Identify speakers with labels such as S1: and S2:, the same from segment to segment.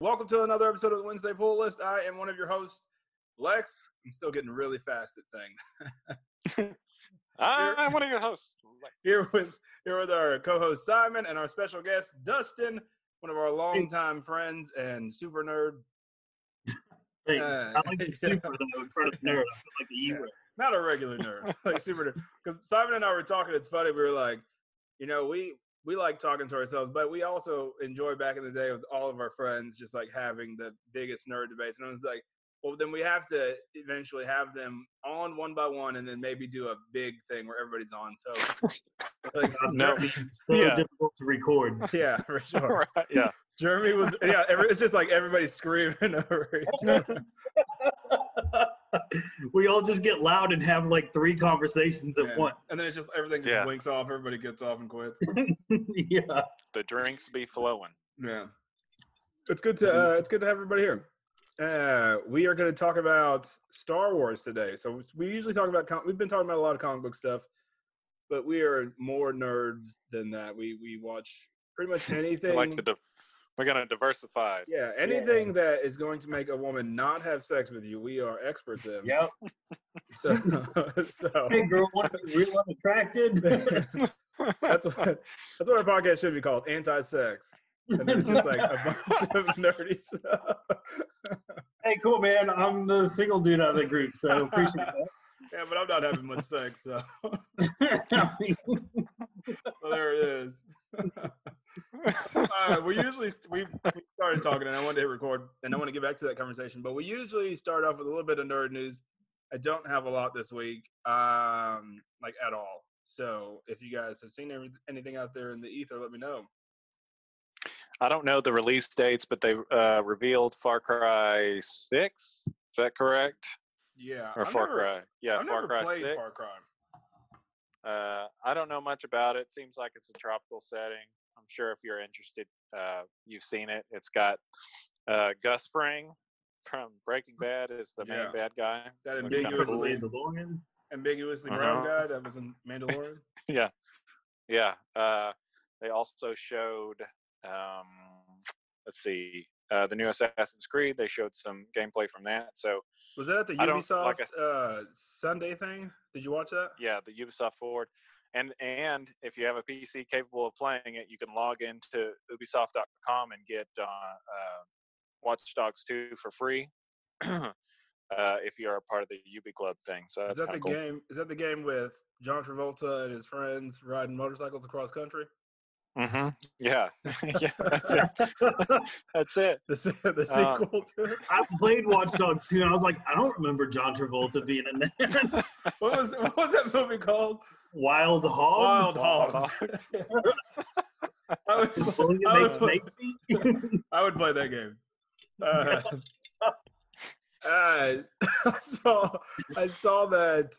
S1: welcome to another episode of the Wednesday Pool List. I am one of your hosts, Lex. I'm still getting really fast at saying
S2: I'm one of your hosts.
S1: here with here with our co-host Simon and our special guest Dustin, one of our longtime friends and super nerd.
S3: Thanks.
S1: Uh,
S3: I like the super though in front of nerd. I feel like the E
S1: Yeah.
S3: word.
S1: Not a regular nerd, like super nerd. Because Simon and I were talking, it's funny. We were like, you know, we we like talking to ourselves, but we also enjoy back in the day with all of our friends just like having the biggest nerd debates. And I was like, well, then we have to eventually have them on one by one, and then maybe do a big thing where everybody's on. So, like,
S2: No.
S3: It's so
S2: Yeah.
S3: difficult to record.
S1: yeah, for sure.
S2: right, yeah.
S1: Jeremy was yeah. Every, it's just like everybody screaming over each other.
S3: we all just get loud and have like three conversations at
S1: Yeah.
S3: once.
S1: and then it's just everything just
S2: Yeah.
S1: winks off. Everybody gets off and quits.
S3: yeah.
S2: The drinks be flowing.
S1: Yeah, it's good to uh, it's good to have everybody here. Uh, we are going to talk about Star Wars today. So we usually talk about com- we've been talking about a lot of comic book stuff, but we are more nerds than that. We we watch pretty much
S2: We
S1: anything.
S2: like to di- we're gonna diversify.
S1: yeah, anything that is going to make a woman not have sex with you, we are experts in.
S3: Yep.
S1: So, so
S3: Hey, girl, want to be real unattracted?
S1: That's what that's what our podcast should be called, anti-sex. And then it's just like a bunch of nerdy stuff.
S3: hey, cool, man. I'm the single dude out of the group, so appreciate
S1: Yeah, but I'm not having much sex, so
S3: that.
S1: well, there it is. uh, we usually st- we, we started talking, and I wanted to hit record, and I want to get back to that conversation. But we usually start off with a little bit of nerd news. I don't have a lot this week, um, like at all. So if you guys have seen every, anything out there in the ether, let me know.
S2: I don't know the release dates, but they uh, revealed Far Cry Six. Is that correct?
S1: Yeah,
S2: Or
S1: I've
S2: Far
S1: never-
S2: Cry? Yeah,
S1: I've
S2: Far
S1: never
S2: Cry
S1: played
S2: Six.
S1: Far Cry.
S2: Uh, I don't know much about it. Seems like it's a tropical setting. I'm sure if you're interested, uh, you've seen it. It's got uh, Gus Fring from Breaking Bad is the
S1: Yeah.
S2: main bad guy.
S1: That
S2: Looks kinda
S1: ambiguous
S2: cool.
S1: lead.
S3: Mandalorian.
S1: ambiguously
S2: Uh-huh.
S1: brown guy that was in Mandalorian.
S2: Yeah. Uh, they also showed, um, let's see, uh, the new Assassin's Creed. They showed some gameplay from that. So,
S1: Was that at the
S2: I don't-
S1: Ubisoft
S2: like
S1: uh, Sunday thing? Did you watch that?
S2: yeah, the Ubisoft Forward. And, and if you have a PC capable of playing it, you can log into Ubisoft.com and get uh, uh, Watch Dogs 2 for free uh, if you are a part of the Ubi Club thing. So
S1: Is
S2: that's
S1: that the
S2: kind of cool.
S1: game? Is that the game with John Travolta and his friends riding motorcycles across country?
S2: hmm Yeah. yeah. That's it. That's it.
S1: The, se- the
S2: Uh,
S1: sequel to it.
S3: I played Watch Dogs 2, and I was like, I don't remember John Travolta being in there.
S1: What was what was that movie called?
S3: Wild
S1: Wild
S3: Hogs.
S1: Hogs. Oh, I, would, I
S3: William H.
S1: would-
S3: Macy.
S1: I would play that game. Uh, uh, I saw I saw that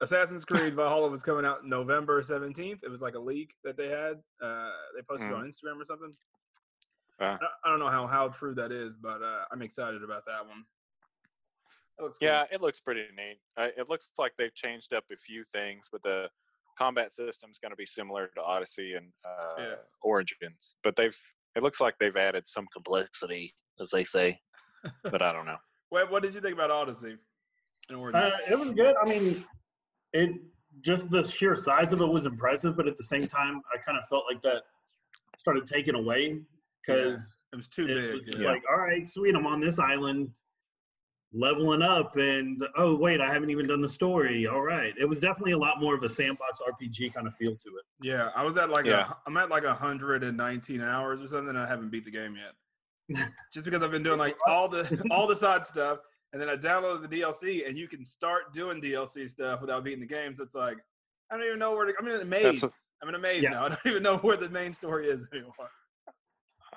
S1: Assassin's Creed Valhalla was coming out November seventeenth. It was like a leak that they had. Uh, they posted on Instagram or something.
S2: Uh.
S1: I, I don't know how how true that is, but uh, I'm excited about that one. That looks cool.
S2: Yeah, it looks pretty neat. Uh, it looks like they've changed up a few things, but the combat system's going to be similar to Odyssey and uh,
S1: Yeah.
S2: Origins. But they've it looks like they've added some complexity, as they say. but I don't know.
S1: Wait, what did you think about Odyssey? And Origins?
S3: Uh, it was good. I mean, it just the sheer size of it was impressive, but at the same time, I kind of felt like that started taking away because
S1: it was too
S3: it was
S1: big.
S3: just
S1: yeah.
S3: like, all right, sweet, I'm on this island leveling up, and oh wait, I haven't even done the story. All right, it was definitely a lot more of a sandbox RPG kind of feel to it.
S1: Yeah, I was at like
S2: Yeah.
S1: a, I'm at like 119 hours or something. And I haven't beat the game yet, just because I've been doing like all the all the side stuff, and then I downloaded the DLC, and you can start doing DLC stuff without beating the games. It's like I don't even know where to. I'm in a maze.
S2: That's
S1: i I'm in a maze
S3: Yeah.
S1: now. I don't even know where the main story is anymore.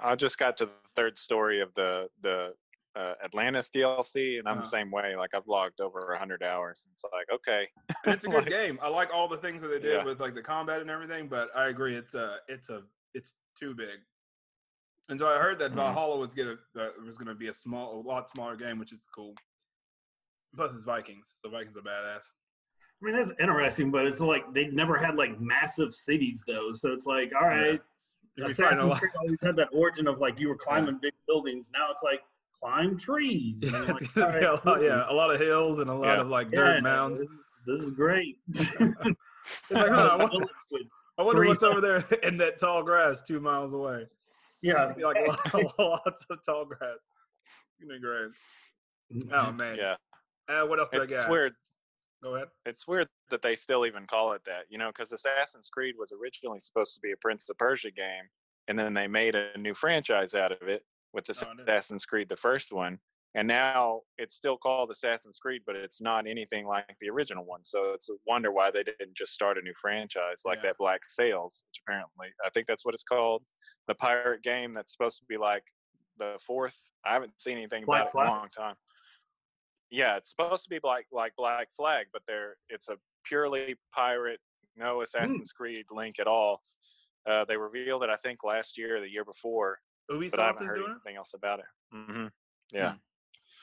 S2: I just got to the third story of the the uh, Atlantis DLC, and I'm
S1: Uh-huh.
S2: the same way. Like I've logged over hundred hours. It's like okay,
S1: And it's a good
S2: Like-
S1: game. I like all the things that they did
S2: Yeah.
S1: with like the combat and everything, but I agree it's a it's a it's too big. And so I heard that
S2: Mhm.
S1: Valhalla was gonna uh, was gonna be a small, a lot smaller game, which is cool. Plus, it's Vikings, so Vikings are badass.
S3: I mean, that's interesting, but it's like they never had like massive cities though, so it's like, all
S1: Yeah.
S3: right,
S1: You'll be fine a
S3: Assassin's
S1: lot.
S3: Creed always had that origin of like you were climbing big buildings. Now it's like climb trees. And
S1: Yeah,
S3: I'm
S1: it's
S3: like,
S1: gonna be a
S3: "All right,
S1: lot,
S3: cool.
S1: yeah, a lot of hills and a lot
S2: Yeah.
S1: of like
S3: Yeah,
S1: dirt
S3: no,
S1: mounds.
S3: This, is- this is great.
S1: It's like, huh, I wonder-
S3: With-
S1: I wonder
S3: Three-
S1: what's over there in that tall grass two miles away.
S3: yeah,
S1: Be like lo- lots of tall grass. It's gonna be great. Oh man.
S2: Yeah,
S1: Uh, what else do I
S2: it's
S1: got?
S2: weird.
S1: Go ahead.
S2: It's weird that they still even call it that, you know, because Assassin's Creed was originally supposed to be a Prince of Persia game, and then they made a new franchise out of it with the
S1: Oh, no.
S2: Assassin's Creed, the first one, and now it's still called Assassin's Creed, but it's not anything like the original one. So it's a wonder why they didn't just start a new franchise like
S1: Yeah.
S2: that Black Sails, which apparently I think that's what it's called, the pirate game that's supposed to be like the fourth. I haven't seen anything
S3: Black
S2: about
S3: Flag?
S2: it in a long time. Yeah, it's supposed to be like like Black Flag, but there it's a purely pirate,
S1: Hmm.
S2: no Assassin's Creed link at all. Uh, they revealed it, I think, last year or the year before, but I
S1: Ubisoft
S2: haven't
S1: is
S2: heard
S1: doing it.
S2: anything else about it. hmm Yeah,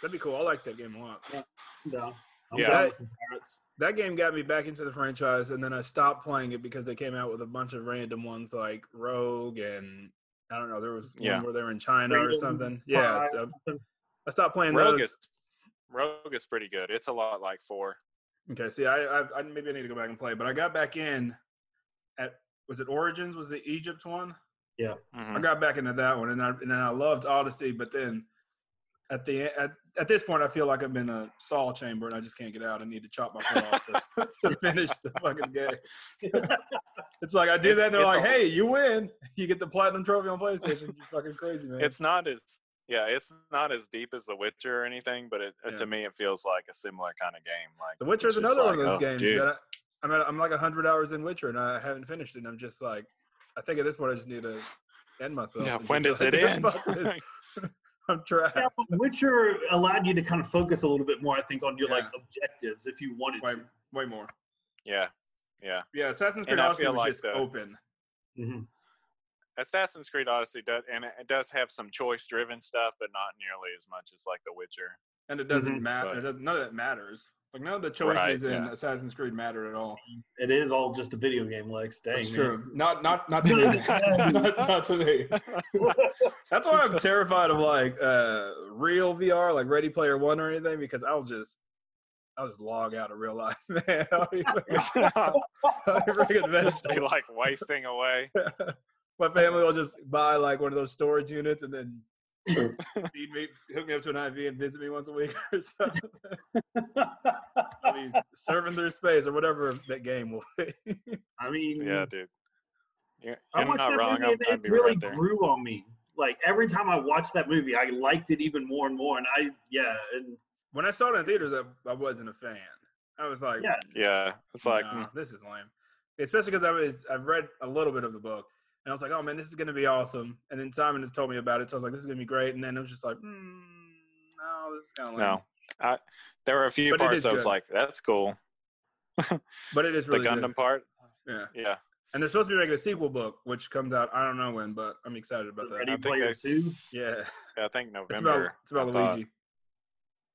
S1: That'd be cool. I like that game a lot.
S3: No, I'm
S2: Yeah.
S3: down with some pirates.
S1: That game got me back into the franchise, and then I stopped playing it because they came out with a bunch of random ones like Rogue and I don't know. There was one
S2: Yeah.
S1: where they were in China or
S3: Freedom
S1: something. Yeah.
S3: Pirates,
S1: So
S3: something.
S1: I stopped playing
S2: Rogue
S1: those.
S2: is Rogue is pretty good. It's a lot like four.
S1: Okay, see, I, I, I maybe I need to go back and play, but I got back in at was it Origins? Was the Egypt one? I
S2: Mhm.
S1: got back into that one, and I and then I loved Odyssey, but then at the e- at, at this point, I feel like I'm in a saw chamber and I just can't get out. I need to chop my foot off to, to finish the fucking game. it's like I do
S2: It's-
S1: that, and they're
S2: it's
S1: like,
S2: a-
S1: "Hey, you win! You get the platinum trophy on PlayStation. You fucking crazy man."
S2: It's not as yeah, it's not as deep as The Witcher or anything, but it, uh,
S1: Yeah.
S2: to me it feels like a similar kind of game. Like
S1: The Witcher is
S2: it's just
S1: another one of
S2: like,
S1: those
S2: oh,
S1: games
S2: dude.
S1: that I, I'm at, I'm like hundred hours in Witcher and I haven't finished it. And I'm just like, I think at this point I just need to end myself.
S2: yeah,
S1: and just
S2: when
S1: be
S2: does
S1: like,
S2: it end?
S1: "Fuck this, I'm trapped.
S3: Yeah, but Witcher allowed you to kind of focus a little bit more, I think, on your like
S1: Yeah.
S3: objectives if you wanted
S1: Way,
S3: to.
S1: way more.
S2: yeah, yeah.
S1: Yeah, Assassin's Creed
S2: And I
S1: Odyssey
S2: feel
S1: was
S2: like
S1: just
S2: the-
S1: open.
S3: Mhm.
S2: Assassin's Creed Odyssey does, and it it does have some choice-driven stuff, but not nearly as much as like The Witcher.
S1: And it doesn't
S3: Mhm.
S1: matter.
S2: But-
S1: It doesn't, none of that matters. Like none of the choices in
S2: Mm-hmm. yeah.
S1: Assassin's Creed matter at all.
S3: It is all just a video game, Lex. Dang,
S1: That's
S3: man.
S1: true. Not not not to me. not, not to me. That's why I'm terrified of like uh real VR, like Ready Player One or anything, because I'll just I'll just log out of real life, man. I'll be freaking- I'll be freaking
S2: Just be
S1: vegetable.
S2: like wasting away.
S1: My family will just buy like one of those storage units and then feed me, hook me up to an IV and visit me once a week or something. I'll be serving through space or whatever that game will be.
S3: I mean,
S2: Yeah, dude. You're,
S3: I
S2: I'm
S3: watched
S2: not
S3: that
S2: wrong.
S3: movie
S2: I'm,
S3: and it
S2: I'd be
S3: really
S2: right there.
S3: grew on me. Like every time I watched that movie, I liked it even more and more. And I, yeah, and
S1: When I saw it in theaters, I, I wasn't a fan. I was like,
S3: Yeah.
S2: Yeah, it's like
S1: "Nah,
S2: mm,
S1: this is lame. Especially because I was I've read a little bit of the book and I was like, oh man, this is gonna be awesome. And then Simon has told me about it, so I was like, this is gonna be great. And then it was just like, hmm, no, this is kind of lame.
S2: no. I there were a few
S1: But it
S2: parts
S1: is
S2: I was
S1: good.
S2: like, that's cool.
S1: But it is really
S2: the
S1: good.
S2: Gundam part.
S1: Yeah,
S2: Yeah,
S1: and they're supposed to be making a sequel book, which comes out I don't know when, but I'm excited about that.
S3: Ready
S2: I think
S3: Player
S2: that's-
S3: Two.
S1: Yeah,
S2: I think
S1: it's about
S2: November.
S1: it's about
S2: I thought.
S1: Luigi.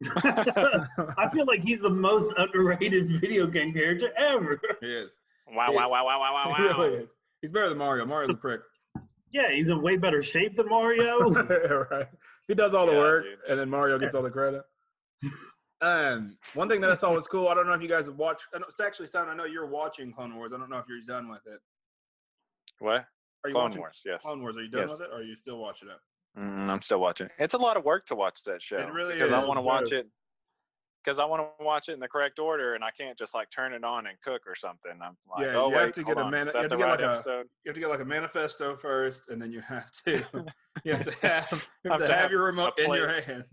S3: I feel like he's the most underrated video game character ever.
S1: he is.
S2: Wow, wow, wow, wow, wow, wow,
S1: He
S2: Oh, wow.
S1: really is. He's better than Mario. Mario's a prick.
S3: Yeah, he's in way better shape than Mario.
S1: right. He does all the
S2: Yeah,
S1: work,
S2: dude.
S1: and then Mario gets all the credit. Um, one thing that I saw was cool. I don't know if you guys have watched. I know, it's actually, Simon, I know you're watching Clone Wars. I don't know if you're done with it.
S2: What?
S1: Are you
S2: Clone
S1: watching
S2: Wars? Yes.
S1: Clone Wars? Are you done
S2: Yes.
S1: with it, or are you still watching it?
S2: Mm, I'm still watching. it. It's a lot of work to watch that show.
S1: really
S2: because I
S1: is,
S2: want to
S3: so-
S2: watch it. Because I want to watch it in the correct order, and I can't just like turn it on and cook or something. I'm like,
S1: Yeah,
S2: oh
S1: you
S2: wait,
S1: have to
S2: hold
S1: get a
S2: on.
S1: man- you
S2: Is that
S1: have
S2: the
S1: to get,
S2: right
S1: like, a-
S2: episode?
S1: You have to get like a manifesto first, and then you have to you have to have, you have,
S2: Have
S1: to
S2: to
S1: have
S2: have
S1: your remote
S2: a
S1: in your hand.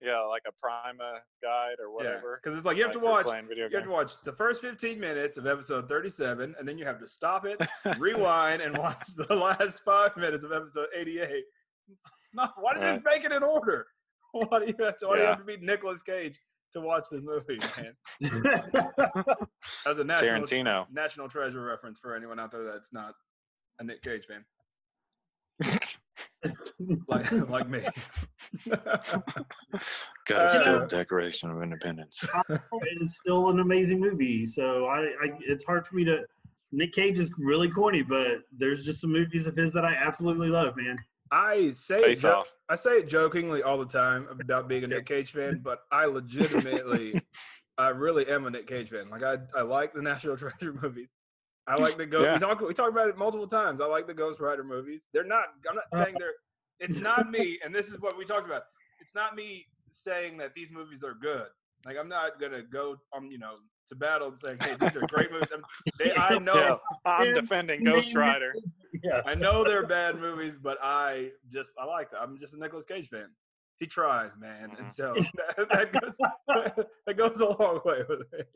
S2: Yeah, like a Prima guide or
S1: Yeah,
S2: whatever.
S1: because it's like you have
S2: like
S1: to
S2: you're
S1: watch.
S2: playing video
S1: You have to
S2: games.
S1: watch the first 15 minutes of episode 37, and then you have to stop it, rewind, and watch the last five minutes of episode 88. No, why did you just make it in order? Why do you have to? Why do you
S2: Yeah.
S1: have to be Nicolas Cage to watch this movie, man? That was a national
S2: Tarantino.
S1: national treasure reference for anyone out there that's not a Nick Cage fan, like like me.
S2: Got
S1: Uh,
S2: to steal the Declaration of Independence.
S3: it's still an amazing movie. So I, I, it's hard for me to Nick Cage is really corny, but there's just some movies of his that I absolutely love, man.
S1: I say it
S2: Face
S1: jo-
S2: off.
S1: I say it jokingly all the time about being a Nick Cage fan, but I legitimately, I really am a Nick Cage fan. Like I, I like the National Treasure movies. I like the Ghost.
S2: Yeah.
S1: We talk we talk about it multiple times. I like the Ghost Rider movies. They're not. I'm not
S2: Uh,
S1: saying they're. It's not me, and this is what we talked about. It's not me saying that these movies are good. Like I'm not gonna go um you know to battle and saying hey these are great movies. I'm, they, I know
S2: Yeah. I'm
S3: Tim,
S2: defending Ghost
S3: name-
S2: Rider.
S3: Yeah.
S1: I know they're bad movies, but I just I like that. I'm just a Nicolas Cage fan. He tries, man, and
S3: Mm-hmm.
S2: Mhm.
S1: so that, that goes that goes a long way with it.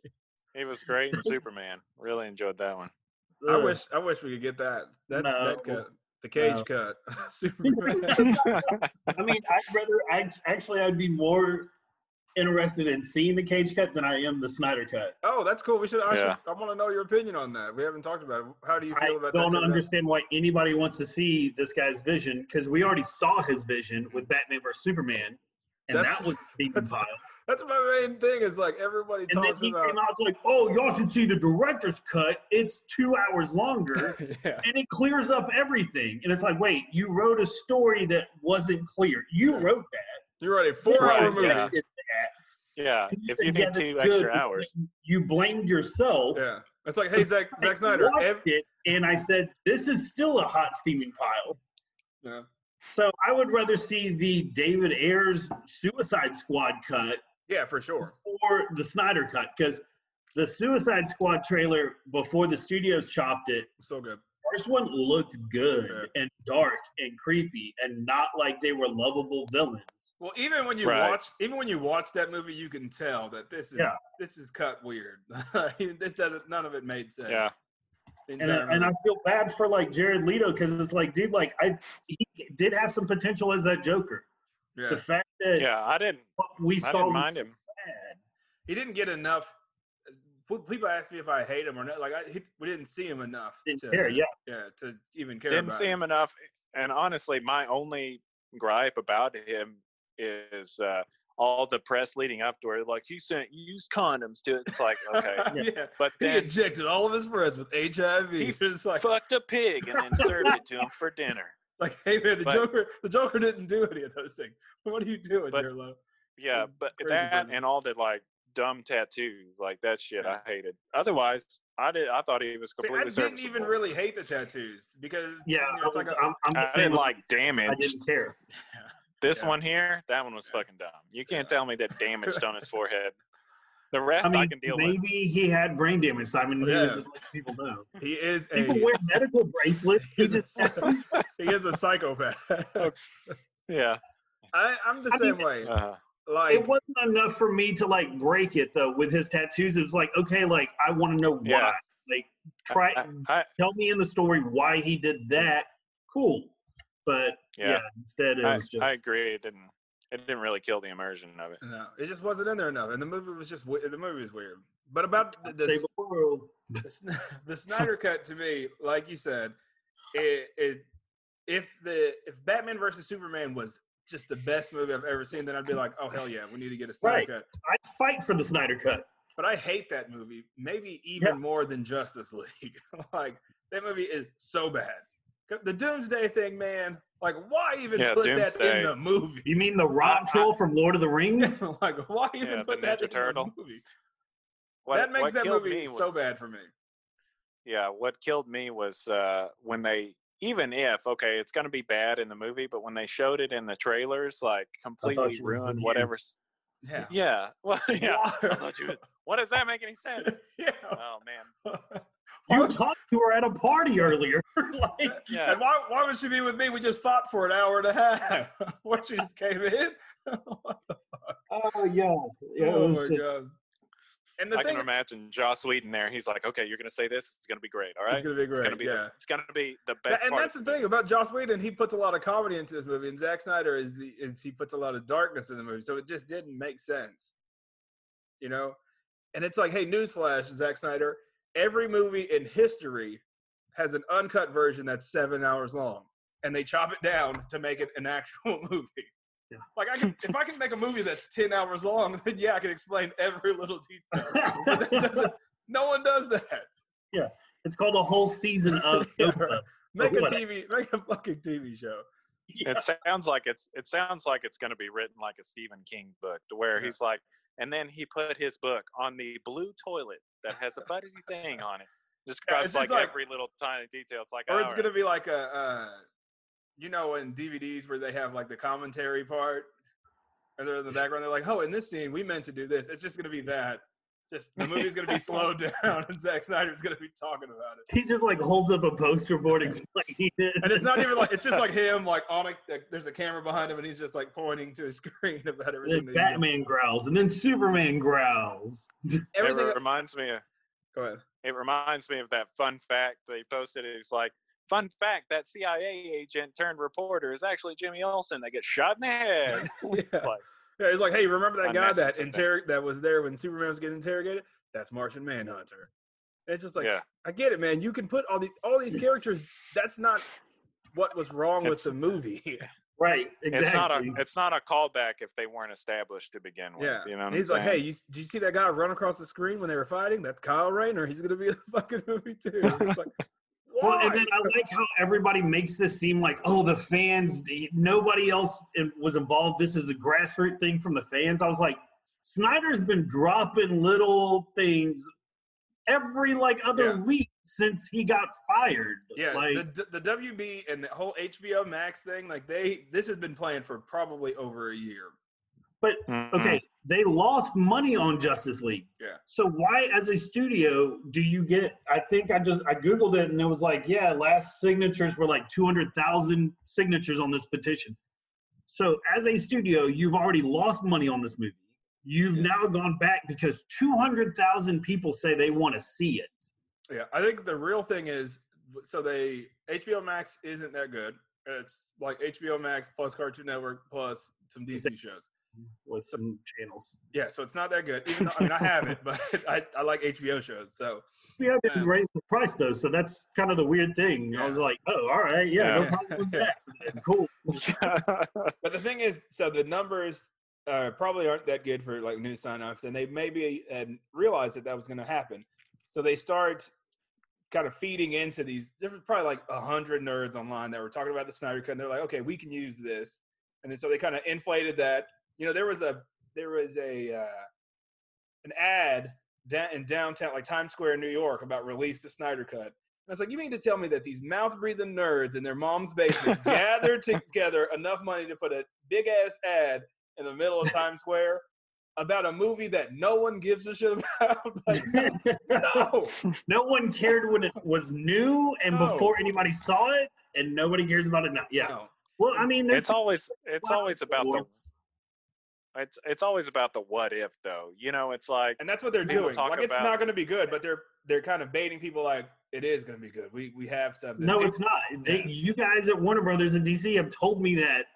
S2: He was great in Superman. Really enjoyed that one.
S1: I
S3: Ugh.
S1: wish I wish we could get that that, that
S3: No.
S1: cut the cage
S3: No.
S1: cut Superman.
S3: I mean, I'd rather. I actually, I'd be more interested in seeing the Cage cut than I am the Snyder cut.
S1: oh, that's cool. We should. I,
S2: Yeah.
S1: should, I want to know your opinion on that. We haven't talked about it. How do you
S3: I
S1: feel about that?
S3: don't
S1: cut?
S3: understand why anybody wants to see this guy's vision because we already saw his vision with Batman vs Superman, and
S1: That's-
S3: that was being compiled.
S1: That's my main thing. Is like everybody
S3: And then
S1: talks
S3: he
S1: about.
S3: came out it's like, "Oh, y'all should see the director's cut. It's two hours longer."
S1: yeah.
S3: and it clears up everything. And it's like, wait, you wrote a story that wasn't clear. You
S1: Yeah.
S3: wrote that.
S1: You're right. a Four-hour
S2: Right,
S1: movie.
S2: yeah.
S1: Yeah.
S3: Did that.
S2: Yeah,
S3: And you
S2: if
S3: said,
S2: you
S3: yeah,
S2: need
S3: that's
S2: two
S3: good,
S2: extra
S3: but
S2: hours.
S3: You blamed yourself.
S1: It's like,
S3: So
S1: hey, Zack,
S3: I
S1: Zack Snyder.
S3: watched
S1: ev-
S3: it, and I said, this is still a hot steaming pile.
S1: Yeah.
S3: So I would rather see the David Ayers Suicide Squad cut
S1: yeah, for sure.
S3: or the Snyder cut because the Suicide Squad trailer before the studios chopped it
S1: So good.
S3: first one looked good
S1: Yeah.
S3: and dark and creepy and not like they were lovable villains.
S1: Well, even when you
S2: Right.
S1: watch, even when you watch that movie, you can tell that this is
S3: Yeah.
S1: this is cut weird. this doesn't. None of it made sense.
S2: Yeah.
S1: The
S3: And I,
S1: entire
S3: and I
S1: movie.
S3: feel bad for like Jared Leto because it's like, dude, like I he did have some potential as that Joker.
S1: yeah.
S3: The fact that
S2: Yeah, I didn't.
S3: what we
S2: I
S3: saw
S2: didn't
S3: was
S2: mind
S3: so
S2: him.
S3: bad.
S1: he didn't get enough. p- People ask me if I hate him or not. Like I, he, we didn't see him enough.
S3: Didn't
S1: to,
S3: care. Yeah,
S1: yeah, to even care.
S2: Didn't
S1: about
S2: see him enough. And honestly, my only gripe about him is uh, all the press leading up to it. Like he sent used condoms to. It's like okay,
S1: yeah.
S2: but
S1: He
S2: then
S1: injected all of his friends with HIV.
S2: He
S1: It's like,
S2: fucked a pig and then served it to him for dinner.
S1: like, hey man, the
S2: but-
S1: Joker, the Joker didn't do any of those things. What are you doing,
S2: But-
S1: here, Lo?
S2: Yeah,
S1: Mm,
S2: but
S1: crazy
S2: that
S1: person.
S2: and all the like dumb tattoos, like that shit,
S1: Yeah.
S2: I hated. Otherwise, I did. I thought he was
S1: See,
S2: completely.
S1: I didn't even
S2: serviceable.
S1: really hate the tattoos because you
S3: yeah.
S1: know,
S3: I
S1: it's
S3: was,
S1: like a-
S3: I'm, I'm the
S2: I
S3: same
S2: didn't
S3: with-
S2: like
S3: I
S2: damage.
S3: didn't care.
S2: This
S1: Yeah.
S2: one here, that one was
S1: Yeah.
S2: fucking dumb. You can't
S1: Yeah.
S2: tell me that damaged on his forehead. The rest
S3: I
S2: I,
S3: mean,
S2: can deal
S3: maybe
S2: with.
S3: he had brain damage, Simon. and He
S1: Yeah.
S3: was just letting people know.
S1: He is a
S3: um, People wear medical bracelets. He
S1: he's a
S3: just,
S1: psy- he is a psychopath.
S2: Yeah.
S1: I, I'm the
S3: I
S1: same
S3: mean,
S1: way.
S2: Uh,
S1: Like
S3: it wasn't enough for me to like break it though with his tattoos. It was like, okay, like I want to know why.
S2: Yeah.
S3: Like try
S2: I, I,
S3: tell me in the story why he did that. Cool. But yeah,
S2: yeah,
S3: instead it
S2: I,
S3: was just
S2: I agree. It didn't. It didn't really kill the immersion of it.
S1: no, it just wasn't in there enough, and the movie was just we- the movie was weird. But about the,
S3: Save
S1: the,
S3: the world.
S1: the, Sn- the Snyder cut to me, like you said, it, it if the if Batman versus Superman was just the best movie I've ever seen, then I'd be like, oh hell yeah, we need to get a Snyder
S3: Right.
S1: cut.
S3: I'd fight for the Snyder cut.
S1: But I hate that movie, maybe even more than Justice League. like that movie is so bad. The Doomsday thing, man. Like, why even
S2: Yeah,
S1: put that
S2: Doomsday.
S1: in the movie?
S3: You mean the rock
S2: I-
S3: troll from Lord of the Rings?
S1: like, why even
S2: Yeah, the
S1: put that
S2: Ninja
S1: in
S2: Turtle.
S1: the movie?
S2: What,
S1: that makes
S2: what
S1: that
S2: killed
S1: movie
S2: me
S1: so
S2: was-
S1: bad for me.
S2: Yeah, what killed me was uh, when they, even if okay, it's gonna be bad in the movie, but when they showed it in the trailers, like completely
S3: she was
S2: ruined
S3: Indian.
S2: whatever. s-
S1: Yeah.
S2: Yeah. Well, yeah. I
S1: Why-
S2: thought you would- What does that make any sense?
S1: yeah.
S2: Oh man.
S1: Why
S3: You
S1: would-
S3: talked to her at a party earlier. like
S2: Yeah.
S1: and why, why would she be with me? We just fought for an hour and a half. Where she just came in.
S3: oh yeah. yeah it
S1: oh
S3: was
S1: my
S3: just-
S1: god! And the
S2: I
S1: thing
S2: can imagine Joss Whedon there. He's like, okay, you're going to say this. It's going to be great. All
S1: it's
S2: right.
S1: gonna be great.
S2: gonna be the
S1: yeah.
S2: It's going to be the
S1: Th-
S2: best
S1: and
S2: part.
S1: that's the thing about Joss Whedon. He puts a lot of comedy into this movie, and Zack Snyder is the is he puts a lot of darkness in the movie, so it just didn't make sense, you know. And it's like, hey, newsflash, Zack Snyder! Every movie in history has an uncut version that's seven hours long, and they chop it down to make it an actual movie.
S3: Yeah.
S1: Like I can, if I can make a movie that's ten hours long, then yeah, I can explain every little detail. But that doesn't- no one does that.
S3: It's called a whole season of
S1: Yeah,
S3: Nova.
S1: right. Make a
S3: what?
S1: TV, make a fucking TV show.
S3: Yeah.
S2: It sounds like it's it sounds like it's going to be written like a Stephen King book, to where
S1: Yeah.
S2: he's like, and then he put his book on the blue toilet that has a fuzzy thing on it.
S1: Yeah,
S2: Describes
S1: it's just
S2: like,
S1: like-
S2: every little tiny detail. It's like,
S1: Or it's
S2: alright.
S1: gonna be like a, uh, you know, in DVDs where they have like the commentary part, and they're in the background. They're like, "Oh, in this scene, we meant to do this." It's just gonna be that. Just the movie's gonna be slowed down, and Zack Snyder's gonna be talking about it.
S3: He just like holds up a poster board explaining it.
S1: And it's not even like it's just like him, like on a like, there's a camera behind him, and he's just like pointing to his screen about everything.
S3: And
S1: that he
S3: then
S1: did.
S3: Batman growls, and then Superman growls.
S2: it
S1: everything.
S2: reminds me of
S1: Go ahead.
S2: it reminds me of that fun fact they posted. It's like, fun fact that CIA agent turned reporter is actually Jimmy Olsen that gets shot in the head. It's
S1: Yeah.
S2: like,
S1: Yeah, he's like, hey, remember that
S2: I'm
S1: guy
S2: messing
S1: that
S2: something.
S1: inter- that was there when Superman was getting interrogated? That's Martian Manhunter. And it's just like,
S2: Yeah.
S1: I get it, man. You can put all these all these characters. That's not what was wrong with
S2: It's-
S1: the movie.
S3: Right, exactly.
S2: It's not a it's not a callback if they weren't established to begin with.
S1: yeah,
S2: You know what
S1: and
S2: I'm
S1: he's like,
S2: saying?
S1: hey, you s- did you see that guy run across the screen when they were fighting? That's Kyle Rayner. He's gonna be in the fucking movie too. It's like,
S3: Well,
S1: why?
S3: and then I like how everybody makes this seem like, oh, the fans, nobody else in- was involved. This is a grassroots thing from the fans. I was like, Snyder's been dropping little things every like other
S1: Yeah.
S3: week since he got fired.
S1: yeah,
S3: like,
S1: the, the WB and the whole HBO Max thing, like they this has been planned for probably over a year.
S2: Mhm.
S3: okay, they lost money on Justice League.
S1: Mm. Yeah.
S3: So why, as a studio, do you get? I think I just I googled it and it was like, yeah, last signatures were like two hundred thousand signatures on this petition. So as a studio, you've already lost money on this movie. You've now gone back because two hundred thousand people say they want to see it.
S1: Yeah, I think the real thing is so they HBO Max isn't that good. It's like HBO Max plus Cartoon Network plus some DC shows.
S3: With some channels,
S1: Yeah, so it's not that good. Even though I mean I have it, but I, I like HBO shows. So
S3: we haven't
S1: Yeah.
S3: raised the price though, so that's kind of the weird thing. I was
S1: Yeah.
S3: like, oh, all right, yeah, no
S1: Yeah.
S3: problem with that. So, cool.
S2: Mm-hmm.
S1: but the thing is, so the numbers uh, probably aren't that good for like new signups, and they maybe uh, realized that that was going to happen. So they start kind of feeding into these. There was probably like a hundred nerds online that were talking about the Snyder Cut, and they're like, "Okay, we can use this," and then so they kind of inflated that. You know, there was a there was a uh, an ad down in downtown, like Times Square, in New York, about release the Snyder Cut. And it's like, you mean to tell me that these mouth breathing nerds in their mom's basement gathered together enough money to put a big ass ad in the middle of Times Square about a movie that no one gives a shit about? like, no.
S3: No one cared when it was new and
S1: No.
S3: before anybody saw it, and nobody cares about it now. Yeah.
S1: no.
S3: Well, I mean, there's
S2: it's always it's always about the
S3: awards.
S2: it's it's always about the what if though. You know, it's like
S1: And that's what they're
S2: People
S1: doing.
S2: talk
S1: Like, it's
S2: about-
S1: not going to be good, but they're they're kind of baiting people like, it is going to be good. We, we have something.
S3: No, it's not. They,
S1: Yeah.
S3: you guys at Warner Brothers in DC have told me that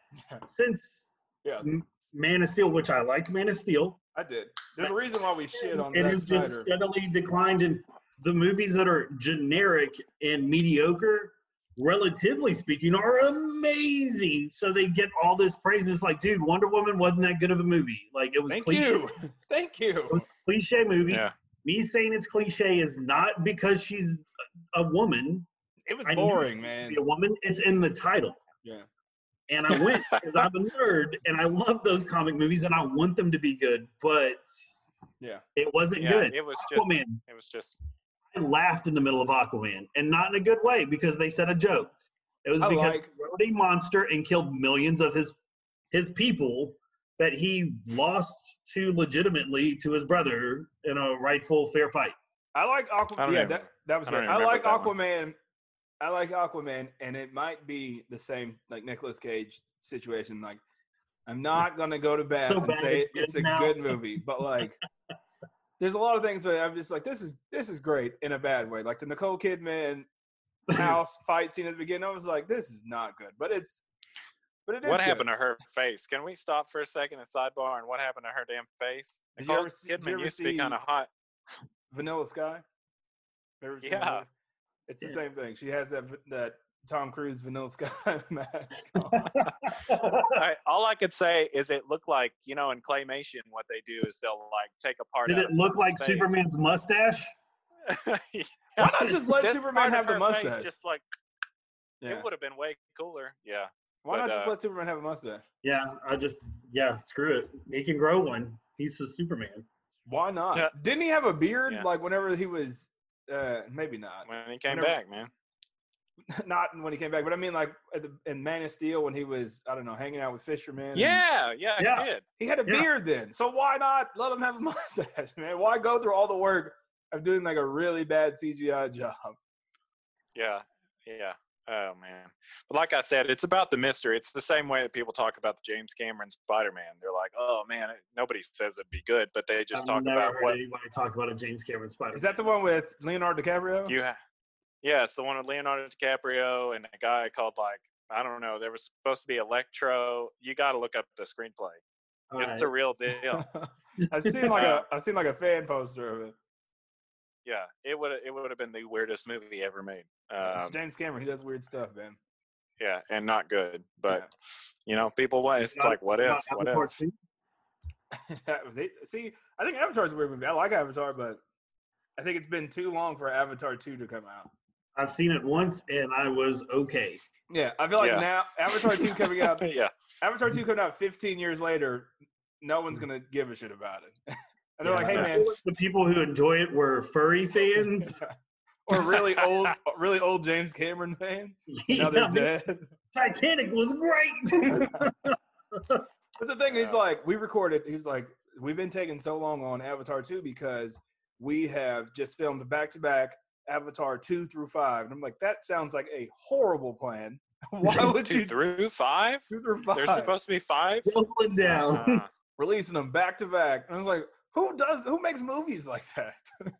S3: since
S1: Yeah.
S3: M- Man of Steel, which I liked Man of Steel,
S1: I did. There's a reason why we shit on
S3: it
S1: Zack
S3: has just
S1: Snyder.
S3: steadily declined in the movies that are generic and mediocre. Relatively speaking, are amazing. So they get all this praise. It's like, dude, Wonder Woman wasn't that good of a movie. Like it was
S1: Thank
S3: cliche.
S1: you. Thank you.
S3: cliche movie.
S2: yeah.
S3: Me saying it's cliche is not because she's a woman.
S1: It was
S3: I knew she was
S1: boring,
S3: gonna
S1: man.
S3: Be a woman. It's in the title.
S1: Yeah.
S3: And I went because I'm a nerd and I love those comic movies and I want them to be good, but
S1: Yeah.
S3: it wasn't
S2: Yeah,
S3: good.
S2: it was
S1: Oh,
S2: just
S3: Aquaman.
S2: it was just
S3: I laughed in the middle of Aquaman and not in a good way because they said a joke. It was
S1: I
S3: because
S1: like-
S3: he rode a monster and killed millions of his his people that he lost to legitimately to his brother in a rightful fair fight.
S1: I like
S2: I
S1: Aquaman.
S2: don't
S1: Yeah,
S2: even-
S1: that, that was
S2: I don't
S1: good.
S2: even
S1: I like
S2: remember that one.
S1: Aquaman. I like Aquaman, and it might be the same like Nicolas Cage situation. Like, I'm not gonna go to bat
S3: so
S1: and
S3: bad
S1: say
S3: it's good
S1: it's, a
S3: now.
S1: good movie, but like, there's a lot of things that I'm just like, this is this is great in a bad way. Like the Nicole Kidman house fight scene at the beginning, I was like, this is not good, but it's but it is.
S2: what
S1: good.
S2: happened to her face? Can we stop for a second and sidebar and what happened to her damn face?
S1: Did you
S2: Nicole
S1: ever see- did you
S2: Kidman
S1: ever
S2: used to be
S1: see-
S2: kind of hot.
S1: Vanilla Sky. Ever seen that
S2: Yeah.
S1: movie? it's the same thing. She has that v- that Tom Cruise Vanilla Sky mask. on.
S2: I, all I could say is it looked like you know in claymation what they do is they'll like take apart.
S3: Did
S2: out
S3: it
S2: of
S3: look like
S2: someone's face.
S3: Superman's mustache?
S1: Why not just let
S2: This
S1: Superman
S2: part
S1: have
S2: of
S1: the
S2: her face
S1: mustache?
S2: Just like
S1: Yeah.
S2: it would have been way cooler. Yeah.
S1: Why
S2: but,
S1: not just
S2: uh,
S1: let Superman have a mustache?
S3: Yeah, I just yeah, screw it. He can grow one. He's a Superman.
S1: Why not?
S2: Yeah.
S1: Didn't he have a beard
S2: Yeah.
S1: like whenever he was? Uh, maybe not.
S2: When he came
S1: Whenever-
S2: back, man.
S1: not when he came back, but I mean like at the, in Man of Steel when he was I don't know hanging out with fishermen. and-
S2: Yeah, yeah, he
S3: Yeah.
S2: did.
S1: He had a
S3: Yeah.
S1: beard then. So why not let him have a mustache, man? Why go through all the work of doing like a really bad CGI job?
S2: Yeah, yeah. Oh man. But like I said, it's about the mystery. It's the same way that people talk about the James Cameron Spider-Man. They're like, "Oh man, it- nobody says it'd be good," but they just
S3: I've
S2: talk
S3: never
S2: about
S3: heard
S2: what
S3: anybody talk about a James Cameron Spider.
S1: Is that the one with Leonardo DiCaprio?
S2: you have. Yeah, it's the one with Leonardo DiCaprio and a guy called like I don't know. There was supposed to be Electro. You got to look up the screenplay.
S3: All
S2: it's
S3: right.
S2: a real deal.
S1: I've seen like a I've seen like a fan poster of it.
S2: yeah, it would it would have been the weirdest movie ever made.
S1: It's
S2: Um,
S1: James Cameron. He does weird stuff, man.
S2: yeah, and not good. But
S1: Yeah.
S2: you know, people want. It's
S3: Not-
S2: like what if?
S3: not
S2: What
S3: Avatar
S2: if?
S3: 2?
S1: They- See, I think Avatar's a weird movie. I like Avatar, but I think it's been too long for Avatar two to come out.
S3: I've seen it once and I was okay.
S1: Yeah, I feel like
S2: Yeah.
S1: now Avatar two coming out,
S2: yeah,
S1: Avatar two coming out 15 years later, no one's gonna give a shit about it. and they're like, hey
S3: I
S1: man,
S3: feel like the people who enjoy it were furry fans.
S1: or really old, really old James Cameron fans. Now
S3: Yeah,
S1: they're
S3: man,
S1: dead.
S3: Titanic was great.
S1: That's the thing. He's
S2: Yeah.
S1: like, we recorded. He was like, we've been taking so long on Avatar two because we have just filmed back to back Avatar two through five, and I'm like, that sounds like a horrible plan. Why would
S2: two
S1: you
S2: through five.
S1: two through
S2: There's
S1: five
S2: supposed to be five.
S3: Double it down.
S2: Uh,
S1: releasing them back to back? And I was like, who does who makes movies like that?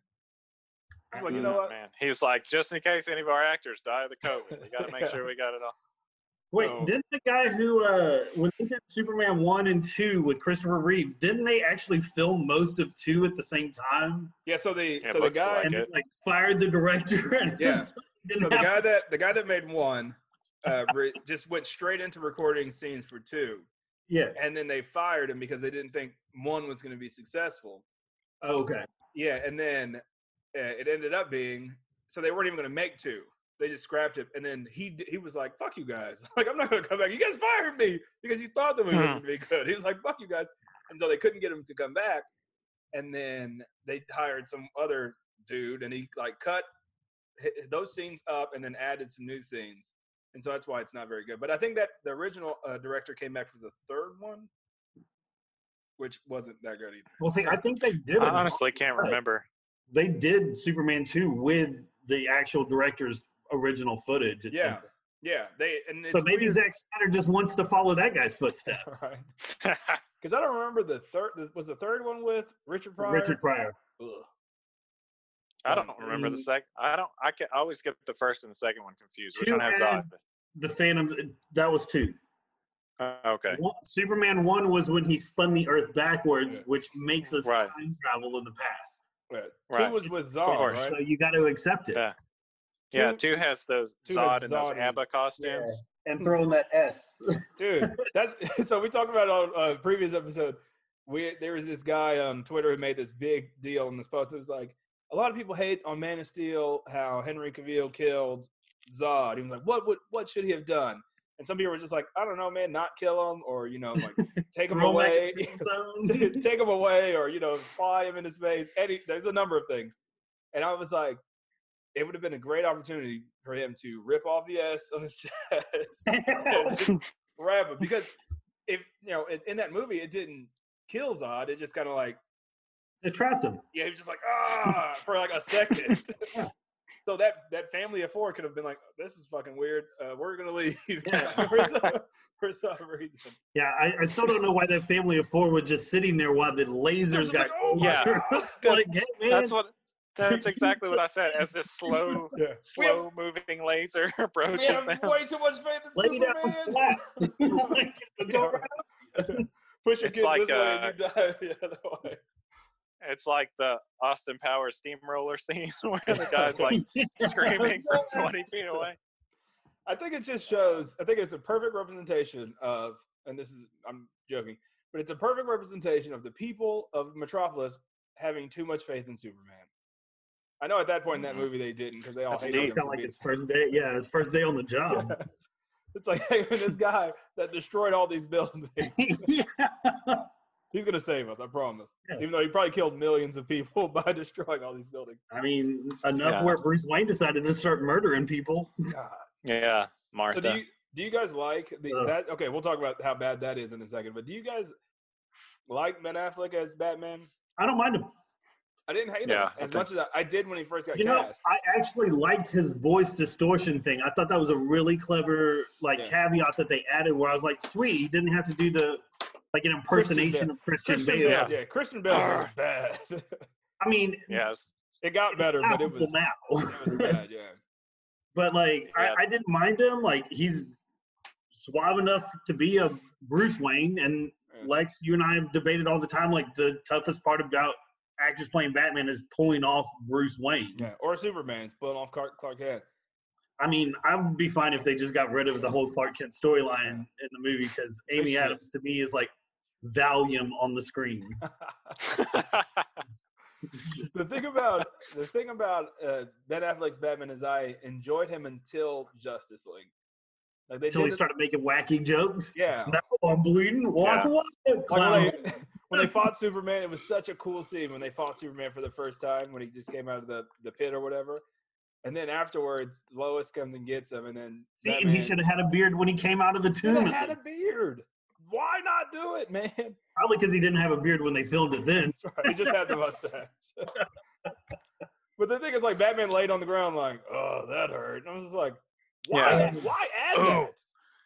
S1: I was like, you know
S2: mm,
S1: what?
S2: man. He was like, just in case any of our actors die of the COVID, we got to make
S1: Yeah.
S2: sure we got it all.
S3: Wait,
S1: So-
S3: didn't the guy who uh when they did Superman one and two with Christopher Reeves, didn't they actually film most of two at the same time?
S1: Yeah. So the
S2: Yeah,
S1: so the
S2: looks
S1: guy
S2: I
S3: And
S2: get
S3: they,
S2: it.
S3: like fired the director and
S1: Yeah.
S3: so he didn't
S1: so the
S3: have-
S1: guy that the guy that made one uh, re- just went straight into recording scenes for two,
S3: yeah.
S1: and then they fired him because they didn't think one was going to be successful.
S3: Oh, okay.
S1: Yeah, and then uh, it ended up being so they weren't even going to make two. They just scrapped it, and then he d- he was like, "Fuck you guys! Like I'm not going to come back. You guys fired me because you thought the movie was
S2: Hmm.
S1: going to be good." He was like, "Fuck you guys," and so they couldn't get him to come back. And then they hired some other dude, and he like cut hi- those scenes up, and then added some new scenes. And so that's why it's not very good. But I think that the original uh, director came back for the third one, which wasn't that good either.
S3: Well see, I think they did
S2: I
S3: it.
S2: honestly can't
S3: Right.
S2: remember.
S3: they did Superman two with the actual director's original footage. at some
S1: Yeah,
S3: point.
S1: yeah. They and it's
S3: So maybe
S1: weird.
S3: Zack Snyder just wants to follow that guy's footsteps.
S1: because I don't remember the third the- was the third one with Richard Pryor.
S3: Richard Pryor.
S1: Ugh.
S2: I don't remember the
S3: Mm.
S2: second. I don't. I can I always get the first and the second one confused. Which
S3: Two
S2: one has the
S3: and- The Phantom that was two.
S2: eye? Uh, Okay.
S3: One- Superman one was when he spun the Earth backwards,
S1: Yeah.
S3: which makes us
S2: Right.
S3: time travel in the past.
S1: Right.
S2: Right.
S1: Two was with Zod,
S2: course.
S1: right?
S3: So you got to accept it.
S2: Yeah. yeah,
S1: Two-
S2: two has those
S1: two
S2: Zod
S1: has
S2: and those
S1: Zod in
S2: ABBA
S1: his-
S2: costumes.
S3: And throw in that S.
S1: Dude, that's so we talked about on a previous episode. We there was this guy on Twitter who made this big deal in this post. It was like a lot of people hate on Man of Steel how Henry Cavill killed Zod. He was like, what would what should he have done? And some people were just like, I don't know, man, not kill him or you know, like take him
S3: throw him back
S1: away.
S3: in the friend
S1: t-
S3: zone.
S1: take him away or you know fly him into space any there's a number of things and i was like it would have been a great opportunity for him to rip off the s on his chest and just grab him because if you know in, in that movie it didn't kill zod it just kind of like
S3: it trapped him.
S1: yeah he was just like ah for like a second so that that family of four could have been like this is fucking weird uh, we're gonna leave
S3: Yeah.
S1: for, some, for some reason
S3: Yeah, I, I still don't know why that family of four was just sitting there while the
S1: They're
S3: lasers
S1: just
S3: got.
S1: like, "Oh my
S2: Yeah.
S1: God."
S3: It's like, hey, man,
S2: That's what. That's exactly what I said. As this
S3: Jesus.
S2: slow,
S1: yeah. We have-
S2: slow moving laser
S1: We
S2: approaches
S1: have
S2: them.
S1: way too much faith in
S3: lay down
S1: Superman.
S3: flat. Like, go right uh,
S1: Push your
S2: It's
S1: kids
S2: like,
S1: this way and you die the other way.
S2: It's like the Austin Powers steamroller scene where the guy's like screaming from 20 feet away.
S1: I think it just shows. I think it's a perfect representation of, and this is I'm joking, but it's a perfect representation of the people of Metropolis having too much faith in Superman. I know at that point in
S3: Mm-hmm.
S1: that movie they didn't because they all
S2: That's
S1: hated him.
S2: deep.
S3: It's
S1: for
S3: kind of like
S1: being-
S3: his first day. Yeah, his first day on the job.
S1: It's like hey, this guy that destroyed all these buildings.
S3: yeah.
S1: He's gonna save us, I promise.
S3: Yeah.
S1: Even though he probably killed millions of people by destroying all these buildings.
S3: I mean, enough
S2: Yeah.
S3: where Bruce Wayne decided to start murdering people.
S1: God.
S2: Yeah,
S1: So
S2: Martha.
S1: do you do you guys like the
S3: Ugh.
S1: that? Okay, we'll talk about how bad that is in a second. But do you guys like Ben Affleck as Batman?
S3: I don't mind him.
S1: I didn't hate
S2: Yeah,
S1: him
S2: I
S1: as
S2: think-
S1: much as I, I did when he first got
S3: You know,
S1: cast.
S3: I actually liked his voice distortion thing. I thought that was a really clever like
S1: Yeah.
S3: caveat that they added where I was like, sweet, he didn't have to do the like an impersonation of Christian,
S1: Christian
S3: Bale.
S1: Bale, yeah. Christian Bale was bad.
S3: I mean,
S2: yes.
S1: it got
S3: it's
S1: better, but it
S3: laughable
S1: was, it was
S3: now.
S1: bad. Yeah,
S3: but like
S2: Yeah.
S3: I, I didn't mind him. Like he's suave enough to be a Bruce Wayne. And
S1: Yeah.
S3: Lex, you and I have debated all the time. Like the toughest part about actors playing Batman is pulling off Bruce Wayne.
S1: yeah. Or Superman splitting off Clark, Clark Kent.
S3: I mean, I would be fine if they just got rid of the whole Clark Kent storyline in the movie because Amy
S1: should.
S3: Adams to me is like Valium on the screen.
S1: the thing about the thing about uh, Ben Affleck's Batman is I enjoyed him until Justice League. Like they
S3: Until he
S1: did-
S3: started making wacky jokes.
S1: Yeah.
S3: No, I'm bleeding. Walk
S2: Yeah.
S3: away,
S1: Like
S3: clown.
S1: when, they, when they fought Superman, it was such a cool scene when they fought Superman for the first time when he just came out of the, the pit or whatever. And then afterwards, Lois comes and gets him, and then
S3: See, and
S1: Batman-
S3: he should have had a beard when he came out of the
S1: Shoulda
S3: tomb.
S1: had a beard. Why not do it, man?
S3: Probably because he didn't have a beard when they filmed it then.
S1: That's right. He just had the mustache. but the thing is, like Batman laid on the ground, like, oh, that hurt. And I was just like, why?
S3: Yeah.
S1: Why add
S2: Oh.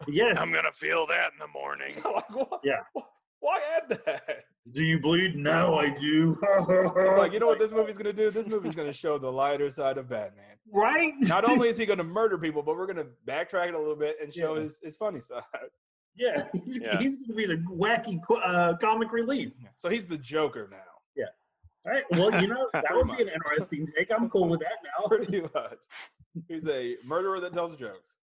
S3: Yes.
S2: gonna feel that in the morning.
S1: that? like, why,
S3: Yeah.
S1: Why add that?
S3: do you bleed? No, I do.
S1: It's like, you know what this movie's gonna do? This movie's gonna show the lighter side of Batman.
S3: right?
S1: not only is he going to murder people, but we're going to backtrack it a little bit and show
S3: Yeah.
S1: his, his funny side.
S3: yeah, he's,
S2: Yeah.
S3: he's going to be the wacky qu- uh, comic relief.
S1: So he's the Joker now,
S3: All right. Well, you know that would be an
S1: Pretty
S3: interesting take. I'm cool with that now.
S1: pretty much. He's a murderer that tells jokes.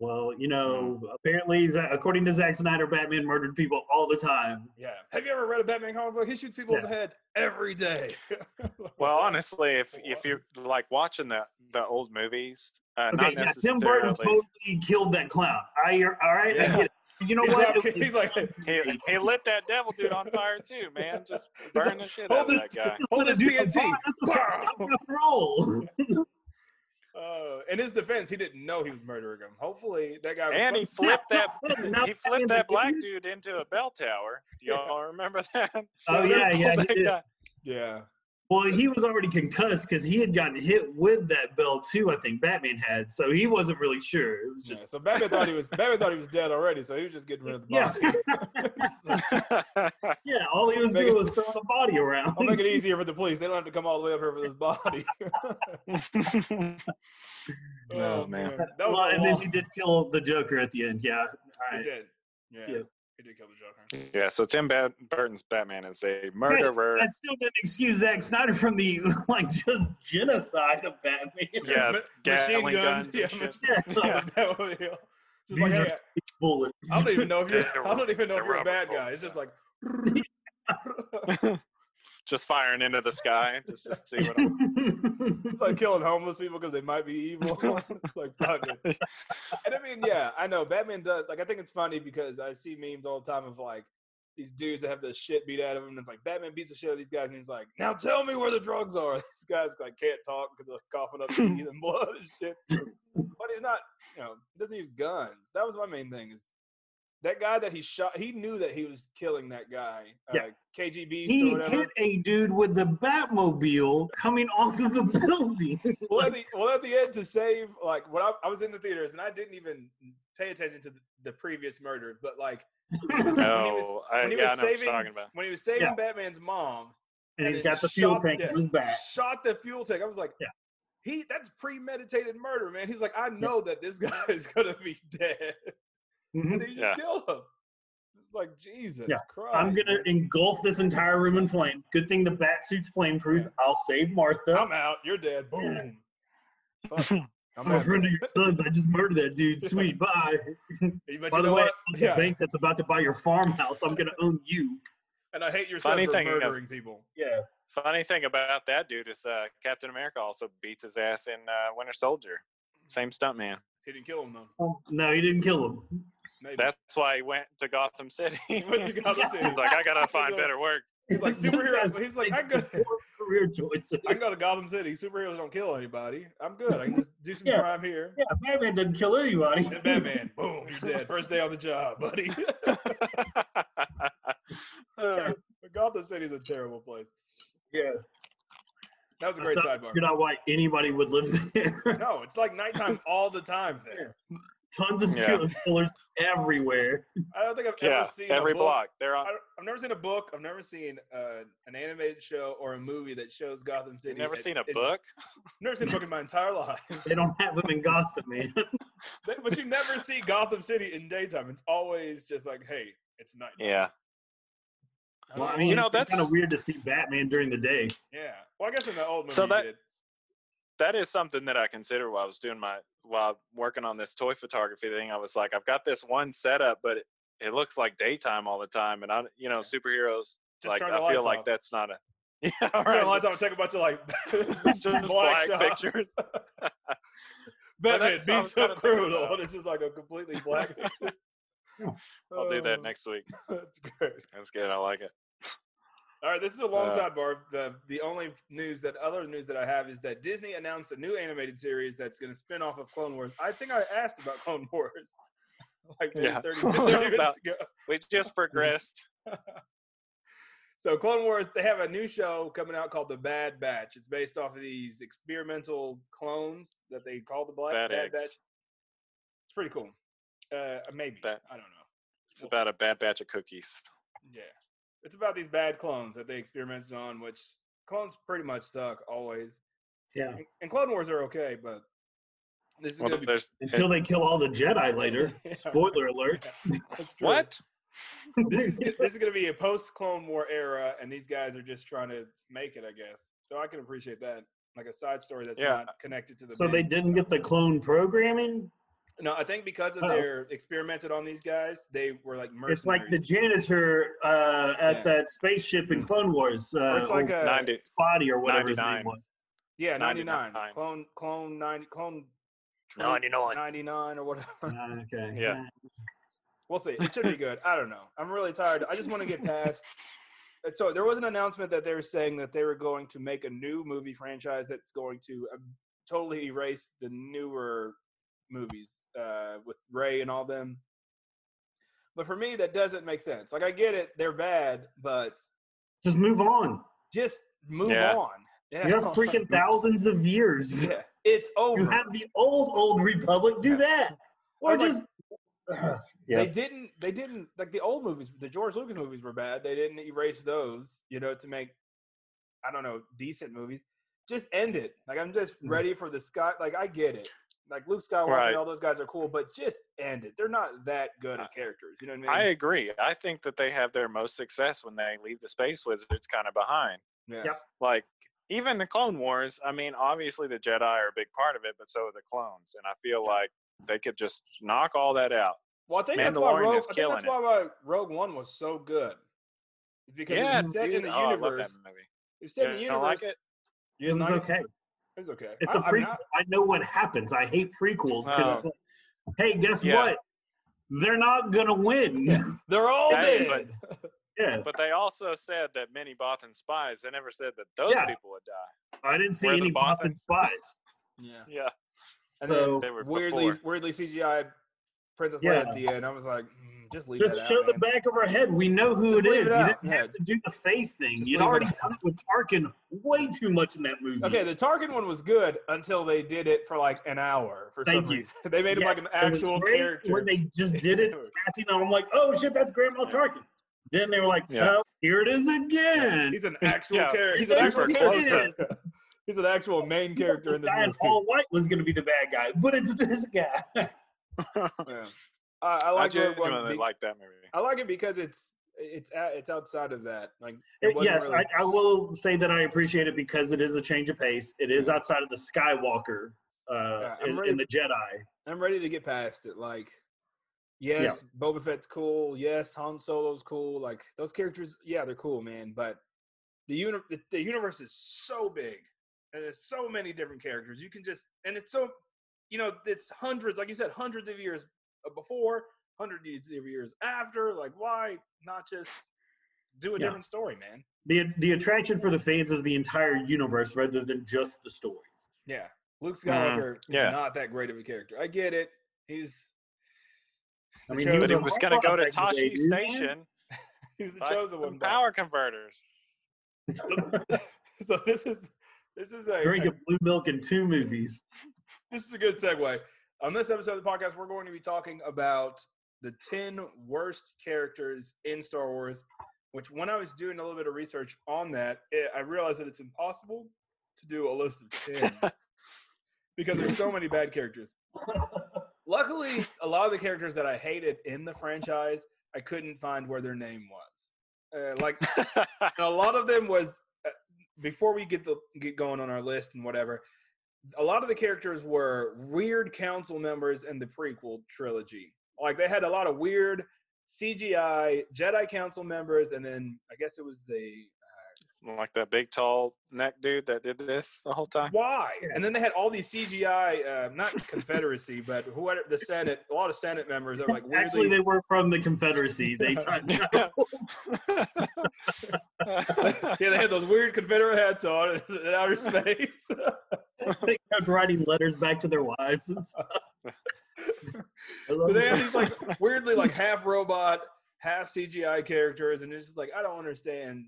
S3: Well, you know,
S1: Mm.
S3: apparently, Z- according to Zack Snyder, Batman murdered people all the time.
S1: Yeah. Have you ever read a Batman comic book? He shoots people in the head every day.
S2: Well, honestly, if if you like watching the the old movies, uh,
S3: Okay,
S2: not
S3: yeah,
S2: necessarily.
S3: Tim Burton totally killed that clown. I, all right, I
S1: Yeah.
S3: get it. You know
S1: He's
S3: what?
S1: like-
S3: It
S1: he's
S3: was-
S1: like,
S2: he, he lit that devil dude on fire too, man. Just burn the shit out of that guy.
S3: just
S1: Hold
S3: let
S1: this
S3: it do the
S1: TNT.
S3: bomb. That's what got Stop and roll.
S1: uh, in his defense, he didn't know he was murdering him. Hopefully, that guy was.
S2: And he
S1: funny.
S2: flipped that
S3: Now
S2: he
S3: Batman's
S2: flipped that
S3: a
S2: black
S3: dude.
S2: dude into a bell tower. Do y'all remember that?
S3: Oh yeah, yeah. he
S2: That
S3: did.
S2: guy-
S1: yeah.
S3: Well, he was already concussed because he had gotten hit with that bell too. I think Batman had, so he wasn't really sure. It was
S1: yeah.
S3: just
S1: So Batman thought he was Batman thought he was dead already, so he was just getting rid of the
S3: Yeah.
S1: body. He's like,
S3: yeah, all he was
S1: Make
S3: doing
S1: it-
S3: was throwing the body around.
S1: I'll make it easier for the police. They don't have to come all the way up here for this body.
S2: Oh, man.
S1: That was
S3: well,
S1: a
S3: and then
S1: long-
S3: he did kill the Joker at the end. Yeah, all
S1: He
S3: right.
S1: did. Yeah.
S3: Yeah.
S1: He did kill the Joker.
S2: yeah, so Tim Bat- Burton's Batman is a murderer.
S3: That still didn't excuse Zack Snyder from the like just genocide of Batman.
S2: Yeah,
S1: Ma-
S2: Gatling
S1: machine guns,
S2: guns.
S1: yeah,
S2: and shit.
S3: Yeah,
S2: Yeah.
S1: That was- yeah. Just
S3: These
S1: like,
S3: are
S1: hey,
S3: bullets.
S1: I don't even know if you're,
S2: They're
S1: I don't even know if
S2: the
S1: you're a
S2: rubber
S1: bad guy.
S2: bullets,
S1: It's just
S2: yeah.
S1: like,
S2: just firing into the sky just to see what.
S1: it's like killing homeless people because they might be evil. it's like, fuck it. And I mean, yeah, I know Batman does. Like, I think it's funny because I see memes all the time of like these dudes that have the shit beat out of them. And it's like Batman beats the shit out of these guys, and he's like, "Now tell me where the drugs are." These guys like can't talk because they're coughing up teeth and blood and shit. But he's not, you know, he doesn't use guns. That was my main thing. Is that guy that he shot? He knew that he was killing that guy, uh,
S3: Yeah.
S1: KGB.
S3: he
S1: or whatever.
S3: hit a dude with the Batmobile coming off of the building.
S1: well, at the, well, at the end to save, like, when I, I was in the theaters and I didn't even pay attention to the, the previous murder, but like when he was, when he was,
S2: No, Oh, I,
S1: when he
S2: yeah, I
S1: was
S2: know what
S1: saving-
S2: you're talking about.
S1: when he was saving
S3: Yeah.
S1: Batman's mom,
S3: and he's
S1: then
S3: got the fuel
S1: shot
S3: tank
S1: the-
S3: in his back.
S1: shot the fuel tank. I was like,
S3: Yeah.
S1: he that's premeditated murder, man. He's like, I know that this guy is gonna be dead,
S3: Mhm.
S1: and he just
S2: Yeah.
S1: killed him. It's like Jesus
S3: Yeah.
S1: Christ.
S3: I'm gonna engulf this entire room in flame. Good thing the bat suit's flameproof. I'll save Martha.
S1: I'm out. You're dead. Boom. Fuck. I'm
S3: I'm a
S1: out.
S3: friend of your son's. I just murdered that dude. Sweet, bye.
S1: But
S3: By
S1: you
S3: the
S1: know
S3: way,
S1: what?
S3: I'm the
S1: Yeah.
S3: bank that's about to buy your farmhouse, I'm going to own you.
S1: And I hate your son
S2: Funny
S1: for
S2: thing, uh,
S1: murdering people.
S3: Yeah.
S2: Funny thing about that dude is uh, Captain America also beats his ass in uh, Winter Soldier. Same stuntman.
S1: He didn't kill him though.
S3: Oh, no, he didn't kill him.
S1: Maybe.
S2: That's why he went to Gotham City.
S1: went to Gotham City.
S2: He's like, I gotta find better work.
S1: He's like,
S3: This
S1: superhero-
S3: guy's
S1: he's like, I
S3: making
S1: could-
S3: poor career choices.
S1: I can go to Gotham City. Superheroes don't kill anybody. I'm good. I can just do some
S3: Yeah.
S1: crime here.
S3: Yeah, Batman doesn't kill anybody.
S1: And Batman, boom, you're dead. First day on the job, buddy. Uh, but Gotham City's a terrible place.
S3: yeah,
S1: That was a
S3: I
S1: great
S3: still
S1: sidebar.
S3: you know why anybody would live there.
S1: No, it's like nighttime all the time there.
S3: Tons of
S2: Yeah.
S3: serial killers everywhere.
S1: I don't think I've
S2: yeah,
S1: ever seen a
S2: every
S1: book-
S2: block. They're on.
S1: I don't- I've never seen a book. I've never seen uh, an animated show or a movie that shows Gotham City.
S2: You've never
S1: at-
S2: seen a
S1: in-
S2: book?
S1: Never seen a book in my entire life.
S3: They don't have them in Gotham, man.
S1: But- but you never see Gotham City in daytime. It's always just like, hey, it's night.
S2: Yeah.
S3: Well, I
S2: You
S3: mean,
S2: know, that's-
S3: kind of weird to see Batman during the day.
S1: yeah. Well, I guess in the old movie,
S2: So
S1: you
S2: that-
S1: did.
S2: that is something that I consider while I was doing my while working on this toy photography thing. I was like, I've got this one setup, but it, it looks like daytime all the time, and I, you know, superheroes.
S1: Just
S2: like
S1: turn the
S2: I feel
S1: lights
S2: like
S1: off.
S2: that's not a yeah, all
S1: Turn the
S2: right.
S1: lights off and take a bunch of like
S2: It's just black,
S1: shots.
S2: pictures.
S1: Batman
S2: that's what I
S1: beats
S2: was kinda
S1: up
S2: thinking
S1: Criminal,
S2: about.
S1: and it's just like a completely black. picture.
S2: I'll do that
S1: Oh,
S2: next week.
S1: That's great.
S2: That's good. I like it.
S1: All right, this is a long
S2: Uh,
S1: sidebar. The the only news that other news that I have is that Disney announced a new animated series that's going to spin off of Clone Wars. I think I asked about Clone Wars like maybe
S2: Yeah.
S1: 30, 30 minutes
S2: About-
S1: ago.
S2: We just progressed.
S1: So Clone Wars, they have a new show coming out called The Bad Batch. It's based off of these experimental clones that they call the Black
S2: Bad
S1: Bad,
S2: eggs.
S1: Batch. It's pretty cool. Uh, maybe
S2: Bad-
S1: I don't know.
S2: It's about a bad batch of cookies.
S1: Yeah. It's about these bad clones that they experimented on, which clones pretty much suck always.
S3: Yeah.
S1: And, and Clone Wars are okay, but this is
S2: Well,
S1: gonna be
S2: there's
S3: Until they kill all the Jedi later.
S1: Yeah.
S3: Spoiler alert.
S1: That's true.
S2: what?
S1: This is this is gonna be a post Clone War era, and these guys are just trying to make it, I guess. So I can appreciate that, like a side story that's
S2: Yeah.
S1: not connected to the.
S3: so they
S1: main
S3: didn't get the clone programming.
S1: No, I think because of
S3: Oh.
S1: their experimented on these guys, they were like mercenaries.
S3: It's like the janitor uh, at
S1: Yeah. Hmm.
S3: that spaceship in Clone Wars. Uh,
S1: Or it's like
S3: old
S1: a
S2: Ninety.
S3: Spotty or whatever his name
S2: 99.
S3: was.
S1: yeah, ninety nine
S2: 99.
S1: clone clone ninety clone
S2: Ninety-nine.
S1: ninety nine or whatever.
S3: Uh, okay.
S2: Yeah.
S1: We'll see. It should be good. I don't know. I'm really tired. I just want to get past. And So there was an announcement that they were saying that they were going to make a new movie franchise that's going to um, totally erase the newer movies uh, with Ray and all them. But for me, that doesn't make sense. Like I get it; they're bad, but
S3: Just move on.
S1: just move
S2: Yeah.
S1: on. Yeah.
S3: You have freaking thousands of years.
S1: Yeah. It's over.
S3: You have the old, old Republic. Do that.
S1: I
S3: Or
S1: was like-
S3: just. Ugh, yeah.
S1: They didn't. They didn't like the old movies. The George Lucas movies were bad. They didn't erase those, you know, to make I don't know decent movies. Just end it. Like I'm just
S3: Mhm.
S1: ready for the Scott. Like I get it. Like Luke Skywalker
S2: Mm-hmm. Right.
S1: and all those guys are cool, but just end it. They're not that good of characters. You know what I
S2: I
S1: mean?
S2: agree. I think that they have their most success when they leave the space wizards kind of behind.
S1: yeah.
S3: Yep.
S2: like even the clone wars i mean obviously the jedi are a big part of it but so are the clones and i feel
S1: Yeah.
S2: like they could just knock all that out
S1: Well, I think that's why
S2: Mandalorian
S1: Rogue.
S2: is
S1: I think
S2: killing
S1: that's why, why uh, Rogue One was so good. It's Because
S2: yeah
S1: it was set in
S2: dude.
S1: the
S2: oh, i love that
S1: universe.
S2: movie
S1: It was set in the
S2: you
S1: universe.
S2: don't like it
S1: You
S3: It
S1: didn't
S3: was
S1: like
S3: okay.
S1: It was okay.
S3: It's a
S1: I- I mean,
S3: prequel.
S1: I-
S3: I know what happens. I hate prequels because it's like, hey, guess
S2: Yeah.
S3: what? They're not gonna win.
S1: they're all
S2: Hey,
S1: dead.
S2: but-
S3: yeah,
S2: but they also said that many bothan spies they never said that those
S3: Yeah.
S2: people would die
S3: I didn't see
S2: Where the
S3: any Boston
S2: Bothans-
S3: spies.
S1: yeah.
S2: yeah
S1: And
S3: So-
S2: They were
S1: then weirdly,
S2: before.
S1: weirdly CGI Princess Leia at the end. I was like, mm, just leave
S3: Just
S1: that
S3: show
S1: out,
S3: the
S1: man.
S3: back of her head. We know who
S1: Just
S3: it
S1: leave
S3: is.
S1: it
S3: you
S1: out.
S3: didn't
S1: Yeah.
S3: have to do the face thing.
S1: Just
S3: You'd
S1: leave it
S3: already
S1: out.
S3: done it with Tarkin way too much in that movie.
S1: Okay, the Tarkin one was good until they did it for like an hour for
S3: Thank
S1: some
S3: you.
S1: reason. They made him like an
S3: Yes, it was
S1: actual
S3: great
S1: character.
S3: When they just did it, passing, and I'm like, oh shit, that's Grandma
S2: Yeah.
S3: Tarkin. Then they were like,
S2: Yeah.
S3: oh, here it is again.
S1: he's an actual
S2: Yeah,
S1: character.
S3: he's
S1: He's an
S3: an
S1: actual
S3: actual
S1: character. he's an actual main character
S3: this
S1: in this
S3: guy in
S1: movie.
S3: all white was gonna be the bad guy, but it's this guy.
S1: Yeah. I, I
S2: i
S1: like Rogue One.
S2: genuinely
S1: be-
S2: like that movie
S1: I like it because it's it's a- it's outside of that. Like it
S3: It-
S1: wasn't
S3: yes,
S1: really-
S3: I, I will say that I appreciate it because it is a change of pace. It is outside of the Skywalker uh,
S1: Mm-hmm. Yeah, I'm
S3: in,
S1: ready-
S3: in the Jedi.
S1: I'm ready to get past it. Like, yes, Boba Fett's cool. Yes, Han Solo's cool. Like those characters, yeah, they're cool, man. But the, uni- the, the universe is so big and there's so many different characters you can just and it's so you know it's hundreds like you said hundreds of years uh, before hundreds of years after like why not just do a
S3: Yeah.
S1: different story man
S3: The the attraction for the fans is the entire universe rather than just the story.
S1: yeah luke skywalker is
S2: yeah.
S1: not that great of a character i get it he's the
S3: I mean,
S1: chosen
S2: But it
S3: a
S1: one.
S2: was going to go to
S3: Hawkeye today,
S2: Tashi
S3: dude, man.
S2: Station.
S1: he's the
S2: buy
S1: chosen
S2: some
S1: one but-
S2: Power converters.
S1: so this is this is a, a
S3: Drinking blue milk in two movies.
S1: this is a good segue. On this episode of the podcast, we're going to be talking about the 10 worst characters in Star Wars, which when I was doing a little bit of research on that, it, I realized that it's impossible to do a list of 10 because there's so many bad characters. Luckily, a lot of the characters that I hated in the franchise, I couldn't find where their name was. Uh, like and a lot of them was uh, before we get the get going on our list and whatever. A lot of the characters were weird council members in the prequel trilogy. Like they had a lot of weird CGI Jedi council members, and then I guess it was the
S2: like that big, tall neck dude that did this the whole time.
S1: why, and then they had all these CGI, uh, not Confederacy, but whoever the Senate, a lot of Senate members that were like weirdly.
S3: Actually, they were from the Confederacy. They timed out.
S1: yeah, they had those weird Confederate hats on in outer space.
S3: they kept writing letters back to their wives and stuff. I love
S1: But they
S3: it.
S1: have these like weirdly like half robot, half CGI characters, and it's just like I don't understand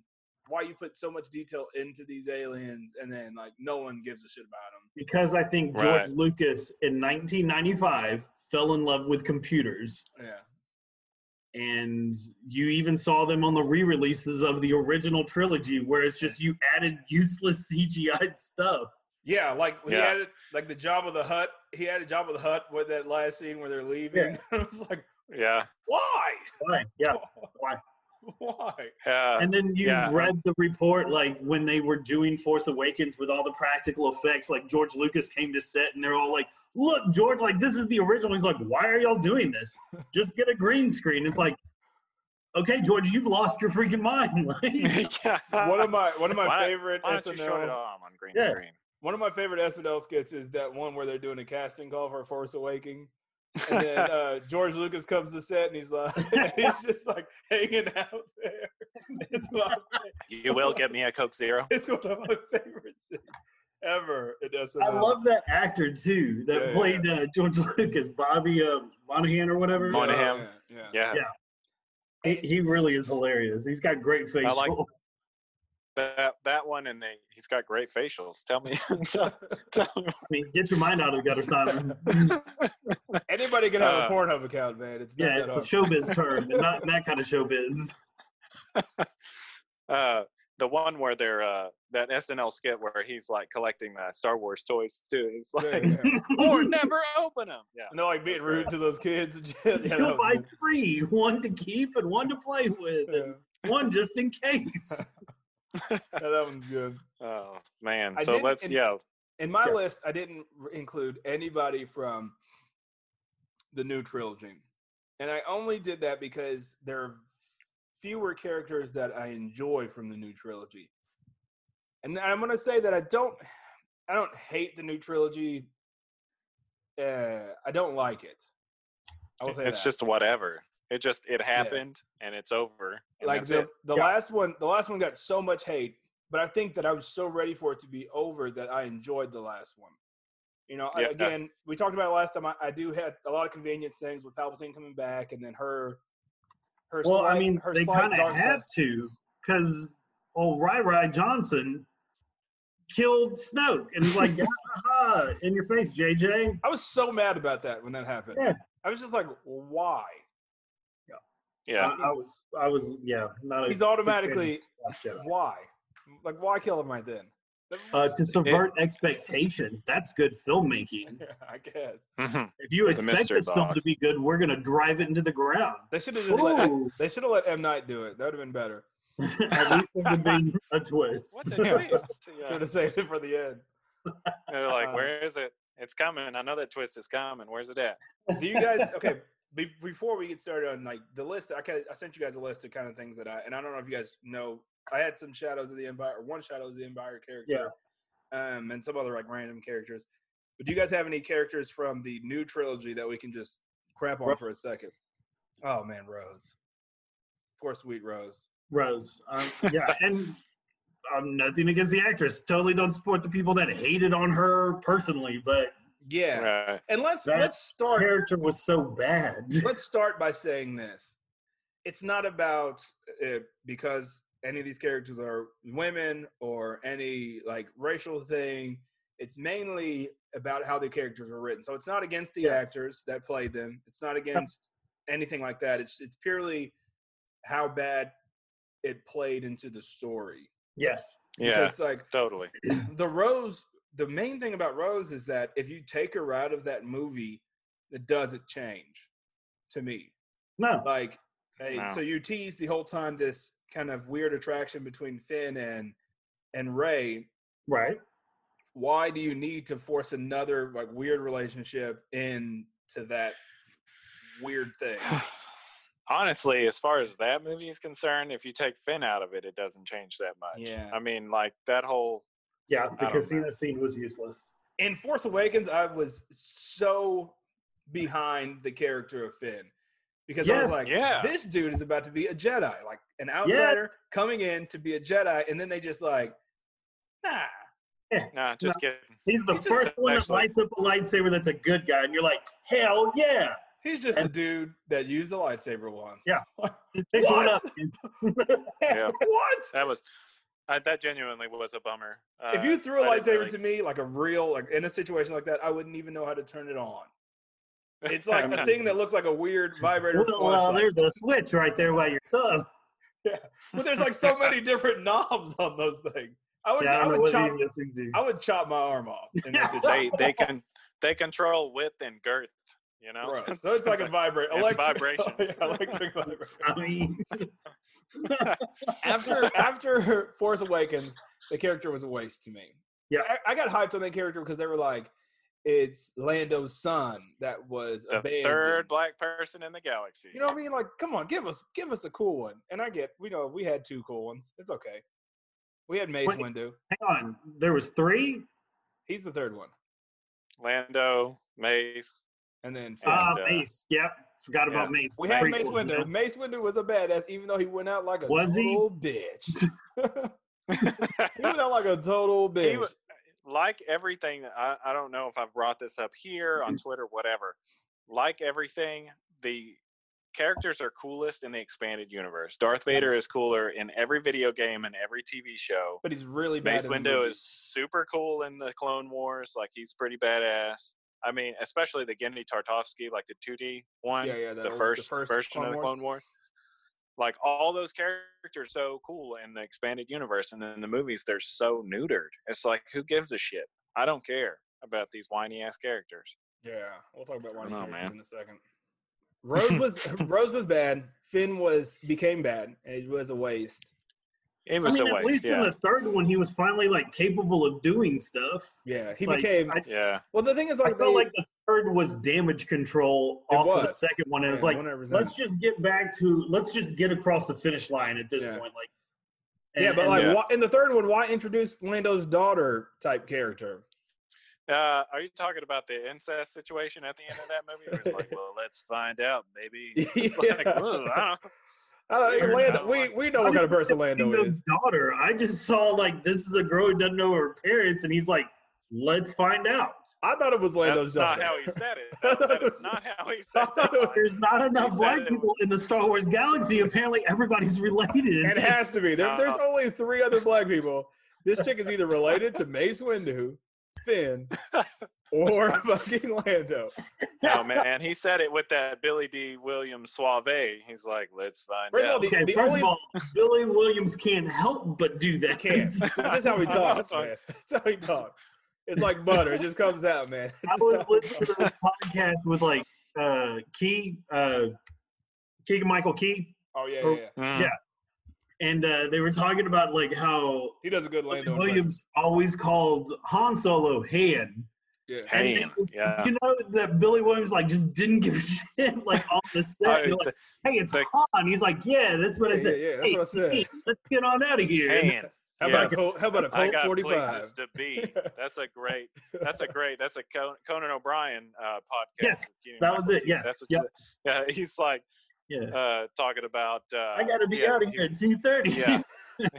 S1: why you put so much detail into these aliens, and then like no one gives a shit about them.
S3: because I think George
S2: Right.
S3: Lucas in 1995 fell in love with computers,
S1: Yeah,
S3: and you even saw them on the re-releases of the original trilogy, where it's just you added useless CGI stuff.
S1: yeah, like he
S2: Yeah.
S1: had it like the job of the hut. He had a job of the hut with that last scene where they're leaving. I was like,
S2: yeah,
S1: why?
S3: Why? Yeah. Why?
S1: Why?
S2: yeah.
S3: And then you
S2: Uh, Yeah. uh-huh.
S3: read the report, like when they were doing Force Awakens with all the practical effects, like George Lucas came to set and they're all like, Look, George, like this is the original. He's like, Why are y'all doing this? Just get a green screen. It's like, Okay, George, you've lost your freaking mind. Like,
S1: One of my one of my
S2: Uh, Why-
S1: favorite
S2: Why don't you show it
S1: SNL
S2: all on green
S3: Yeah.
S2: screen?
S1: one of my favorite SNL skits is that one where they're doing a casting call for Force Awakening. and then uh, George Lucas comes to set and he's like, he's just like hanging out there. It's one, of my-
S2: you will get me a Coke Zero.
S1: it's one of my favorite scenes ever in SNL.
S3: I love that actor too that
S1: Uh, Yeah, yeah,
S3: played Uh, George Lucas, Bobby uh, Monahan or whatever.
S1: Yeah,
S2: Monahan.
S1: Yeah, yeah.
S2: Yeah,
S3: Yeah. He, he really is hilarious. He's got great facial.
S2: like- that that one, and they, he's got great facials. Tell me, tell, tell me.
S3: I mean, get your mind out of the gutter, Simon.
S1: Anybody can have
S2: Uh,
S1: a Pornhub account, man. It's not
S3: yeah,
S1: that
S3: it's a
S1: hard.
S3: showbiz term, but not that kind of showbiz.
S2: Uh, the one where they're uh, that SNL skit where he's like collecting the Star Wars toys too. It's
S1: Yeah,
S2: like,
S1: yeah.
S2: or never open them. Yeah.
S1: And they're like being rude to those kids and shit. Yeah,
S3: He'll
S1: that was
S3: buy three, one to keep and one to play with,
S1: good.
S3: and one just in case.
S1: Yeah, that one's good.
S2: Oh man.
S1: I
S2: so
S1: didn't
S2: let's
S1: in-
S2: yeah.
S1: In my
S3: Yeah.
S1: list, I didn't r- include anybody from the new trilogy. And I only did that because there are fewer characters that I enjoy from the new trilogy. And I'm going to say that I don't I don't hate the new trilogy. Uh, I don't like it. I will say
S2: It's
S1: that.
S2: just whatever. It just it happened and it's over. and
S1: like
S2: that's
S1: the,
S2: it.
S1: the
S3: Yeah.
S1: last one the last one got so much hate but i think that i was so ready for it to be over that i enjoyed the last one you know I-
S2: Yeah.
S1: again we talked about it last time I, I do had a lot of convenience things with palpatine coming back and then her her
S3: well,
S1: slight,
S3: I mean,
S1: her
S3: they
S1: slight
S3: kind of
S1: dark side.
S3: had to, because old Rai Rai Johnson killed Snoke, and he's like, ha in your face, JJ.
S1: i was so mad about that when that happened
S3: Yeah.
S1: i was just like why
S2: yeah.
S3: I, I was, I was, yeah, not a
S1: he's automatically
S3: Last Jedi.
S1: why like why kill him right then
S3: Uh, to subvert expectations, that's good filmmaking.
S1: i guess
S2: Mhm.
S3: If you
S2: It's a
S3: expect
S2: mystery
S3: this film
S2: box.
S3: to be good, we're gonna drive it into the ground.
S1: they should have just let,
S3: Ooh.
S1: they should have let m knight do it that would have been better
S3: At least it would be a twist.
S2: What the
S1: Yeah.
S2: twist?
S1: should
S2: Yeah.
S1: have saved it for the end
S2: They're like,
S1: Uh,
S2: where is it? It's coming. I know that twist is coming. Where's it at?
S1: do you guys okay be, before we get started on like the list i kind i sent you guys a list of kind of things that i and i don't know if you guys know I had some Shadows of the Empire, or one Shadows of the Empire character, um, and some other like random characters. But do you guys have any characters from the new trilogy that we can just crap on for a second? Oh man, Rose, poor sweet Rose.
S3: Rose. Um, yeah, and um, nothing against the actress. Totally don't support the people that hated on her personally, but
S1: Yeah,
S2: Right.
S1: and let's
S3: That
S1: let's
S3: her
S1: start
S3: character was so bad.
S1: let's start by saying this it's not about uh because any of these characters are women or any like racial thing it's mainly about how the characters were written so it's not against the
S3: Yes.
S1: actors that played them it's not against anything like that it's it's purely how bad it played into the story
S3: Yes.
S2: Yeah.
S1: because like
S2: Totally.
S1: the Rose, the main thing about Rose is that if you take her out of that movie, it doesn't change to me.
S3: No.
S1: Like, hey,
S2: No.
S1: so you tease the whole time this kind of weird attraction between Finn and and Ray.
S3: Right.
S1: Why do you need to force another like weird relationship into that weird thing?
S2: Honestly, as far as that movie is concerned, if you take Finn out of it, it doesn't change that much.
S1: Yeah.
S2: I mean, like that whole
S3: Yeah, the
S2: don't
S3: casino scene was useless.
S1: in Force Awakens, I was so behind the character of Finn because I was
S3: Yes.
S1: like,
S2: Yeah.
S1: this dude is about to be a Jedi, like an outsider coming in to be a Jedi, and then they just like, nah,
S2: nah, just kidding.
S3: He's the
S1: He's just
S3: first one that
S2: actually-
S3: lights up a lightsaber that's a good guy, and you're like, hell yeah.
S1: he's just a dude that used a lightsaber once.
S3: Yeah. Picks one up.
S2: Yeah.
S1: what?
S2: That was uh, that genuinely was a bummer. Uh,
S1: if you threw a
S2: I didn't
S1: lightsaber
S2: really-
S1: to me, like a real, like in a situation like that, I wouldn't even know how to turn it on. It's like a thing that looks like a weird vibrator.
S3: Well, uh,
S1: flashlight.
S3: there's a switch right there by your thumb.
S1: but there's like so many different knobs on those things. I would,
S3: Yeah, I
S1: I
S3: don't know
S1: would
S3: what
S1: chop
S3: any of those things do.
S1: I would chop my arm off. And that's it.
S2: they they can they control width and girth. You know,
S1: Gross. So it's like a vibrate.
S2: It's
S1: electric- oh,
S2: vibration.
S1: yeah, electric vibration.
S3: I mean,
S1: After after Force Awakens, the character was a waste to me.
S3: Yeah.
S1: I, I got hyped on that character because they were like, it's Lando's son that was
S2: the
S1: abandoned.
S2: third black person in the galaxy.
S1: You know what I mean? Like, come on, give us give us a cool one. And I get, we know we had two cool ones. It's okay. We had Mace
S3: Wait.
S1: Windu.
S3: hang on. There was three.
S1: He's the third one,
S2: Lando, Mace.
S1: and then Finn.
S3: Ah,
S2: And, uh,
S3: Mace. Yep. Forgot about
S2: yeah.
S3: Mace.
S1: we had Mace
S3: Prequels,
S1: Windu.
S3: man.
S1: Mace Windu was a badass, even though he went out like a
S3: Was he?
S1: total bitch. he went out like a total
S2: He
S1: bitch.
S2: wa- like everything that- I, I don't know if I've brought this up here on
S1: Mm-hmm.
S2: Twitter, whatever. Like everything, the characters are coolest in the expanded universe. Darth Vader is cooler in every video game and every TV show.
S1: but he's really bad.
S2: Mace
S1: in the
S2: Windu
S1: movie.
S2: is super cool in the Clone Wars. Like he's pretty badass. I mean, especially the Gendy Tartovsky, like the 2D one,
S1: yeah, yeah,
S2: the, first version of the Clone War. Like all those characters are so cool in the expanded universe, and then the movies they're so neutered. It's like who gives a shit? I don't care about these whiny ass characters.
S1: Yeah, we'll talk about
S2: I
S1: Ronnie
S2: don't know,
S1: characters
S2: man.
S1: in a second. Rose was Rose was bad. Finn was became bad. It was a waste.
S2: It
S3: I
S2: was
S3: mean,
S2: a
S3: at
S2: waste.
S3: least
S2: yeah.
S3: in the third one, he was finally like capable of doing stuff.
S1: Yeah, he
S3: Like,
S1: became.
S3: I-
S2: yeah,
S1: well, the thing is,
S3: I
S1: like,
S3: felt
S1: they-
S3: like the third was damage control
S1: It
S3: off of the
S1: was.
S3: second one. And it was
S1: Yeah,
S3: like,
S1: 100%.
S3: let's just get back to, let's just get across the finish line at this
S1: Yeah.
S3: point. Like,
S1: yeah,
S3: and-
S1: but
S3: and-
S1: like,
S2: Yeah.
S1: why, in the third one, why introduce Lando's daughter type character?
S2: Uh, are you talking about the incest situation at the end of that movie? Where it's like, well, let's find out, maybe. It's like,
S1: Yeah.
S2: "Ugh, I don't-
S1: Uh,
S2: Weird.
S1: Lando, we we know what kind of person Lando
S3: Lando's
S1: is.
S3: daughter. I just saw like this is a girl who doesn't know her parents, and he's like, "Let's find out."
S1: I thought it was Lando's
S2: that's
S1: daughter.
S2: not how he said it. though. That is not how he said
S1: thought it was-
S2: it.
S3: There's not enough
S2: said
S3: black
S2: it
S3: people in the Star Wars galaxy. Apparently, everybody's related.
S1: It has to be. There, there's
S2: No.
S1: only three other black people. This chick is either related to Mace Windu, Finn, or fucking Lando.
S2: No man, he said it with that Billy D. Williams suave. He's like, let's find
S1: First of all,
S2: out.
S1: the,
S3: okay,
S1: the
S3: first
S1: only
S3: of all, Billy Williams can't help but do that.
S1: can't. That's just how he
S2: I know,
S1: talks,
S2: it's like-
S1: man. That's how he talks. It's like butter. It just comes out, man.
S3: I was listening to this podcast with like uh Key, uh Keegan Michael Key,
S1: oh yeah, yeah,
S3: Oh.
S1: yeah.
S2: Mm.
S3: yeah. and uh they were talking about like how
S1: He does a good Lando.
S3: Williams always called Han Solo Han.
S1: Yeah.
S3: And
S2: Pain. Yeah. Oh,
S3: You know that Billy Williams like just didn't give a shit like on the set.
S2: I-
S3: You're like, hey, it's
S2: like-
S3: Han. He's like, yeah, that's what I
S1: Yeah,
S3: said.
S1: yeah, yeah, that's
S3: hey,
S1: what I said.
S3: hey, let's get on out of here.
S2: pain.
S1: How
S2: Yeah.
S1: about a Colt? How about a
S2: I
S1: Colt
S2: got
S1: forty five?
S2: places to be. That's a great. That's a great. That's a Con- Conan O'Brien uh, podcast.
S3: Yes,
S2: It's getting
S3: that
S2: my-
S3: was it. Yes.
S2: That's what
S3: yep.
S2: yeah. He's like
S3: Yeah.
S2: uh, talking about. Uh,
S3: I got to be
S2: yeah,
S3: out of here
S2: he-
S3: at two thirty.
S2: Yeah.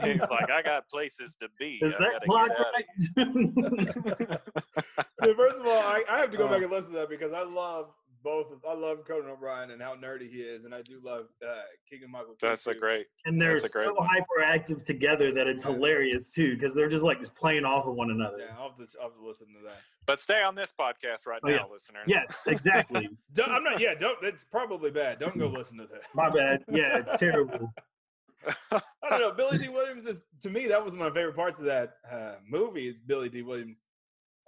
S2: He's like, I got places to be.
S3: Is
S2: I
S3: that
S2: gotta
S3: clock
S2: get out of
S3: right?
S1: So first of all, I, I have to go
S2: Uh.
S1: back and listen to that because I love both. of- I love Conan O'Brien and how nerdy he is, and I do love uh, King and Michael. Key,
S2: That's a
S1: too.
S2: great.
S3: and they're
S2: That's a great
S3: so
S2: one.
S3: hyperactive together that it's
S1: Yeah.
S3: hilarious too because they're just like just playing off of one another.
S1: Yeah, I'll have, to, I'll have to listen to that.
S2: But stay on this podcast right
S3: Oh,
S2: now,
S3: yeah.
S2: listeners.
S3: Yes, exactly.
S1: Don't, I'm not. Yeah, don't. That's probably bad. Don't go listen to that.
S3: My bad. Yeah, it's terrible.
S1: I don't know. Billy D. Williams is to me that was one of my favorite parts of that uh, movie. Is Billy D. Williams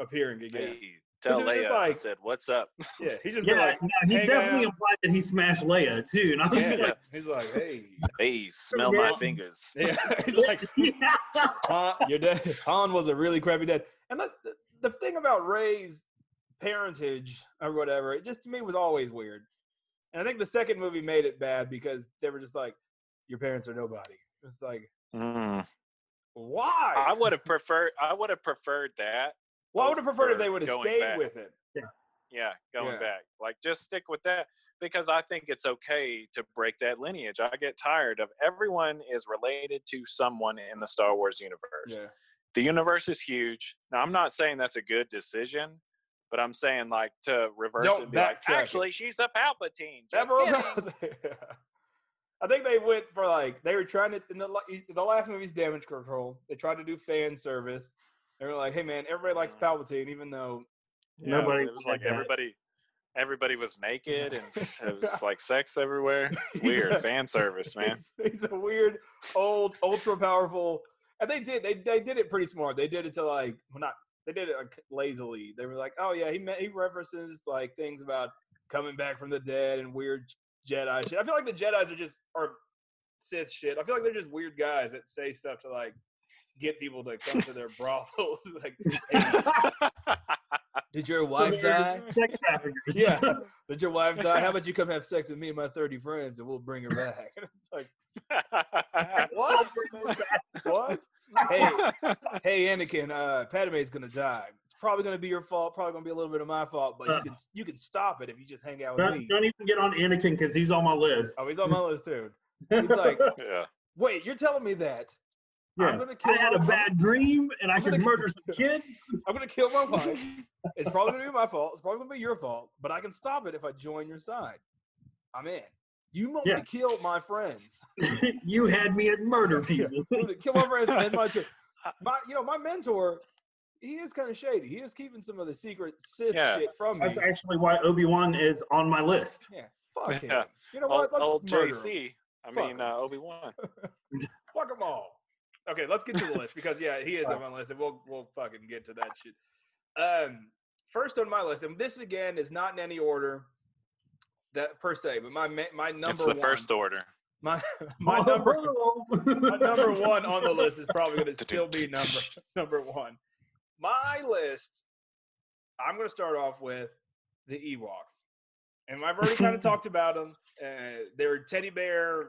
S1: appearing again?
S2: Hey, tell
S1: it was just
S2: Leia. I
S1: like-
S2: said, "What's up?"
S1: Yeah, he's just been
S3: Yeah,
S1: like,
S3: no, he
S1: hang
S3: definitely
S1: out.
S3: implied that he smashed Leia too, and I was
S1: yeah.
S3: just like,
S1: he's like, hey,
S2: Hey, smell my
S3: Yeah.
S2: fingers.
S1: yeah, he's like,
S3: yeah.
S1: Han, your dad, Han was a really crappy dad. And the, the, the thing about Ray's parentage or whatever, it just to me was always weird. And I think the second movie made it bad because they were just like, your parents are nobody. It's like,
S2: Mm.
S1: why?
S2: I would have preferred. I would have preferred that.
S1: well, I would have preferred if
S2: prefer
S1: they would have
S2: going
S1: stayed
S2: back.
S1: with it.
S2: Yeah, going
S1: Yeah.
S2: back. Like just stick with that because I think it's okay to break that lineage. I get tired of everyone is related to someone in the Star Wars universe.
S1: Yeah.
S2: The universe is huge. Now I'm not saying that's a good decision, but I'm saying like to reverse
S1: Don't
S2: it and be like,
S1: backtrack it.
S2: actually she's a Palpatine.
S1: That
S2: Just
S1: role-
S2: kidding."
S1: I think they went for like they were trying to in the la- the last movie's Damage Control. They tried to do fan service. They were like, "Hey man, everybody likes
S2: Mhm.
S1: Palpatine, even though
S2: Yeah,
S3: Nobody
S2: it was
S3: had
S2: like
S3: that.
S2: everybody everybody was naked and it was like sex everywhere.
S1: He's
S2: Weird
S1: a-
S2: fan service, man.
S1: He's, he's a weird, old, ultra powerful. And they did. They they did it pretty smart. They did it to like well, not. They did it like lazily. They were like, oh yeah, he me- he references like things about coming back from the dead and weird Jedi shit. I feel like the Jedi's are just are Sith shit. I feel like they're just weird guys that say stuff to like get people to come to their brothels. like, hey, did your wife Oh, die?
S3: Sex traffickers.
S1: Yeah. Did your wife die? How about you come have sex with me and my thirty friends, and we'll bring her back? it's like. What? what? Hey, hey, Anakin. Uh, Padme's gonna die. It's probably gonna be your fault. Probably gonna be a little bit of my fault. But
S3: Uh.
S1: you can you can stop it if you just hang out with
S3: Don't,
S1: me.
S3: don't even get on Anakin because he's on my list.
S1: Oh, he's on my list too. He's like,
S2: yeah.
S1: wait, you're telling me that? I'm
S3: yeah.
S1: gonna
S3: I
S1: kill.
S3: had a
S1: my-
S3: bad dream and I
S1: I'm
S3: should
S1: gonna-
S3: murder some kids.
S1: I'm gonna kill my wife. It's probably gonna be my fault. It's probably gonna be your fault. But I can stop it if I join your side. I'm in. You want me
S3: Yeah.
S1: to kill my friends?
S3: you had me at murder people.
S1: Who the- Kill my friends and my children. My, you know, my mentor, he is kind of shady. He is keeping some of the secret Sith
S2: Yeah.
S1: shit from me.
S3: That's actually why Obi Wan is on my list.
S1: yeah, fuck him.
S2: Yeah.
S1: You know
S2: old,
S1: what? Let's
S2: old
S1: murder him.
S2: JC. I
S1: Fuck
S2: mean, uh, Obi Wan.
S1: Fuck them all. Okay, let's get to the list because yeah, he is on my list, and we'll we'll fucking get to that shit. Um, first on my list, and this again is not in any order that per se, but my ma- my number
S2: It's the
S1: one,
S2: first order.
S1: my my number my number one on the list is probably going to still
S2: Du-dum.
S1: be number number one. My list, I'm going to start off with the Ewoks, and I've already kind of talked about them. Uh, they were teddy bear.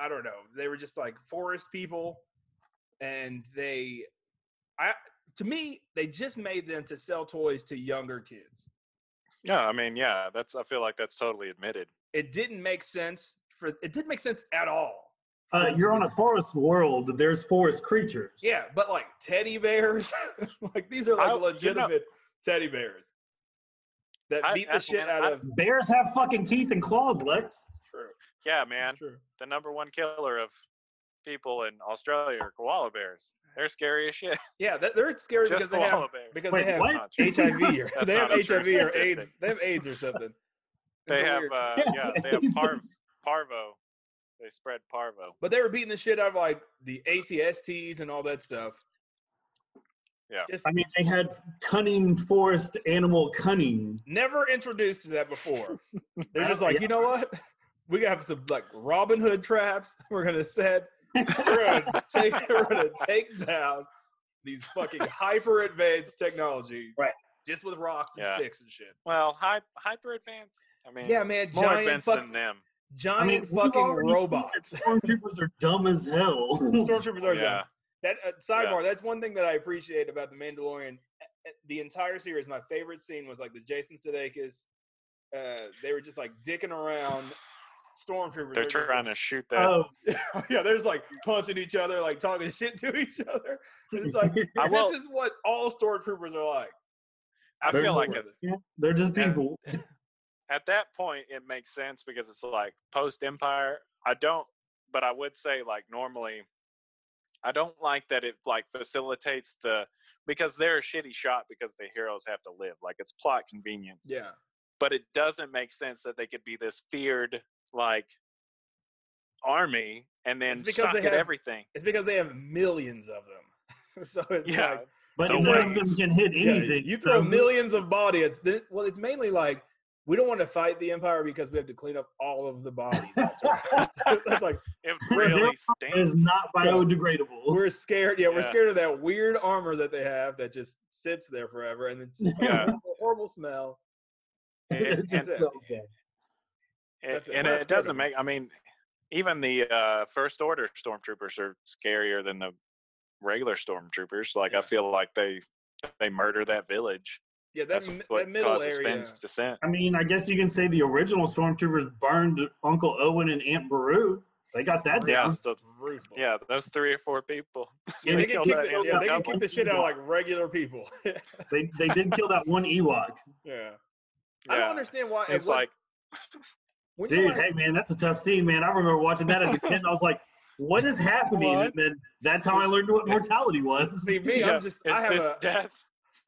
S1: I don't know. They were just like forest people, and they, I to me, they just made them to sell toys to younger kids.
S2: Yeah, I mean, yeah, that's. I feel like that's totally admitted.
S1: It didn't make sense for. It didn't make sense at all.
S3: Uh, you're on a forest world. There's forest creatures.
S1: Yeah, but like teddy bears, like these are like
S2: I- you know-
S1: legitimate teddy bears that
S2: I-
S1: beat the
S2: I-
S1: shit
S2: I-
S1: out of.
S3: Bears have fucking teeth and claws, Lex.
S2: Yeah, man,
S1: True.
S2: the number one killer of people in Australia are koala bears. They're scary as shit.
S1: Yeah, that, they're scary
S2: Just
S1: because they have
S2: koala bears.
S1: because
S3: Wait,
S1: they have uh,
S3: what?
S2: Not true.
S1: HIV or
S2: That's
S1: they have
S2: not a true
S1: HIV or AIDS.
S2: statistic.
S1: They have AIDS or something.
S2: They
S1: It's
S2: have,
S1: weird.
S2: uh, yeah, they have par- parvo. They spread parvo.
S1: but they were beating the shit out of like the ATSTs and all that stuff.
S2: Yeah.
S1: just
S3: I mean, they had cunning forest animal cunning.
S1: never introduced to that before. They're
S3: Uh,
S1: just like,
S3: yeah.
S1: you know what? We gotta have some like Robin Hood traps. We're gonna set. We're gonna take. We're gonna take down these fucking hyper advanced technology.
S3: Right.
S1: just with rocks and
S2: Yeah.
S1: sticks and shit.
S2: Well, hy- hyper advanced. I mean,
S4: Yeah, man,
S2: more
S4: giant
S2: advanced
S4: fucking
S2: than them.
S4: giant
S3: we've
S4: fucking
S3: already seen
S4: robots.
S3: that Stormtroopers are dumb as hell.
S1: Stormtroopers are
S2: Yeah,
S1: yeah. That uh, sidebar. That's one thing that I appreciate about the Mandalorian. Uh, uh, The entire series, my favorite scene was like the Jason Sudeikis. Uh, they were just like dicking around stormtroopers.
S2: they're
S1: just,
S2: trying to shoot that.
S3: oh,
S1: yeah, they're just like punching each other, like talking shit to each other. And it's like
S2: I will-
S1: this is what all stormtroopers are like.
S2: I
S1: There's
S2: feel like
S1: more
S2: at,
S1: of this.
S3: yeah, they're just
S2: Yeah.
S3: people.
S2: at that point it makes sense because it's like post Empire. I don't, but I would say like normally, I don't like that it like facilitates the because they're a shitty shot because the heroes have to live. Like it's plot convenience.
S1: yeah.
S2: but it doesn't make sense that they could be this feared like army and then
S1: It's because
S2: suck
S1: they
S2: at
S1: have-
S2: everything.
S1: It's because they have millions of them. so it's
S2: Yeah.
S1: like
S3: But
S2: The
S3: none of
S2: wave.
S3: them can hit
S1: Yeah,
S3: anything.
S1: you throw
S3: so-
S1: millions of body. It's th- well, it's mainly like we don't want to fight the empire because we have to clean up all of the bodies. after. So That's like
S2: It
S3: Their
S2: really
S3: It is
S2: stinks.
S3: not
S1: Yeah.
S3: biodegradable.
S1: we're scared. Yeah, we're
S2: Yeah.
S1: scared of that weird armor that they have that just sits there forever, and it's just like a
S2: Yeah.
S1: horrible, horrible smell.
S2: It-
S3: It just
S1: and-
S3: smells bad.
S2: It,
S1: That's it.
S2: and
S1: Well, that's
S2: it
S1: good
S2: doesn't
S1: of
S2: make. I mean, even the uh, first order stormtroopers are scarier than the regular stormtroopers. Like
S1: Yeah.
S2: I feel like they they murder that village.
S1: Yeah, that,
S2: That's
S1: mi-
S2: what
S1: that middle
S2: causes
S1: area.
S2: Finn's descent.
S3: I mean, I guess you can say the original stormtroopers burned Uncle Owen and Aunt Beru. They got that
S2: Yeah,
S3: down.
S2: so,
S1: Ruthless.
S2: yeah, those three or four people.
S1: yeah,
S2: they
S1: they can
S2: killed
S1: kick
S2: that
S1: the,
S2: Ansel
S1: yeah, they can kick
S2: Elgort.
S1: the shit out of like regular people. yeah.
S3: They they did kill that one Ewok.
S1: I
S2: Yeah.
S1: don't understand why. at
S2: It's
S1: what-
S2: like
S1: when you're
S3: Dude,
S1: like-
S3: hey man, that's a tough scene, man. I remember watching that as a kid, and I was like, "What is happening?"
S2: What?
S3: And then that's how I learned what mortality was.
S1: see me,
S2: yeah,
S1: I'm just
S2: is
S1: I have
S2: this
S1: a
S2: death?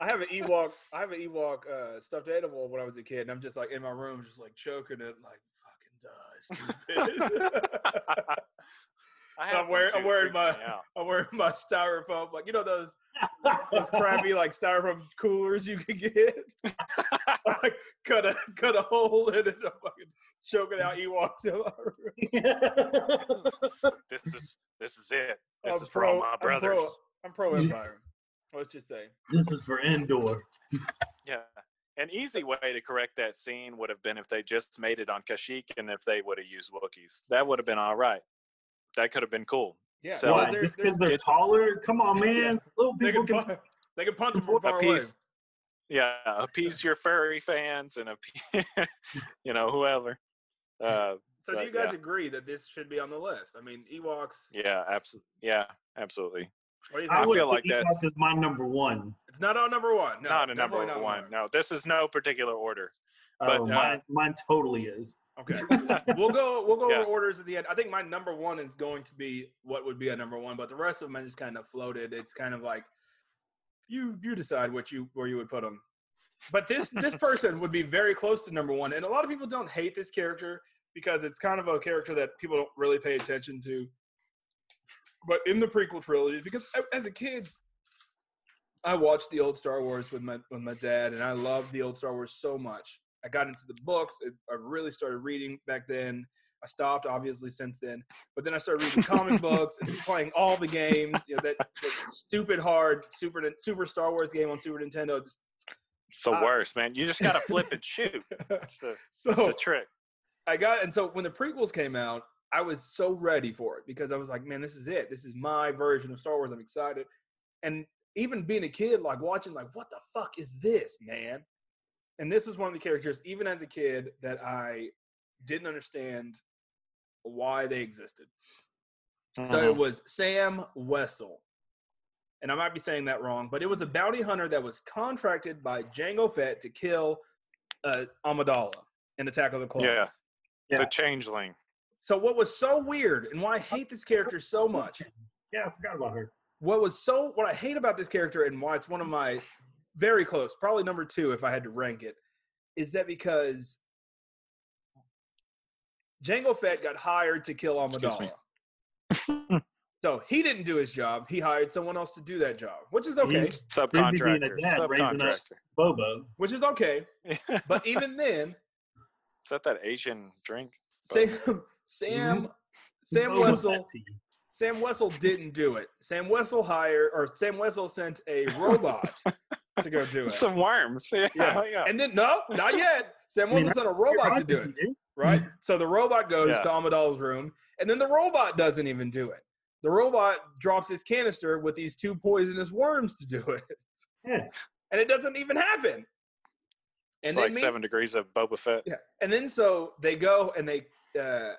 S1: I have an Ewok. I have an Ewok uh, stuffed animal when I was a kid, and I'm just like in my room, just like choking it, like fucking die, stupid.
S2: I
S1: I'm
S2: have one
S1: wearing-
S2: too,
S1: I'm wearing
S2: freaks
S1: my-
S2: me out.
S1: I'm wearing my styrofoam, like you know those those crappy like styrofoam coolers you could get. like cut a cut a hole in it, I'm fucking choking out Ewoks in my room.
S2: this is this is it. This
S1: I'm
S2: is for all my
S1: I'm pro-
S2: brothers.
S1: I'm pro Empire. Let's just say.
S3: this is for Endor.
S2: Yeah. An easy way to correct that scene would have been if they just made it on Kashyyyk and if they would have used Wookiees. That would have been all right. That could have been cool.
S1: Yeah.
S2: So-
S1: well,
S3: Why?
S1: they're-
S3: Just
S1: they're-
S3: because they're taller? Come on, man.
S1: Yeah.
S3: Little
S1: they
S3: people
S1: can
S3: can.
S1: punch, they can punch them from
S2: A
S1: far away.
S2: piece- Yeah, appease your furry fans and appe- you know whoever. Uh,
S1: So do
S2: But,
S1: you guys
S2: yeah.
S1: agree that this should be on the list? I mean, Ewoks.
S2: yeah, absolutely. Yeah, absolutely.
S1: What do you
S3: I
S1: think?
S2: feel
S3: would feel
S2: like
S3: like that. That's is my number one.
S1: It's not on number one. No,
S2: not a number
S1: definitely
S2: one.
S1: not on
S2: No, this is no particular order. But,
S3: But,
S2: uh,
S3: Oh, mine, mine totally is.
S1: Okay, we'll go. We'll go
S2: Yeah.
S1: over orders at the end. I think my number one is going to be what would be a number one, but the rest of them I just kind of floated. It's kind of like you you decide what you where you would put them. But this this person would be very close to number one, and a lot of people don't hate this character because it's kind of a character that people don't really pay attention to. But in the prequel trilogy, because a- as a kid, I watched the old Star Wars with my with my dad, and I loved the old Star Wars so much. I got into the books. It, I really started reading back then. I stopped, obviously, since then. But then I started reading comic books and playing all the games. You know that, that stupid hard Super Nin- Super Star Wars game on Super Nintendo. Just,
S2: It's the
S1: Uh,
S2: worst, man. You just gotta flip and shoot. It's the, it's
S1: so
S2: the trick.
S1: I got and so when the prequels came out, I was so ready for it because I was like, man, this is it. This is my version of Star Wars. I'm excited. And even being a kid, like watching, like, what the fuck is this, man? And this was one of the characters, even as a kid, that I didn't understand why they existed.
S3: Mm-hmm.
S1: So
S2: Mm-hmm.
S1: it was Sam Wessel. And I might be saying that wrong, but it was a bounty hunter that was contracted by Django Fett to kill uh, Amidala in Attack of the Clones.
S2: Yeah.
S3: Yeah.
S2: The changeling.
S1: So what was so weird and why I hate this character so much,
S3: Yeah, I forgot about her.
S1: what was so what I hate about this character and why it's one of my very close, probably number 2 if I had to rank it, is that because Jango Fett got hired to kill
S2: Excuse me.
S1: Amidala. so he didn't do his job. He hired someone else to do that job, which is okay.
S3: He's busy
S2: Subcontractor.
S3: being a dad, raising us. Bobo.
S1: which is okay.
S2: Subcontractor.
S1: But even then,
S2: Is that that Asian drink?
S1: Sam Sam Sam
S3: Bobo
S1: Wessel
S3: that to you.
S1: Sam Wessel didn't do it. Sam Wessel hired, or Sam Wessel sent a robot to go do it.
S2: Some worms. Yeah,
S1: Yeah.
S2: yeah.
S1: and then no, not yet. Sam
S3: I mean,
S1: Wilson sent a
S3: You're
S1: robot to do
S3: conscious,
S1: it,
S3: dude.
S1: right? So the robot goes
S2: Yeah.
S1: to Amadal's room, and then the robot doesn't even do it. The robot drops his canister with these two poisonous worms to do it,
S3: Yeah.
S1: and it doesn't even happen.
S2: It's
S1: And then
S2: like
S1: mean-
S2: seven degrees of Boba Fett.
S1: yeah, and then so they go and they uh,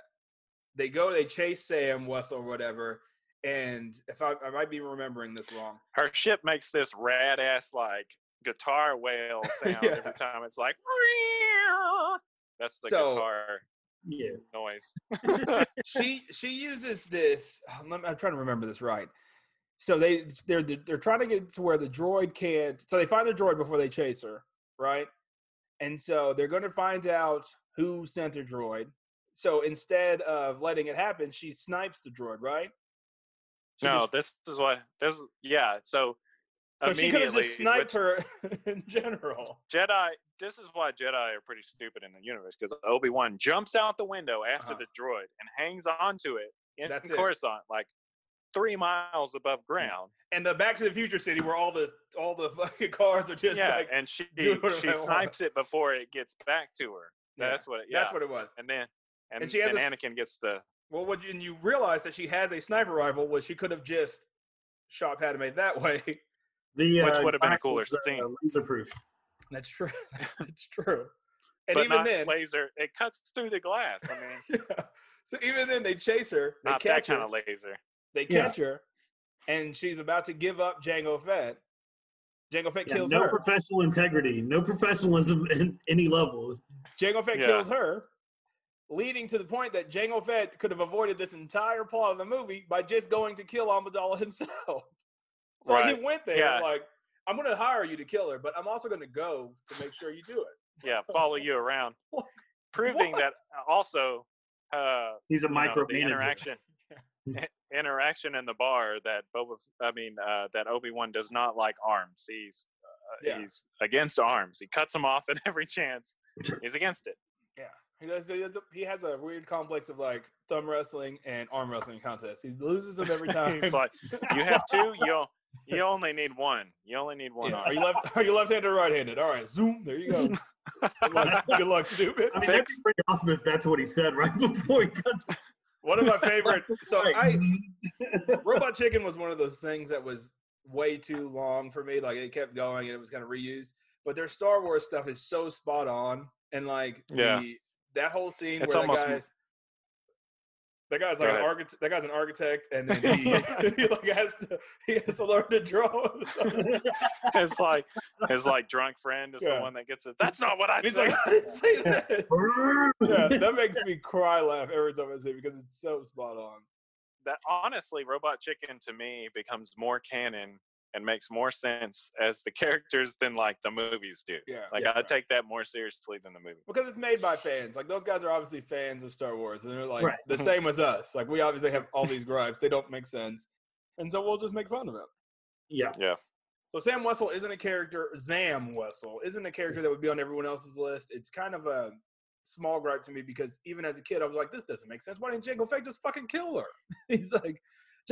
S1: they go they chase Sam Wessel or whatever. And if I, I might be remembering this wrong,
S2: Her ship makes this rad ass like guitar wail sound
S1: Yeah.
S2: every time. It's like that's the
S1: So-
S2: guitar
S3: Yeah.
S2: noise.
S1: she she uses this. lem- I'm trying to remember this right. So they they're they're trying to get to where the droid can't. So they find the droid before they chase her, right? And so they're going to find out who sent the droid. So instead of letting it happen, she snipes the droid, right? She
S2: no,
S1: just-
S2: this is what this. Yeah, so
S1: so she could have
S2: immediately,
S1: just sniped
S2: which-
S1: her in general.
S2: Jedi. This is why Jedi are pretty stupid in the universe because Obi Wan jumps out the window after
S1: Uh-huh.
S2: the droid and hangs onto it in
S1: That's it.
S2: Coruscant, like three miles above ground.
S1: And the Back to the Future city where all the all the fucking cars are just
S2: yeah,
S1: like
S2: and she
S1: do whatever I
S2: she
S1: want.
S2: snipes it before it gets back to her.
S1: Yeah,
S2: That's what. Yeah.
S1: that's what it was.
S2: and then and,
S1: she has
S2: then
S1: a s-
S2: Anakin gets the
S1: Well, what you, and you realize that she has a sniper rifle, which she could have just shot Padme that way.
S3: The,
S2: Which
S3: uh,
S2: would've been a
S3: glass
S2: cooler
S3: was, uh,
S2: scene.
S3: laser proof.
S1: That's true. That's true. And
S2: but
S1: even
S2: not
S1: then,
S2: laser. It cuts through the glass. I mean,
S1: so even then, they chase her. They
S2: not that
S1: catch her.
S2: kind of laser.
S1: They
S3: Yeah.
S1: catch her, and she's about to give up Django Fett. Django Fett
S3: Yeah,
S1: kills
S3: no
S1: her.
S3: professional integrity, no professionalism in any level.
S1: Jango Fett
S2: Yeah.
S1: kills her, leading to the point that Jango Fett could have avoided this entire plot of the movie by just going to kill Amidala himself. So
S2: Right.
S1: he went there
S2: Yeah.
S1: like, I'm going to hire you to kill her, but I'm also going to go to make sure you do it.
S2: Yeah, follow you around,
S1: What?
S2: proving that also. Uh,
S3: He's a
S2: you know, the
S3: micromanager.
S2: interaction i- interaction in the bar that Boba F- I mean uh, that Obi-Wan does not like arms. He's uh,
S1: Yeah.
S2: he's against arms. He cuts them off at every chance. He's against it.
S1: Yeah. He, does, he, does- he has a weird complex of like thumb wrestling and arm wrestling contests. He loses them every time.
S2: He's like you have two, you o- you only need one. You only need one
S1: Yeah,
S2: arm.
S1: Are you left? Are you left-handed or right-handed? All right, zoom. There you go. Good luck, good luck, stupid.
S3: I mean, that'd be
S2: Fix-
S3: pretty awesome if that's what he said right before he cuts.
S1: One of my favorite. So
S3: Right.
S1: I, Robot Chicken was one of those things that was way too long for me. Like it kept going and it was kind of reused. But their Star Wars stuff is so spot on, and like
S2: Yeah.
S1: the, that whole scene
S2: It's
S1: where
S2: almost
S1: that
S2: m-
S1: guy's that guy's
S2: Go
S1: like an
S2: ahead.
S1: architect. That guy's an architect, and then he, he like has to he has to learn to draw.
S2: It's like his like drunk friend is
S1: Yeah.
S2: the one that gets it. That's not what I
S1: He's
S2: said.
S1: like, I didn't say that. yeah,
S3: yeah,
S1: that makes me cry laugh every time I see it because it's so spot on.
S2: that honestly, Robot Chicken to me becomes more canon and makes more sense as the characters than like the movies do.
S1: Yeah.
S2: Like I take that more seriously than the movie.
S1: because it's made by fans. Like those guys are obviously fans of Star Wars, and they're like
S3: Right.
S1: the same as us. Like we obviously have all these gripes; they don't make sense, and so we'll just make fun of it.
S3: yeah.
S1: So Sam Wessel isn't a character. Zam Wessel isn't a character that would be on everyone else's list. It's kind of a small gripe to me because even as a kid, I was like, "This doesn't make sense. Why didn't Jango Fett just fucking kill her?" He's like,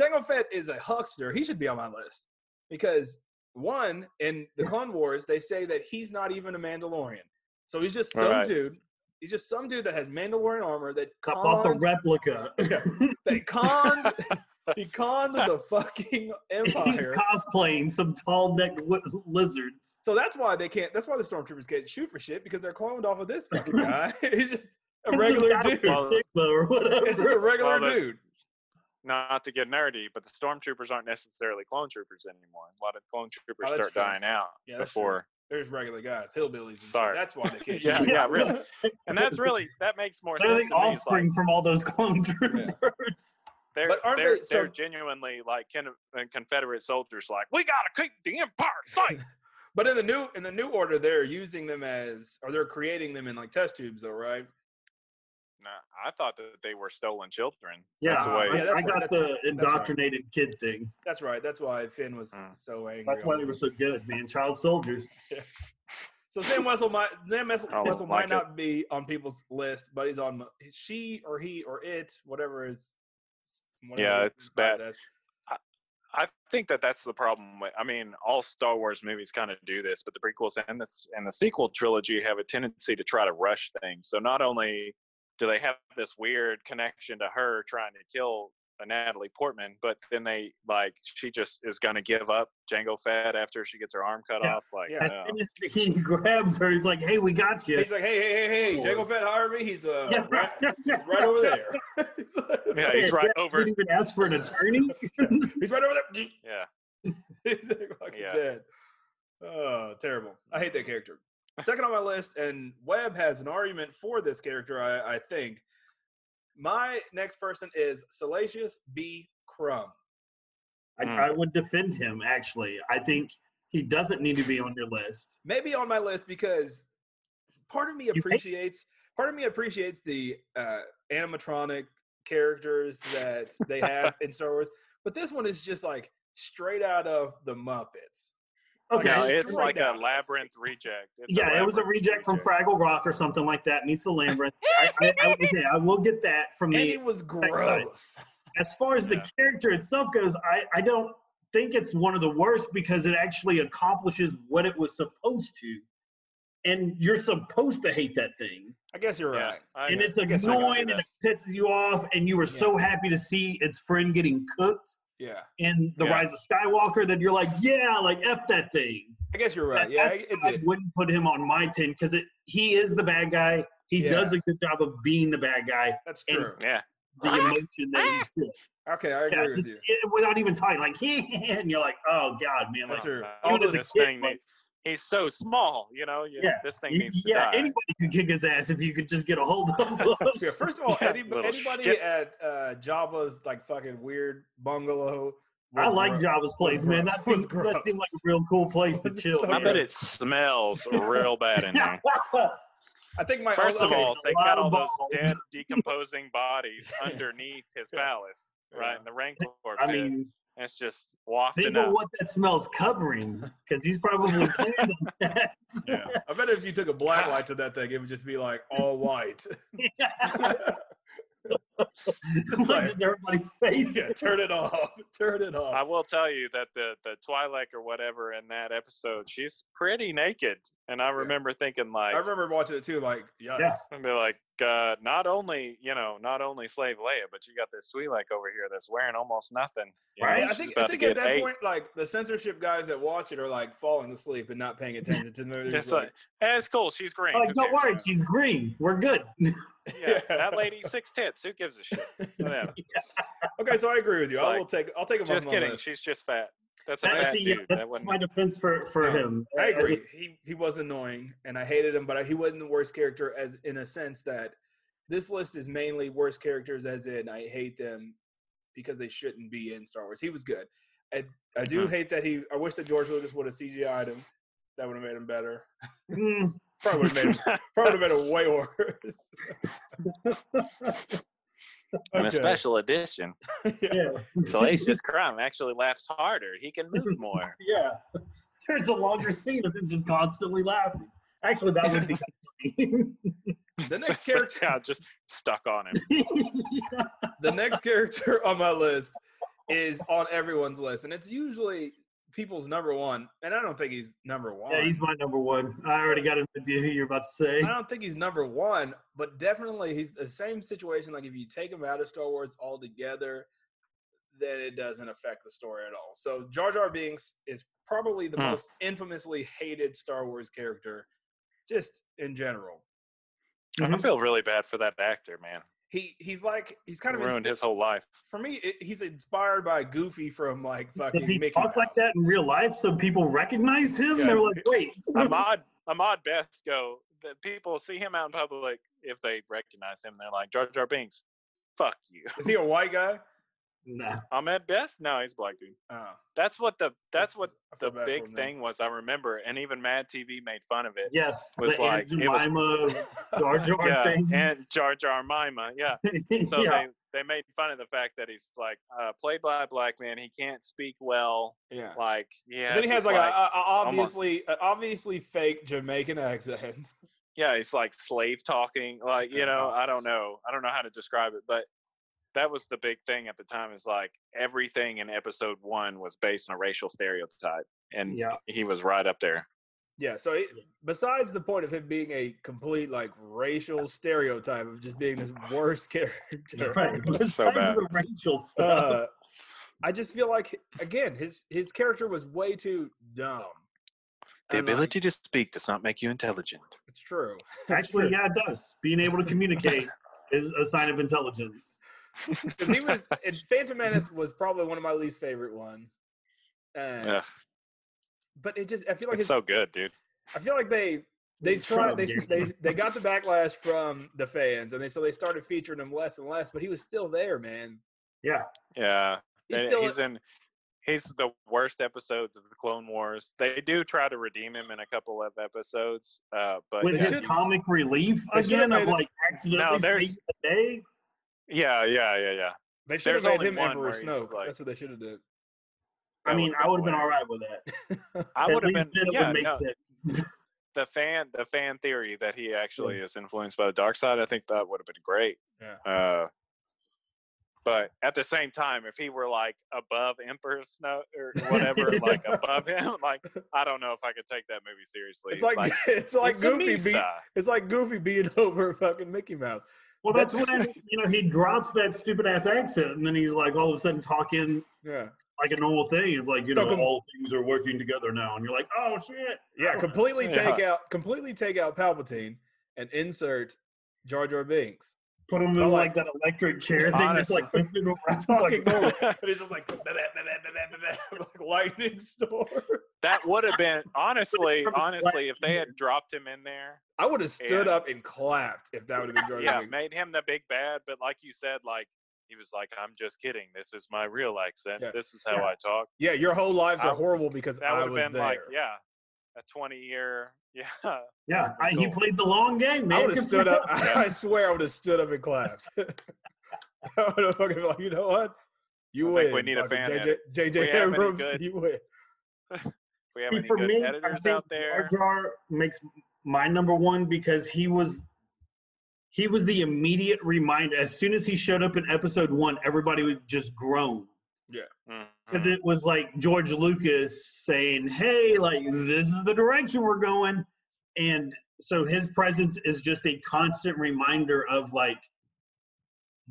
S1: "Jango Fett is a huckster. He should be on my list because one in the Clone Wars, they say that he's not even a Mandalorian. So he's just some
S2: Right.
S1: dude. He's just some dude that has Mandalorian armor that
S3: Cut off the
S1: conned,
S3: replica.
S1: that conned, he conned the fucking
S3: He's
S1: empire."
S3: cosplaying some tall necked li- lizards.
S1: So that's why they can't. That's why the stormtroopers can't shoot for shit because they're cloned off of this fucking guy. He's just a
S3: It's
S1: regular
S3: just
S1: dude.
S3: Adam's stigma or whatever.
S1: It's just a regular
S2: Well, that's-
S1: dude.
S2: Not to get nerdy, but the stormtroopers aren't necessarily clone troopers anymore. A lot of clone troopers
S1: Oh, that's
S2: start
S1: true.
S2: dying out
S1: Yeah, that's true.
S2: before,
S1: They're just regular guys, hillbillies. And shit.
S2: Sorry.
S1: that's why they can't.
S2: Yeah,
S1: shoot.
S3: yeah,
S2: really. and that's really that makes more
S3: They're
S2: sense.
S3: the
S2: To me. It's like,
S3: offspring from all those clone troopers.
S2: they're
S1: But aren't
S2: they're,
S1: they- so-
S2: they're genuinely like kind of- uh, Confederate soldiers. Like we gotta keep the empire safe.
S1: But in the new in the new order, they're using them as, or they're creating them in like test tubes, though, right?
S2: nah, I thought that they were stolen children.
S3: Yeah,
S2: that's the way.
S3: I,
S1: Yeah, that's why-
S3: I
S1: that's-
S3: got the
S1: that's why.
S3: indoctrinated kid thing.
S1: That's right. That's why Finn was
S2: Mm.
S1: so angry.
S3: That's why
S1: on
S3: they
S1: him.
S3: were so good, man. Child soldiers.
S1: So Sam Wessel might Sam Wessel,
S2: I don't
S1: Wessel
S2: like
S1: might
S2: it.
S1: not be on people's list, but he's on she or he or it, whatever is.
S2: Yeah, it's bad.
S1: process.
S2: I think that that's the problem. With, I mean, all Star Wars movies kind of do this, but the prequels and the and the sequel trilogy have a tendency to try to rush things. So not only do they have this weird connection to her trying to kill a Natalie Portman, but then they like she just is going to give up Django Fett after she gets her arm cut
S3: Yeah.
S2: off. Like, uh,
S1: Yeah.
S2: no.
S3: And it's- he grabs her. He's like, "Hey, we got you."
S1: He's like, hey, hey, hey, hey, Jacob Fett Harvey, he's uh,
S3: Yeah.
S1: right, he's right over there. he's, like-
S2: yeah, he's right
S3: Yeah,
S2: over.
S3: Didn't even ask for an attorney.
S1: he's right over there.
S2: Yeah,
S1: He's like fucking
S2: Yeah.
S1: dead. Oh, terrible. I hate that character. Second on my list, and Webb has an argument for this character, I, I think. My next person is Salacious B. Crumb.
S3: I,
S2: Mm.
S3: I would defend him. Actually, I think he doesn't need to be on your list.
S1: Maybe on my list because part of me
S3: hate-
S1: appreciates part of me appreciates the uh, animatronic characters that they have in Star Wars, but this one is just like straight out of the Muppets.
S3: Okay.
S2: Oh, no,
S1: it's
S2: it's
S1: right
S2: like a
S1: down.
S2: labyrinth reject. It's
S3: yeah, it was a
S2: labyrinth
S3: reject from Fraggle Rock or something like that. Meets the Lambert. I, I, I, okay, I will get that from
S1: And
S3: the
S1: it was
S3: Thanks, Sally.
S1: gross.
S3: as far as the
S2: Yeah.
S3: character itself goes, I, I don't think it's one of the worst because it actually accomplishes what it was supposed to. And you're supposed to hate that thing.
S1: I guess you're
S2: Yeah,
S1: right.
S2: I
S3: and
S2: know.
S3: it's
S2: I guess I can see
S3: annoying and
S2: that.
S3: it pisses you off. And you were so happy to see its friend getting cooked
S1: Yeah.
S3: in The
S2: Yeah.
S3: Rise of Skywalker that you're like, yeah, like F that thing.
S1: I guess you're right.
S3: That-
S1: Yeah,
S3: that's
S1: it
S3: why I
S1: did.
S3: wouldn't put him on my 10 because he is the bad guy. He
S1: Yeah.
S3: does a good job of being the bad guy,
S1: That's
S3: and-
S1: true.
S2: Yeah,
S3: the emotion that you feel.
S1: Okay, I agree
S3: Yeah,
S1: with
S3: just
S1: you.
S3: it- without even talking, like, and you're like, oh god, man,
S1: Me
S3: like,
S1: too.
S2: uh,
S1: All
S3: even as a
S2: this
S3: kid,
S2: thing
S3: like-
S2: needs, he's so small, you know. You,
S3: Yeah,
S2: this thing
S3: you-
S2: needs
S3: yeah,
S2: to die.
S3: anybody could kick his ass if you could just get a hold of him.
S1: Yeah, first of all,
S2: Yeah,
S1: any,
S2: little
S1: anybody
S2: shit.
S1: at uh, Java's like fucking weird bungalow.
S3: I
S1: was
S3: like
S1: gross.
S3: Java's place, man. That,
S1: gross.
S3: seems, that seemed like a
S1: Gross.
S3: real cool place to
S1: It's
S3: chill.
S1: so
S2: I
S3: man.
S2: bet it smells real bad in there.
S1: I think my
S2: First of
S1: okay,
S2: all,
S3: so
S2: they
S3: a lot
S2: got
S3: of
S2: all those
S3: balls.
S2: dead, decomposing bodies underneath his
S1: Yeah.
S2: palace, right
S1: Yeah.
S2: in the Rancor pit.
S3: I mean,
S2: And it's just wafting
S3: think
S2: up.
S3: of what that smells covering, because he's probably planned on that.
S1: yeah. I bet if you took a black light to that thing, it would just be like all white.
S3: like just everybody's face.
S1: yeah, turn it off. Turn it
S2: I
S1: off.
S2: will tell you that the the Twi'lek or whatever in that episode, she's pretty naked, and I remember thinking
S1: I,
S2: like,
S1: remember watching it too. Like, yikes.
S3: Yeah.
S2: and be like, uh, not only you know, not only slave Leia, but you got this Twi'lek over here that's wearing almost nothing. you know,
S3: Right.
S1: Yeah, I
S2: she's
S1: think I
S2: about to
S1: think at
S2: get
S1: that
S2: ate.
S1: point, like the censorship guys that watch it are like falling asleep and not paying attention to the movie. They're
S2: Just
S1: just
S2: like, "Eh, it's cool. She's green.
S3: Like,
S2: who
S3: don't
S2: cares?"
S3: worry, she's green. We're good.
S2: yeah, that lady six tits. Who gives a shit? Yeah.
S1: Okay, so I agree with you.
S2: It's
S1: I
S2: like-
S1: will take. I'll take him off
S2: Just
S1: my
S2: kidding.
S1: list.
S2: She's just fat. That's a
S3: That-
S2: fat
S3: see, yeah,
S2: dude.
S3: that's
S2: That wouldn't-
S3: my defense for, for
S1: No,
S3: him.
S1: I agree.
S3: just-
S1: he he was annoying, and I hated him, but I, he wasn't the worst character as in a sense that this list is mainly worst characters as in I hate them because they shouldn't be in Star Wars. He was good. I I do
S2: Mhm.
S1: hate that he. I wish that George Lucas would have CGI'd him. That would have made him better.
S3: Mm.
S1: Probably would have made him. probably would have made him way worse.
S2: in a
S1: Okay.
S2: special edition.
S1: Yeah.
S3: yeah.
S2: Salacious Crumb actually laughs harder. He can move more.
S3: yeah. There's a longer scene of him just constantly laughing. Actually, that would be kind
S1: The next
S2: Just like,
S1: character.
S2: yeah, just stuck on him.
S3: of funny.
S1: the next character on my list is on everyone's list, and it's usually people's number one. And I don't think he's number one.
S3: yeah, he's my number one. I already got an idea who you're about to say.
S1: I
S2: Uh,
S1: don't think he's number one, but definitely he's the same situation. Like if you take him out of Star Wars altogether, then it doesn't affect the story at all. So Jar Jar Binks is probably the
S2: Hmm.
S1: most infamously hated Star Wars character, just in general.
S2: I feel really bad for that actor, man.
S1: He he's like he's kind of
S2: Ruined
S1: insti-
S2: his whole life.
S1: for me. It, he's inspired by Goofy from like fucking
S3: Does he
S1: Mickey
S3: talk like
S1: Mouse.
S3: that in real life so people recognize him?
S1: Yeah.
S3: They're like, wait.
S2: Ahmad Ahmad Besco. The people see him out in public if they recognize him. They're like Jar Jar Binks. Fuck you,
S1: Is he a white guy?
S3: Nah.
S2: Ahmed Best. No, he's a black dude.
S1: Oh,
S2: That's what the that's what
S1: I feel
S2: the
S1: bad for him
S2: big
S1: now.
S2: thing was. I remember, and even Mad TV made fun of it.
S3: Yes.
S2: Was
S3: the Aunt
S2: like- it was-
S3: Jemima Jar Jar
S2: Yeah,
S3: thing.
S2: and Jar Jar Mima. Yeah, so
S3: yeah.
S2: they they made fun of the fact that he's like uh, played by a black man. He can't speak well.
S1: Yeah.
S2: Like yeah,
S1: And then he has like, a, a a
S2: almost-
S1: obviously a obviously fake Jamaican accent.
S2: Uh-huh. yeah, it's like slave talking. Like you know, I don't know, I don't know how to describe it, but that was the big thing at the time is like everything in episode one was based on a racial stereotype and
S3: Yeah.
S2: he was right up there
S1: Yeah. So it, besides the point of him being a complete like racial stereotype of just being this worst character,
S3: Right. Besides
S2: bad.
S3: the racial stuff.
S1: uh, I just feel like again his his character was way too dumb.
S2: the
S1: And, like,
S2: ability to speak does not make you intelligent
S1: it's true.
S3: Actually, yeah, it does. Being able to communicate is a sign of intelligence.
S1: Because he was and Phantom Menace was probably one of my least favorite ones. And,
S2: Ugh,
S1: But it just I feel like
S2: it's
S1: it's,
S2: so good dude
S1: I feel like they they
S3: Shut
S1: tried
S3: up,
S1: they,
S3: Gary.
S1: they they got the backlash from the fans and they so they started featuring him less and less, but he was still there, man.
S3: Yeah.
S2: yeah
S1: He's
S2: And
S1: still
S2: he's in he's the worst episodes of the clone wars they do try to redeem him in a couple of episodes uh but
S3: With
S1: they
S2: yeah,
S3: his
S1: should-
S3: comic relief
S1: they should have
S3: again of
S1: made it-
S3: like accidentally
S2: No, there's-
S3: saving the day.
S2: yeah yeah yeah yeah
S1: they should have
S2: there's
S1: made
S2: only
S1: him
S2: one
S1: Emperor
S2: where he's
S1: Snoke.
S2: like-
S1: That's what they should have done.
S3: I
S2: That
S3: mean,
S2: would've
S3: I
S2: been
S3: would have been
S2: hilarious.
S3: all right with that.
S2: i
S3: At
S2: would have been
S3: least then it
S2: yeah,
S3: would make
S2: no,
S3: sense.
S2: the fan the fan theory that he actually is influenced by the dark side, I think that would have been great.
S1: Yeah.
S2: Uh, but at the same time, if he were like above Emperor Snow or whatever, like above him, like I don't know if I could take that movie seriously.
S1: It's like, it's like
S2: "It's a
S1: Goofy beat
S2: Misa."
S1: it's like Goofy being over fucking Mickey Mouse.
S3: Well, that's when you know he drops that stupid ass accent, and then he's like all of a sudden talking
S1: Yeah.
S3: like a normal thing. It's like you know
S1: Talking-
S3: all things are working together now, and you're like, oh shit,
S1: Yeah, completely
S2: Yeah.
S1: take out completely take out Palpatine and insert Jar Jar Binks.
S3: put him in
S1: Well,
S3: like that electric chair thing that's like lifting around. It's
S1: Talking
S3: like,
S1: normal. But it's just like, like lightning storm.
S2: that would have been honestly,
S3: That was
S2: honestly, if they had dropped him in there,
S1: I would have stood
S2: Yeah.
S1: up and clapped if that would have been Jar Jar
S2: yeah,
S1: Binks.
S2: made him the big bad. But like you said, like he was like, "I'm just kidding. This is my real accent.
S1: Yeah.
S2: This is how
S3: Yeah.
S2: I talk."
S1: Yeah, your whole lives
S2: I-
S1: are horrible because
S2: That
S1: I
S2: would have
S1: was
S2: been
S1: there.
S2: like, yeah, a 20 year, yeah.
S3: yeah, I, he
S1: Cool.
S3: played the long game, man.
S1: I would have
S3: Good
S1: stood
S3: for
S1: up.
S3: him.
S1: I, swear, I would have stood up and clapped. I would have fucking been like, you know what? You
S2: I
S1: win.
S2: think we need a
S1: fucking
S2: fan
S1: JJ,
S2: We
S1: JJ
S2: have any
S1: Abrams,
S2: good-
S1: you win.
S2: We have
S3: See,
S2: any
S3: for
S2: good
S3: me, I
S2: editors
S3: think
S2: out there?
S3: Jar Jar makes my number one because he was he was the immediate reminder. As soon as he showed up in episode one, everybody would just groan. because
S2: Mhm.
S3: it was like George Lucas saying, "Hey, like this is the direction we're going," and so his presence is just a constant reminder of like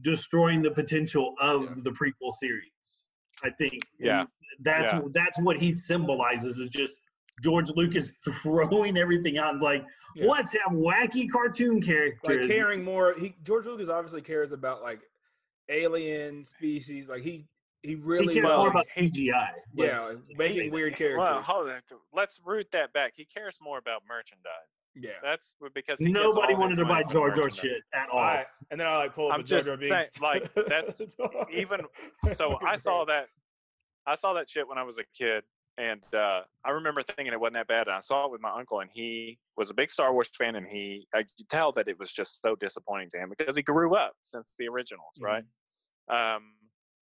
S3: destroying the potential of
S1: Yeah.
S3: the prequel series. I think,
S2: Yeah.
S3: And that's
S2: Yeah.
S3: that's what he symbolizes is just George Lucas throwing everything out and like,
S1: Yeah.
S3: let's have wacky cartoon
S1: Like
S3: characters.
S1: caring more. He George Lucas obviously cares about like alien species. Like he he
S3: he
S1: really
S3: cares more about
S1: loves-
S3: CGI.
S1: yeah
S3: Let's say
S1: making
S3: that.
S1: weird characters.
S2: Well, hold on. Let's root that back. He cares more about merchandise.
S1: yeah.
S2: That's w- because he gets
S3: Nobody
S2: all his
S3: wanted to
S2: money
S3: buy
S2: from
S3: Jar Jar
S2: merchandise.
S3: shit at all.
S1: All right. And then I like pull up
S2: I'm
S1: a Jar
S2: just
S1: Jar
S2: saying,
S1: Binks.
S2: like, that's- even- So I saw that. I saw that shit when I was a kid, and uh, I remember thinking it wasn't that bad. And I saw it with my uncle, and he was a big Star Wars fan, and he I could tell that it was just so disappointing to him because he grew up since the originals, right? um,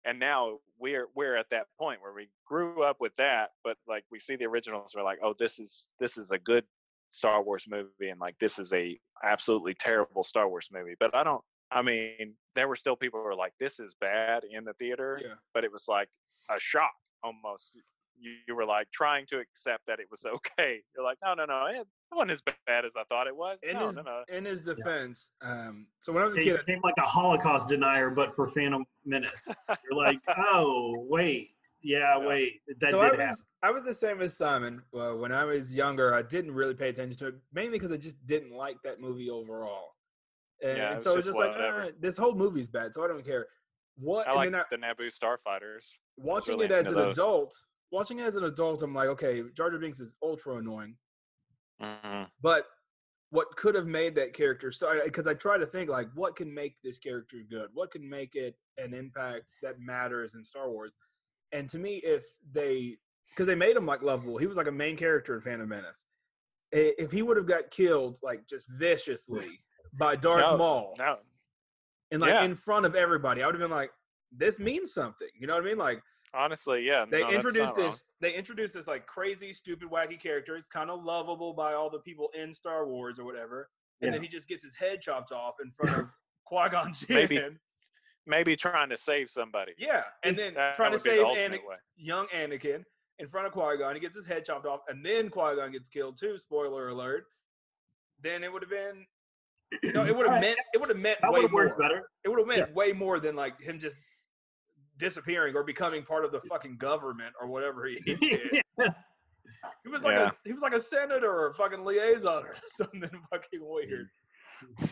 S2: and now we're we're at that point where we grew up with that but like we see the originals we're like oh this is this is a good star wars movie and like this is a absolutely terrible star wars movie but i don't i mean there were still people who were like this is bad in the theater
S1: Yeah.
S2: but it was like a shock almost you, you were like trying to accept that it was okay you're like no no no it wasn't as bad as i thought it was
S1: It
S2: no
S1: is- uh,
S2: no no
S1: In his defense, um, so when I was a
S3: They
S1: kid,
S3: became like a Holocaust denier, but for Phantom Menace. You're like, oh wait, yeah,
S2: Yeah.
S3: wait, that
S1: so
S3: did
S1: I was,
S3: happen.
S1: I was the same as Simon. Uh, when I was younger, I didn't really pay attention to it, mainly because I just didn't like that movie overall. And,
S2: Yeah,
S1: and
S2: it
S1: so
S2: was
S1: it's just
S2: just
S1: like,
S2: whatever.
S1: "Eh, this whole movie's bad, so I don't care. What?
S2: i
S1: and
S2: like
S1: then I,
S2: the naboo starfighters
S1: watching
S2: really
S1: it as an
S2: into those.
S1: adult, watching it as an adult, I'm like, okay, Jar Jar Binks is ultra annoying.
S2: Mm-hmm.
S1: But what could have made that character so because I try to think like what can make this character good? What can make it an impact that matters in Star Wars? And to me, if they because they made him like lovable, he was like a main character in Phantom Menace. I- If he would have got killed like just viciously by Darth
S2: No,
S1: Maul
S2: no
S1: and like
S2: yeah.
S1: in front of everybody, I would have been like, this means something. You know what I mean? Like
S2: honestly yeah
S1: they
S2: no, that's
S1: introduced
S2: not wrong.
S1: this they introduced this like crazy stupid wacky character it's kind of lovable by all the people in star wars or whatever and
S3: Yeah.
S1: then he just gets his head chopped off in front of qui-gon Jinn.
S2: Maybe- maybe trying to save somebody.
S1: Yeah, and then
S2: That
S1: trying to
S2: would be the
S1: save
S2: alternate
S1: Anakin,
S2: way.
S1: young Anakin in front of Qui Gon. He gets his head chopped off, and then Qui Gon gets killed too. Spoiler alert. Then it would have been no. It would have
S3: Alright,
S1: meant it would have meant
S3: That
S1: way
S3: would have
S1: more.
S3: worked better.
S1: It would have meant way more than like him just disappearing or becoming part of the fucking government or whatever he did.
S3: Yeah.
S1: He was like
S2: Yeah.
S1: a he was like a senator or a fucking liaison or something fucking weird. Like,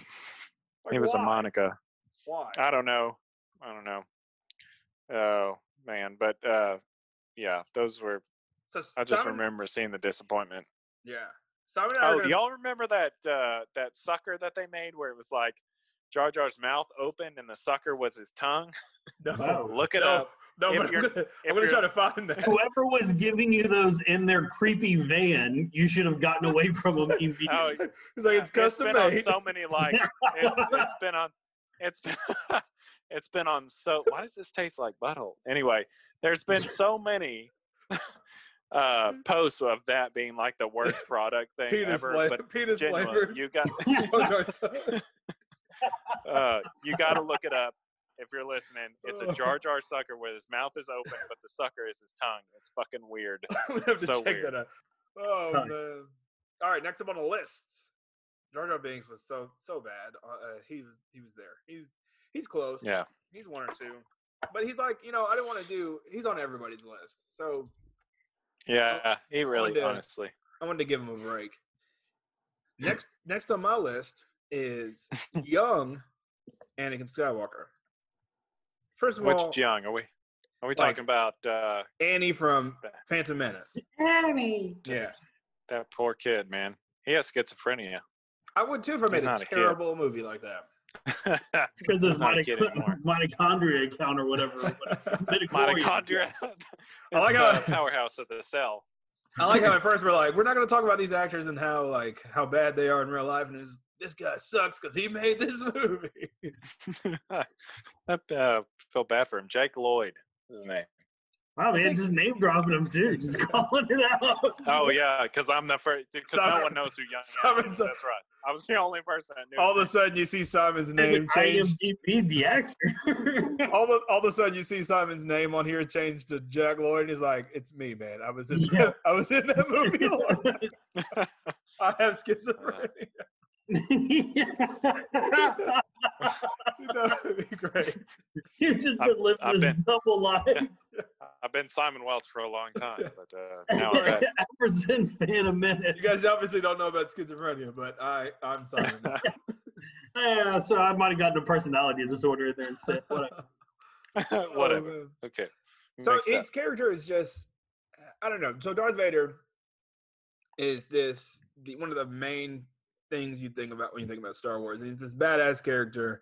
S2: He was
S1: why?
S2: a Monica.
S1: Why?
S2: I don't know. I don't know. Oh man, but uh, yeah, those were.
S1: So
S2: I just
S1: Simon-
S2: remember seeing the disappointment.
S1: Yeah. Simon and I
S2: Oh,
S1: were
S2: do
S1: gonna-
S2: y'all remember that uh, that sucker that they made where it was like Jar Jar's mouth opened and the sucker was his tongue?
S3: No.
S2: Look it
S1: Oh, no, No,
S2: up. If
S1: but I'm
S2: you're-
S1: gonna,
S2: if
S1: I'm gonna try
S2: you're-
S1: to find that.
S3: Whoever was giving you those in their creepy van, you should have gotten away from them immediately.
S2: Oh,
S1: He's like it's custom
S2: been on
S1: made.
S2: so many like it's, it's been on it's been it's been on so why does this taste like butthole? Anyway, there's been so many uh posts of that being like the worst product thing
S1: penis
S2: ever.
S1: flavor.
S2: But
S1: Penis
S2: genuinely,
S1: flavor.
S2: you got uh, you got to look it up if you're listening. It's a Jar Jar sucker where his mouth is open, but the sucker is his tongue. It's fucking weird.
S1: we have to
S2: So
S1: check
S2: weird.
S1: that out. Oh
S3: Sorry.
S1: man! All right, next up on the list, Jar Jar Binks was so so bad. Uh, uh, he was he was there. He's he's close.
S2: Yeah.
S1: he's one or two, but he's like you know I didn't want to do. He's on everybody's list, so
S2: Yeah, he really,
S1: And, uh,
S2: honestly.
S1: I wanted to give him a break. Next next on my list is young Anakin Skywalker. First of
S2: Which
S1: all,
S2: young are we? Are we
S1: like-
S2: talking about uh,
S1: Annie from
S2: that-
S1: Phantom Menace.
S3: Annie.
S2: just
S1: Yeah.
S2: that poor kid, man? He has schizophrenia.
S1: I would too if I
S2: He's
S1: made a
S2: not a kid.
S1: terrible movie like that.
S3: It's because there's
S2: Not a kid anymore.
S3: mitochondria, mitochondria count or whatever. Mitochondria.
S2: Mitochondria.
S1: I like
S2: It's
S1: how-
S2: the powerhouse of the cell.
S1: I like how at first we're like, we're not going to talk about these actors and how like how bad they are in real life, and it's, this guy sucks because he made this movie.
S2: I uh, feel bad for him. Jake Lloyd. is His name.
S3: Wow, man, just name dropping them too, just calling it out.
S2: Oh yeah, because I'm the first. Because no
S1: Simon-
S2: one knows who Young Anakin
S1: Simon's
S2: is.
S1: a-
S2: That's right. I was the only person that knew.
S1: All of a sudden, you see Simon's name changed.
S3: IMDb the actor.
S1: All of, all of a sudden, you see Simon's name on here changed to Jack Lloyd, and he's like, "It's me, man. I was in
S3: Yeah.
S1: I was in that movie. alone. I have schizophrenia. Dude, that would be great.
S3: You've just
S2: I've-
S3: been living
S2: I've
S3: this
S2: been-
S3: double life
S2: I've been Simon Welch for a long time, but uh, now I got-
S3: ever since Phantom Menace.
S1: You guys obviously don't know about schizophrenia, but I I'm Simon. now.
S3: Yeah, so I might have gotten a personality disorder in there instead. Whatever.
S1: Oh,
S2: whatever.
S1: man.
S2: Okay.
S1: So
S2: Mixed up.
S1: his character is just uh, I don't know. So Darth Vader is this the one of the main things you think about when you think about Star Wars. He's this badass character.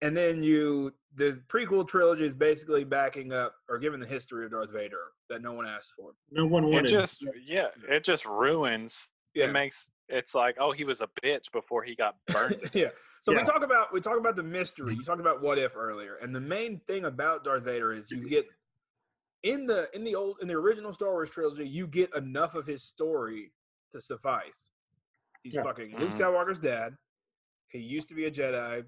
S1: And then you the prequel trilogy is basically backing up or giving the history of Darth Vader that no one asked for.
S3: No one
S2: it
S3: wanted.
S2: just yeah, it just ruins.
S1: Yeah.
S2: It makes it's like oh he was a bitch before he got burned.
S1: yeah. So we
S3: Yeah.
S1: talk about we talk about the mystery. You talked about what if earlier, and the main thing about Darth Vader is you get in the in the old in the original Star Wars trilogy, you get enough of his story to suffice. He's
S3: Yeah.
S1: fucking Luke
S2: Mhm.
S1: Skywalker's dad. He used to be a Jedi.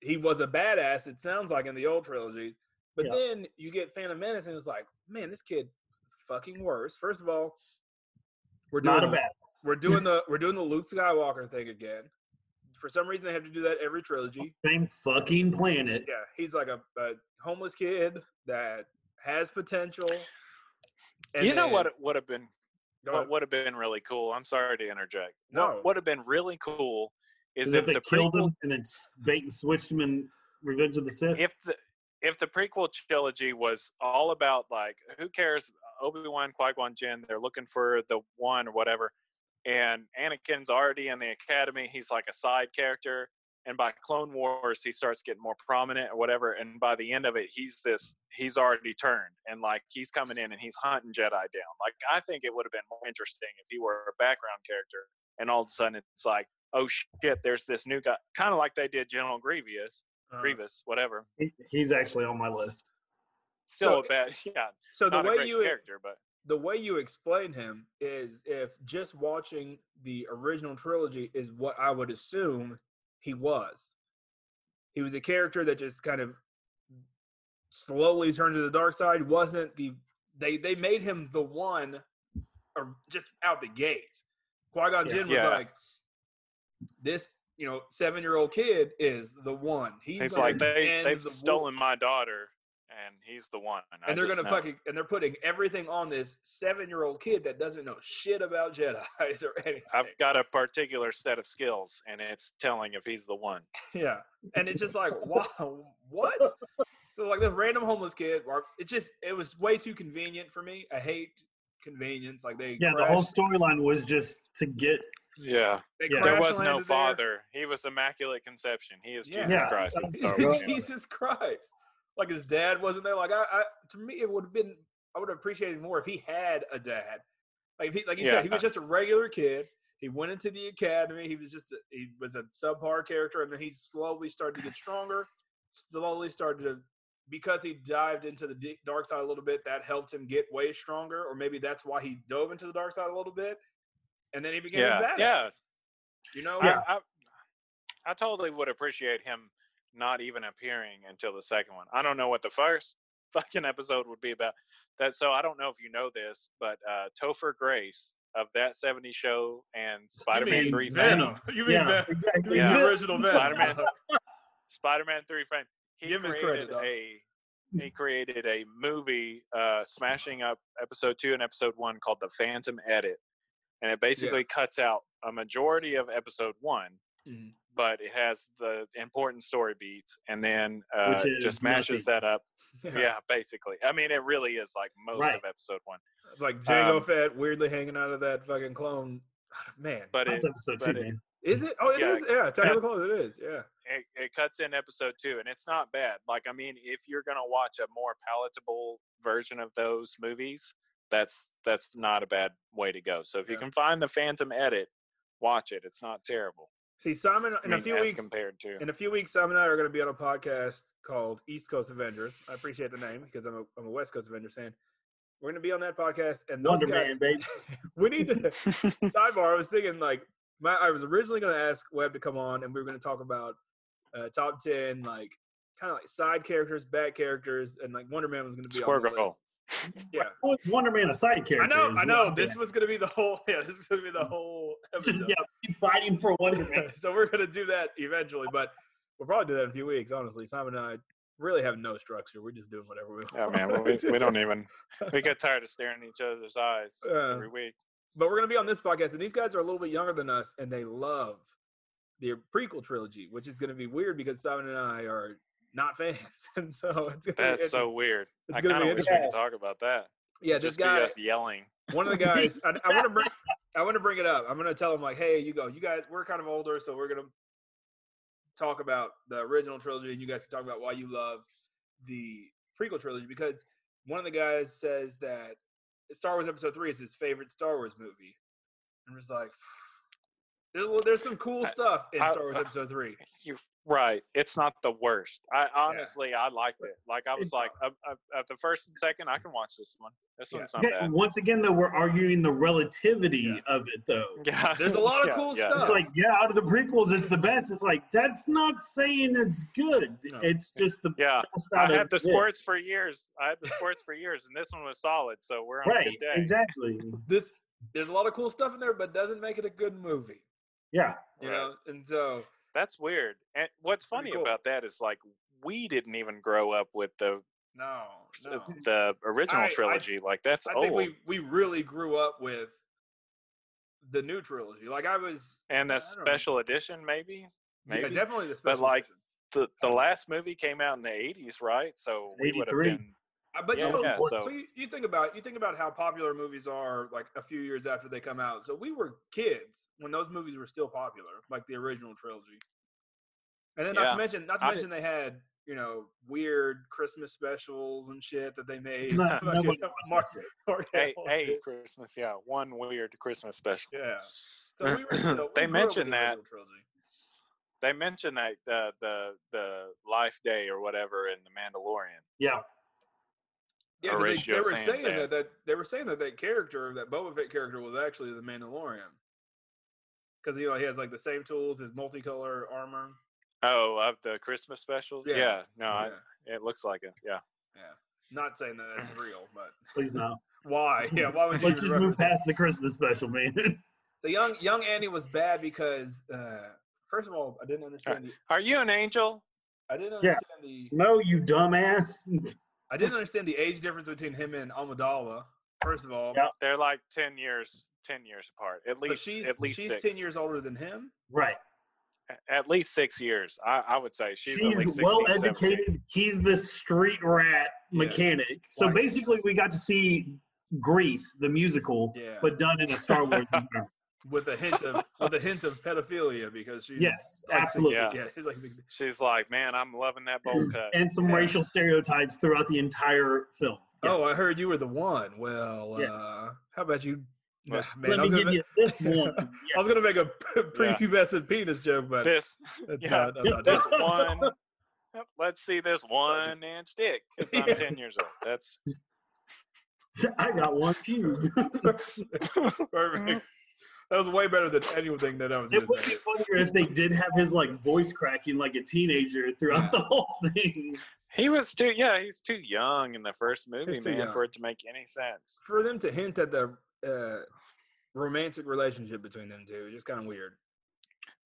S1: He was a badass. It sounds like in the old trilogy, but
S3: Yeah.
S1: then you get Phantom Menace, and it's like, man, this kid is fucking worse. First of all, we're doing
S3: not a
S1: a-
S3: bad.
S1: we're doing the we're doing the Luke Skywalker thing again. For some reason, they have to do that
S2: Oh.
S1: every trilogy.
S3: Same fucking planet.
S1: Yeah, he's like a, a homeless kid that has potential.
S2: you know
S1: then-
S2: what would have been
S1: Go
S2: what
S1: ahead.
S2: would have been really cool. I'm sorry to interject.
S1: No.
S2: What would have been really cool is
S3: Is
S2: if
S3: if they
S2: the
S3: killed
S2: prequel
S3: him and then s- bait and switched him in Revenge of the Sith?
S2: if the if the prequel trilogy was all about like who cares Obi Wan Qui Gon Jinn they're looking for the one or whatever, and Anakin's already in the academy he's like a side character, and by Clone Wars he starts getting more prominent or whatever, and by the end of it he's this he's already turned and like he's coming in and he's hunting Jedi down. Like I think it would have been more interesting if he were a background character, and all of a sudden it's like oh shit there's this new guy kind of like they did General Grievous
S1: Uh,
S2: Grievous whatever
S3: He- He's actually on my list.
S2: still
S1: So-
S2: a bad yeah
S1: so the
S2: not a
S1: way
S2: great
S1: you e
S2: character but
S1: the way you explain him is if just watching the original trilogy is what I would assume he was. He was a character that just kind of slowly turned to the dark side wasn't the they they made him the one or just out the gate. Qui Gon
S3: Yeah.
S1: Jinn was
S2: Yeah.
S1: like this, you know, seven year old kid is the one. He's,
S2: He's
S1: gonna
S2: like they
S1: end
S2: they've
S1: the war."
S2: stolen my daughter, and he's the one. I
S1: and they're
S2: just
S1: gonna
S2: know.
S1: fucking and they're putting everything on this seven year old kid that doesn't know shit about Jedi's or anything.
S2: I've got a particular set of skills, and it's telling if he's the one.
S1: Yeah, and it's just like, wow, what? So like this random homeless kid. Or it just it was way too convenient for me. I hate convenience. Like they
S3: Yeah, the
S1: crash-
S3: whole storyline was just to get.
S2: Yeah,
S1: they
S3: yeah.
S2: there
S1: crash
S2: was no
S1: landed there.
S2: father. He was immaculate conception. He is
S1: Yeah.
S2: Jesus
S3: Yeah.
S2: Christ. in Star Wars universe.
S1: Jesus Christ! Like his dad wasn't there. Like I, I to me, it would have been. I would have appreciated more if he had a dad. Like if he, like you said, he was
S2: Yeah.
S1: just a regular kid. He went into the academy. He was just a, he was a subpar character, and then he slowly started to get stronger. Slowly started to because he dived into the di- dark side a little bit. That helped him get way stronger, or maybe that's why he dove into the dark side a little bit, and then he became his
S2: Yeah,
S1: badass.
S2: yeah.
S1: You know,
S2: I, I, I totally would appreciate him not even appearing until the second one. I don't know what the first fucking episode would be about. That so I don't know if you know this, but uh Topher Grace of that 70s show and Spider-Man
S3: mean
S2: 3 fame.
S3: Venom.
S1: You mean
S3: Yeah,
S1: Venom? You
S3: exactly.
S1: mean
S2: Yeah.
S1: the original Venom?
S2: Spider-Man. Spider-Man 3 fame. He
S1: Give him his
S2: created
S1: credit, though.
S2: a he created a movie uh smashing up episode 2 and episode 1 called The Phantom Edit. And it basically cuts out a majority of episode 1
S1: Mhm.
S2: but it has the important story beats and then uh,
S3: Which is
S2: just mashes that up. Yeah. basically. I mean, it really is like most
S3: Right.
S2: of episode one,
S1: It's like Jango
S2: Um,
S1: Fett weirdly hanging out of that fucking clone. Man,
S2: but it,
S3: That's episode two,
S2: but it-
S3: man.
S1: is it? Oh, it
S2: yeah,
S1: is. yeah, technically it is. Yeah,
S2: it, it cuts in episode two and it's not bad. Like, I mean, if you're going to watch a more palatable version of those movies, that's that's not a bad way to go. So if you
S1: Yeah.
S2: can find the Phantom edit, watch it. It's not terrible.
S1: see, Simon
S2: I
S1: in
S2: mean,
S1: a few
S2: as
S1: weeks.
S2: compared to
S1: In a few weeks, Simon and I are going to be on a podcast called East Coast Avengers. I appreciate the name because I'm a, I'm a West Coast Avengers fan. We're going to be on that podcast, and those
S3: Wonder
S1: guys,
S3: Man, baby.
S1: we need to sidebar. I was thinking like my, I was originally going to ask Webb to come on, and we were going to talk about uh, top ten like kind of like side characters, bad characters, and like Wonder Man was going to be
S2: Squirrel
S1: on the list.
S2: Girl.
S1: Yeah,
S3: Well, Wonder Man, a side
S1: I
S3: character.
S1: know,
S3: is
S1: I know.
S3: Wonder
S1: This
S3: Man.
S1: was gonna be the whole. Yeah, this is gonna be the whole.
S3: Just,
S1: Episode.
S3: yeah, keep fighting for Wonder Man.
S1: so we're gonna do that eventually, but we'll probably do that in a few weeks. Honestly, Simon and I really have no structure. We're just doing whatever we want.
S2: Oh man, we, we don't even. We get tired of staring at each other's eyes
S1: Yeah.
S2: every week.
S1: but we're gonna be on this podcast, and these guys are a little bit younger than us, and they love the prequel trilogy, which is gonna be weird because Simon and I are not fans, and so it's gonna be,
S2: That's so weird.
S1: it's
S2: I
S1: gonna
S2: kind
S1: be
S2: of wish we could talk about that.
S1: yeah. This
S2: Just
S1: guy,
S2: be us yelling.
S1: one of the guys I, I want to bring I want to bring it up. I'm going to tell him like, "Hey, you go. You guys, we're kind of older, so we're going to talk about the original trilogy and you guys can talk about why you love the prequel trilogy because one of the guys says that Star Wars episode 3 is his favorite Star Wars movie. I'm just like there's there's some cool
S2: I-
S1: stuff in
S2: I-
S1: Star Wars episode 3.
S2: You right? It's not the worst. I honestly, I liked it. Like I was
S1: It's-
S2: like, uh, uh, at the first and second, I can watch this one. This
S1: Yeah.
S2: one's not
S3: Okay,
S2: bad.
S3: once again, though, we're arguing the relativity of it, though.
S2: Yeah,
S1: There's a lot of cool
S3: It's
S1: stuff.
S3: like, yeah, out of the prequels, it's the best. It's like that's not saying it's good.
S1: No.
S3: It's just the
S2: Yeah,
S3: best out
S2: I
S3: of
S2: had the
S3: it.
S2: squirts for years. I had the squirts for years, and this one was solid. So we're on
S3: Right,
S2: a good day.
S3: exactly.
S1: This there's a lot of cool stuff in there but doesn't make it a good movie,
S3: Yeah,
S1: you
S2: Right.
S1: know? And so
S2: That's weird. And what's
S1: Pretty
S2: funny
S1: cool.
S2: about that is like we didn't even grow up with the uh,
S1: no. no.
S2: the original
S1: I- I-
S2: trilogy. like that's
S1: I
S2: old.
S1: think we we really grew up with the new trilogy. Like I was
S2: and
S1: I
S2: the
S1: don't know.
S2: special edition, maybe,
S1: yeah,
S2: maybe.
S1: definitely the special.
S2: like,
S1: edition.
S2: the, the last movie came out in the 80s, right? So we would have
S3: 83.
S2: been.
S1: Uh, but
S2: yeah,
S1: you know,
S2: yeah,
S1: what-
S2: so-
S1: so you, you think about you think about how popular movies are like a few years after they come out. So we were kids when those movies were still popular, like the original trilogy. And then not
S2: Yeah.
S1: to mention, not to
S2: I
S1: mention they had you know weird Christmas specials and shit that they made.
S3: No,
S1: Fucking
S3: nobody watched
S1: Mark-
S3: that shit.
S1: Mark
S2: Hey,
S1: Hamill.
S2: hey, Christmas, yeah, one weird Christmas special.
S1: yeah. So we were still, we
S2: They
S1: grew up with
S2: mentioned
S1: the
S2: that.
S1: original trilogy.
S2: They mentioned that the the the Life Day or whatever in the Mandalorian.
S3: yeah.
S1: Yeah, 'cause they, they
S2: Horatio
S1: were saying that,
S2: Sands.
S1: that they were saying that that character, that Boba Fett character, was actually the Mandalorian, because you know he has like the same tools, his multicolor armor.
S2: Oh, of the Christmas special.
S1: Yeah,
S2: Yeah, no, Uh, I,
S1: yeah.
S2: it looks like it. Yeah,
S1: Not saying that that's real, but
S3: Please no.
S1: why? Yeah, why would you?
S3: Let's
S1: even
S3: just move
S1: reference it?
S3: past the Christmas special, man.
S1: So young young Andy was bad because uh, first of all, I didn't
S2: Uh,
S1: understand.
S2: Are you an angel?
S1: The, I didn't
S3: Yeah.
S1: understand the
S3: no, you dumbass.
S1: I didn't understand the age difference between him and Amidala. First of all,
S3: Yeah.
S2: They're like ten years, ten years apart. At
S1: so
S2: least,
S1: she's
S2: at least
S1: she's
S2: six.
S1: ten years older than him.
S3: Right.
S2: A- At least six years. I, I would say she's,
S3: She's,
S2: at least 16,
S3: well
S2: 17.
S3: educated. He's the street rat
S1: Yeah.
S3: mechanic. So
S1: Like-
S3: basically, we got to see Grease, the musical,
S1: Yeah,
S3: but done in a Star Wars environment.
S1: with a hint of with a hint of pedophilia because she's
S3: Yes,
S1: like 60
S3: absolutely.
S1: yeah.
S2: Yeah.
S1: she's like 60.
S2: She's like, man, I'm loving that bowl cut.
S3: And some
S1: Yeah.
S3: racial stereotypes throughout the entire film. Yeah.
S1: Oh, I heard you were the one. Well,
S3: Yeah.
S1: uh, how about you?
S2: Well,
S1: Nah, man,
S3: Let
S1: I
S3: me
S1: was,
S3: give
S1: gonna,
S3: you this one.
S1: I was gonna make a prepubescent penis joke, but
S2: This,
S1: that's
S2: yeah.
S1: not, I'm not doing
S2: this one. Let's see this one inch dick. 'cause I'm
S1: Yeah.
S2: ten years old. That's
S3: I got one cube.
S1: it. perfect. That was way better than anything that I was
S3: It
S1: gonna
S3: would be
S1: say.
S3: funnier if they did have his like voice cracking like a teenager throughout
S1: Yeah.
S3: the whole thing.
S2: he was too. Yeah, he's too young in the first movie,
S1: He's too
S2: man,
S1: young.
S2: for it to make any sense.
S1: For them to hint at the uh, romantic relationship between them two, just kind of weird.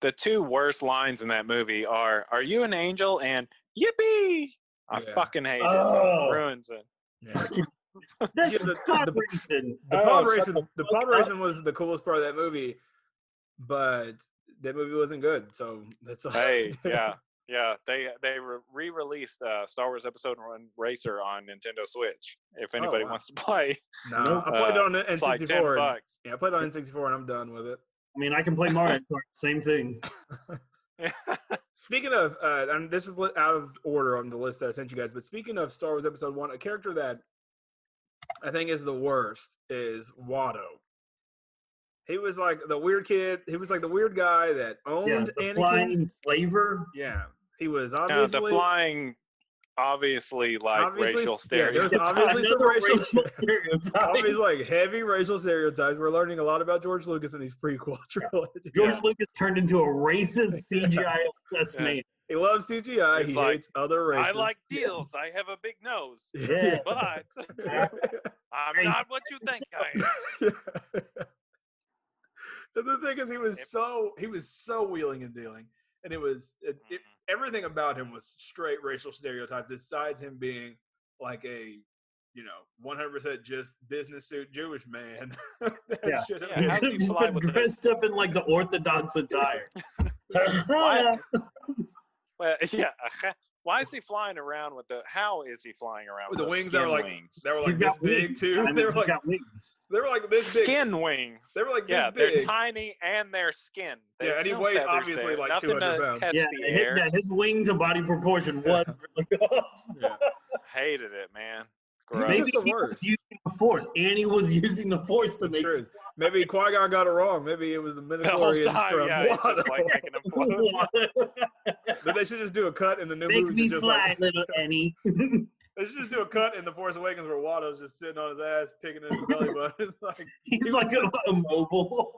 S2: The two worst lines in that movie are "Are you an angel?" and "Yippee!" I
S1: Yeah.
S2: fucking hate
S3: Oh.
S2: it. Ruins it.
S1: Yeah.
S3: That's
S1: Yeah, the-
S3: the, pod
S1: the-
S3: racing.
S1: The
S3: Oh,
S1: pod
S3: shut
S1: racing,
S3: the
S1: the
S3: fuck
S1: pod
S3: up.
S1: racing was the coolest part of that movie, but that movie wasn't good. So that's all.
S2: Hey, yeah, yeah. They they re- re-released uh, Star Wars Episode One Racer on Nintendo Switch. If anybody
S1: Oh, wow.
S2: wants to play,
S1: no,
S3: Nope.
S1: I played it
S2: Uh,
S1: on the
S2: it's like ten
S1: N64. and-
S2: bucks.
S1: yeah, I played it on N64, and I'm done with it.
S3: I mean, I can play Mario Kart. Same thing.
S1: Speaking of, uh, and this is li- out of order on the list that I sent you guys, but speaking of Star Wars Episode One, a character that I think is the worst is Watto. He was like the weird kid. He was like the weird guy that
S3: Yeah,
S1: owned
S3: the
S1: Anakin.
S3: flying flavor.
S1: Yeah, he was
S2: No,
S1: obviously
S2: the flying, obviously, like
S1: Obviously,
S2: racial
S1: yeah, there was
S2: stereotypes.
S1: obviously some
S3: Another
S1: racial-
S3: stereotype.
S1: obviously like heavy racial stereotypes. We're learning a lot about George Lucas in these prequel trilogies.
S3: George
S2: Yeah.
S3: Lucas turned into a racist CGI obsessed
S2: Yeah.
S3: man.
S1: He loves CGI.
S2: It's
S1: he
S2: like,
S1: hates other races.
S2: I like deals. I have a big nose,
S3: Yeah.
S2: but I'm
S3: Hey,
S2: not what you think I am.
S1: And the thing is, he was
S2: Yep.
S1: so he was so wheeling and dealing, and it was it,
S2: Mm-hmm. Mm.
S1: it, everything about him was straight racial stereotype. Besides him being like a you know 100% just business suit Jewish man. that
S3: Yeah.
S1: should have
S2: Yeah,
S1: been-
S2: how-
S3: He
S2: do you
S3: could have just
S2: fly
S3: been
S2: with the-
S3: dressed up in like the Orthodox attire.
S2: Why- Well, yeah. Why is he flying around with the? How is he flying around
S1: With
S2: with
S1: the
S2: those
S1: wings that
S2: skin
S1: were like
S2: wings?
S1: they were like
S3: He's
S1: this
S3: got
S1: big
S3: wings.
S1: too.
S3: I mean,
S1: they were
S3: he's
S1: like
S3: got wings.
S1: they were like this big.
S2: Skin wings.
S1: They were like this
S2: Yeah, they're
S1: big.
S2: tiny and they're skin.
S1: Yeah,
S2: There's
S1: and he
S2: no
S1: weighed
S2: feathers
S1: obviously
S2: there.
S1: like
S2: Nothing
S1: 200
S2: to
S1: pounds.
S2: Catch
S3: Yeah,
S2: the
S3: his,
S2: air.
S3: yeah, his wing to body proportion was really off.
S1: Yeah.
S2: Hated it, man.
S1: was
S2: Gross.
S1: just
S3: Maybe
S1: the
S3: he was
S1: worst.
S3: using the force. Annie was using the force to
S1: The
S3: make
S1: truth. Maybe Qui Gon got it wrong. Maybe it was the
S2: The whole
S1: Midichlorians
S2: time,
S1: from
S2: yeah, it's just
S1: Watto.
S2: like making him float.
S1: But they should just do a cut in the new
S3: Make
S1: movies.
S3: me
S1: and just
S3: fly,
S1: like,
S3: little Annie.
S1: they should just do a cut in the Force Awakens where Watto's just sitting on his ass, picking at his belly button. It's like
S3: He's like immobile.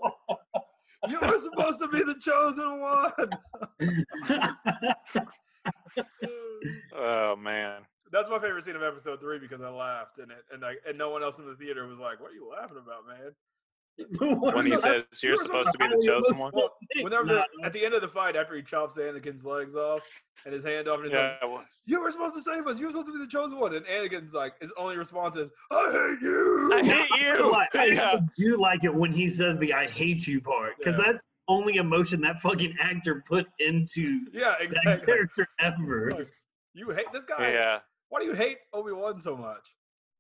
S1: you were supposed to be the chosen one.
S2: Oh man.
S1: That's my favorite scene of Episode Three because I laughed and it, and I, and no one else in the theater was like, "What are you laughing about, man?"
S2: When he says you're supposed to be the chosen one.
S1: Whenever at the end of the fight, after he chops Anakin's legs off and his hand off, and he's like,
S2: Yeah. well,
S1: You were supposed to save us. You were supposed to be the chosen one. And Anakin's like, his only response is, I hate you.
S2: I hate you.
S3: Like, I
S2: Yeah.
S3: actually do like it when he says the "I hate you" part because
S1: Yeah.
S3: that's the only emotion that fucking actor put into
S1: yeah,
S3: that
S1: exactly.
S3: character ever.
S1: Like, you hate this guy.
S2: Yeah.
S1: Why do you hate Obi Wan so much?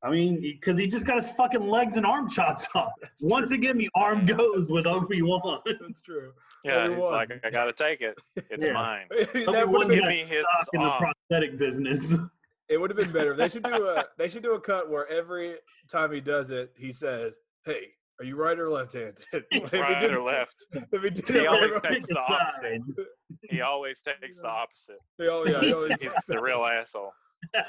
S3: I mean, because he just got his fucking legs and arm chopped off. Once again, the arm goes with Obi Wan.
S1: That's true.
S2: Yeah. He's
S1: Everyone.
S2: like, I gotta take it. It's
S3: Yeah.
S2: mine.
S1: that
S3: Obi
S1: would
S3: Wan
S1: have been,
S2: Give me his
S3: got stuck in the
S2: arm.
S3: prosthetic business.
S1: it would have been better. They should do a they should do a cut where every time he does it, he says, Hey, are you right or left handed?
S2: Right or left.
S1: If he did
S2: He
S1: it,
S2: always
S1: everyone-
S2: takes the opposite.
S3: Side.
S2: He always takes the opposite.
S1: they all- yeah, he always
S2: He's
S1: takes
S2: the
S1: that.
S2: real asshole.
S1: So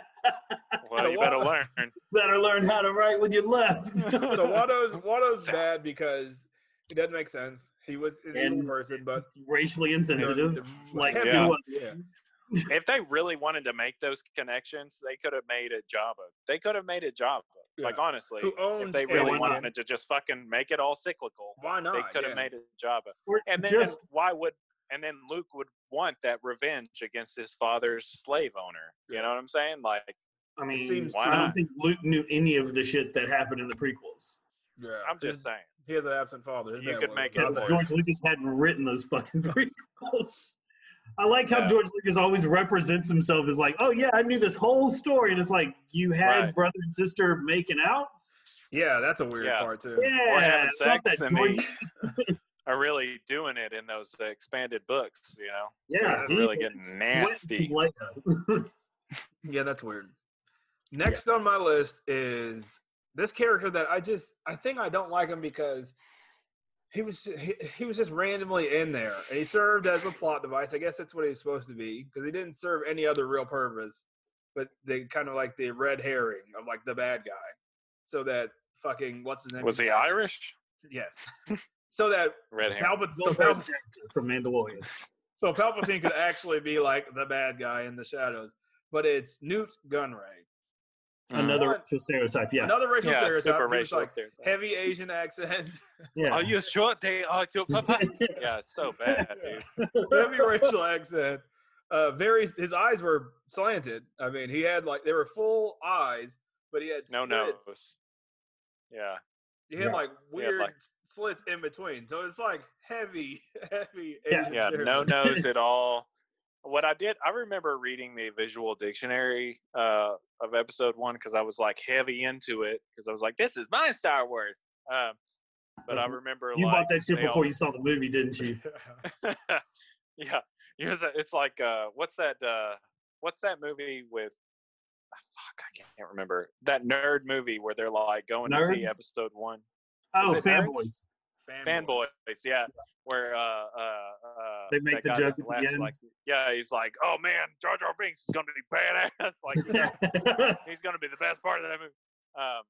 S2: Well, you better
S1: what-
S2: learn.
S3: Better learn how to write with your left.
S1: So Watto's Watto's bad because it doesn't make sense. He was an evil
S3: And-
S1: person, but
S3: It's racially
S1: you know,
S3: insensitive.
S1: the-
S3: Like,
S1: heavy
S2: yeah.
S3: do what-
S1: Yeah.
S2: if they really wanted to make those connections, they could have made a Java. They could have made a Java.
S1: Yeah.
S2: Like honestly,
S1: Who
S2: if
S1: owns
S2: they really
S3: why not?
S2: wanted to just fucking make it all cyclical,
S1: Why not?
S2: they could have
S1: Yeah.
S2: made a Java.
S3: Or
S2: And then
S3: just
S2: why would? And then Luke would want that revenge against his father's slave owner. You know what I'm saying? Like,
S3: I mean,
S1: seems
S3: I
S2: to-
S3: don't think Luke knew any of the shit that happened in the prequels.
S1: Yeah,
S2: I'm
S1: his-
S2: just saying.
S1: He has an absent father. His
S2: You
S1: dad
S2: could
S1: was
S2: make it
S1: not
S3: Because
S1: there.
S2: work.
S3: Uh, George Lucas hadn't written those fucking prequels. I like how
S2: Yeah.
S3: George Lucas always represents himself as like, oh yeah, I knew this whole story, and it's like you had
S2: Right.
S3: brother and sister making out.
S1: Yeah, that's a weird
S2: Yeah.
S1: part too.
S3: Yeah,
S2: Or having
S3: not
S2: sex
S3: that
S2: and
S3: George-
S2: they are really doing it in those expanded books. You know,
S3: yeah,
S2: that's
S3: he
S2: really getting
S3: sweats
S2: nasty.
S3: Leia.
S1: Yeah, that's weird. Next on my list is this character that I just I think I don't like him because he was he, he was just randomly in there and he served as a plot device. I guess that's what he was supposed to be because he didn't serve any other real purpose. But they kind of like the red herring of like the bad guy, so that fucking what's his name
S2: was he Irish?
S1: Yes. so that
S2: Red hair.
S1: Palpat- so,
S3: Will
S1: Palpat-
S3: Ferrell's character from Mandalorian.
S2: Mm-hmm.
S1: so Palpatine could actually be like the bad guy in the shadows, but it's Newt Gunray.
S3: Another
S1: What?
S3: racial stereotype. Yeah,
S1: Another racial
S2: Hmm. yeah,
S1: stereotype.
S2: super
S1: He was,
S2: racial
S1: like,
S2: stereotype.
S1: heavy Asian accent.
S3: yeah.
S2: Are you sure they are Oh, your papa? yeah, it's so bad, dude.
S1: heavy racial accent. Uh, very. His eyes were slanted. I mean, he had like they were full eyes, but he had
S2: No
S1: slits.
S2: nose. Yeah,
S1: He had
S3: Yeah.
S1: like
S2: He had,
S1: weird
S2: like-
S1: s- slits in between. So it's like heavy, heavy
S3: Yeah.
S1: Asian.
S2: yeah, no
S1: stereotype.
S2: nose at all. What I did, I remember reading the visual dictionary uh, of episode one because I was like heavy into it because I was like, this is my Star Wars. Um, but I
S3: Doesn't-
S2: remember
S3: you
S2: like,
S3: bought that shit
S2: they
S3: before
S2: all-
S3: you saw the movie, didn't you?
S2: yeah, Here's a- it's like uh, what's that? Uh, what's that movie with? ah, Fuck, I can't remember that nerd movie where they're like going to see
S3: Nerds?
S2: episode one.
S3: Oh,
S2: it Nerds?
S3: fanboys.
S2: Fanboys,
S1: Fanboys.
S2: yeah, where uh, uh, uh,
S3: They make
S2: that
S3: the
S2: guy
S3: joke
S2: that
S3: at the
S2: laughs
S3: end.
S2: Like, yeah, he's like, oh man, Jar Jar Binks is gonna be badass. like he's gonna be the best part of that movie. Um,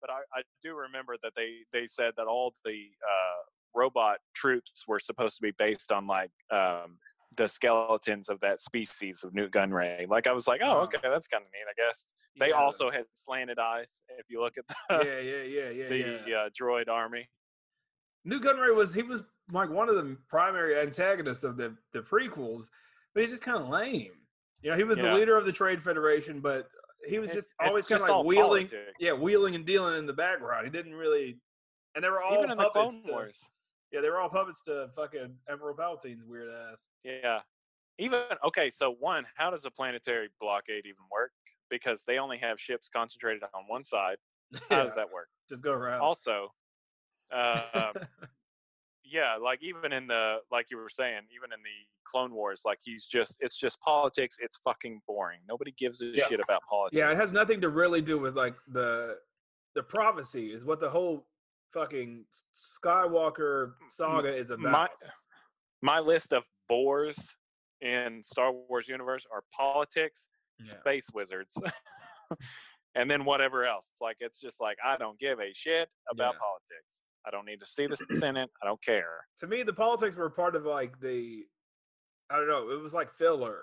S2: but I, I do remember that they they said that all the uh, robot troops were supposed to be based on like um, the skeletons of that species of Newt Gunray. Like I was like, oh
S1: Oh.
S2: okay, that's kind of neat. I guess they
S1: Yeah.
S2: also had slanted eyes. If you look at
S1: yeah,
S2: the
S1: yeah, yeah, yeah, yeah.
S2: the uh, droid army,
S1: New Gunray was he was like one of the primary antagonists of the the prequels, but he's just kind of lame. You know, he was
S2: Yeah.
S1: the leader of the Trade Federation, but he was
S2: It-
S1: just
S2: it's
S1: always kind
S2: just
S1: of like
S2: all
S1: wheeling,
S2: politics.
S1: yeah, wheeling and dealing in the background. He didn't really, and they were all
S2: even in the
S1: puppets
S2: Clone
S1: to-
S2: Wars.
S1: yeah, they were all puppets to fucking Emperor Palpatine's weird ass.
S2: Yeah. Even okay, so one, how does a planetary blockade even work? Because they only have ships concentrated on one side. How
S1: Yeah,
S2: does that work?
S1: just go around.
S2: Also, uh, um, yeah, like even in the like you were saying, even in the Clone Wars, like he's just it's just politics. It's fucking boring. Nobody gives a
S1: Yeah.
S2: shit about politics.
S1: yeah, it has nothing to really do with like the the prophecy is what the whole fucking Skywalker saga is about.
S2: my my list of bores in Star Wars universe are politics,
S1: Yeah.
S2: space wizards and then whatever else like it's just like i don't give a shit about
S1: Yeah.
S2: politics i don't need to see the senate i don't care
S1: to me the politics were part of like the i don't know it was like filler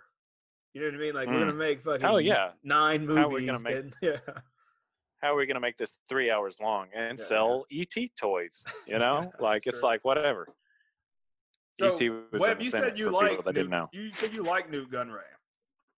S1: you know what i mean like we're gonna make fucking
S2: Oh, yeah.
S1: nine movies
S2: How are we gonna make-
S1: and- yeah
S2: how are we going to make this three hours long and
S1: Yeah, yeah.
S2: sell et toys you know
S1: Yeah,
S2: like
S1: that's
S2: it's
S1: true.
S2: like whatever
S1: so
S2: et E was in
S1: Webb,
S2: the
S1: you
S2: senate
S1: said you
S2: for people
S1: like
S2: that didn't
S1: Newt-
S2: know
S1: you said you like newt gunray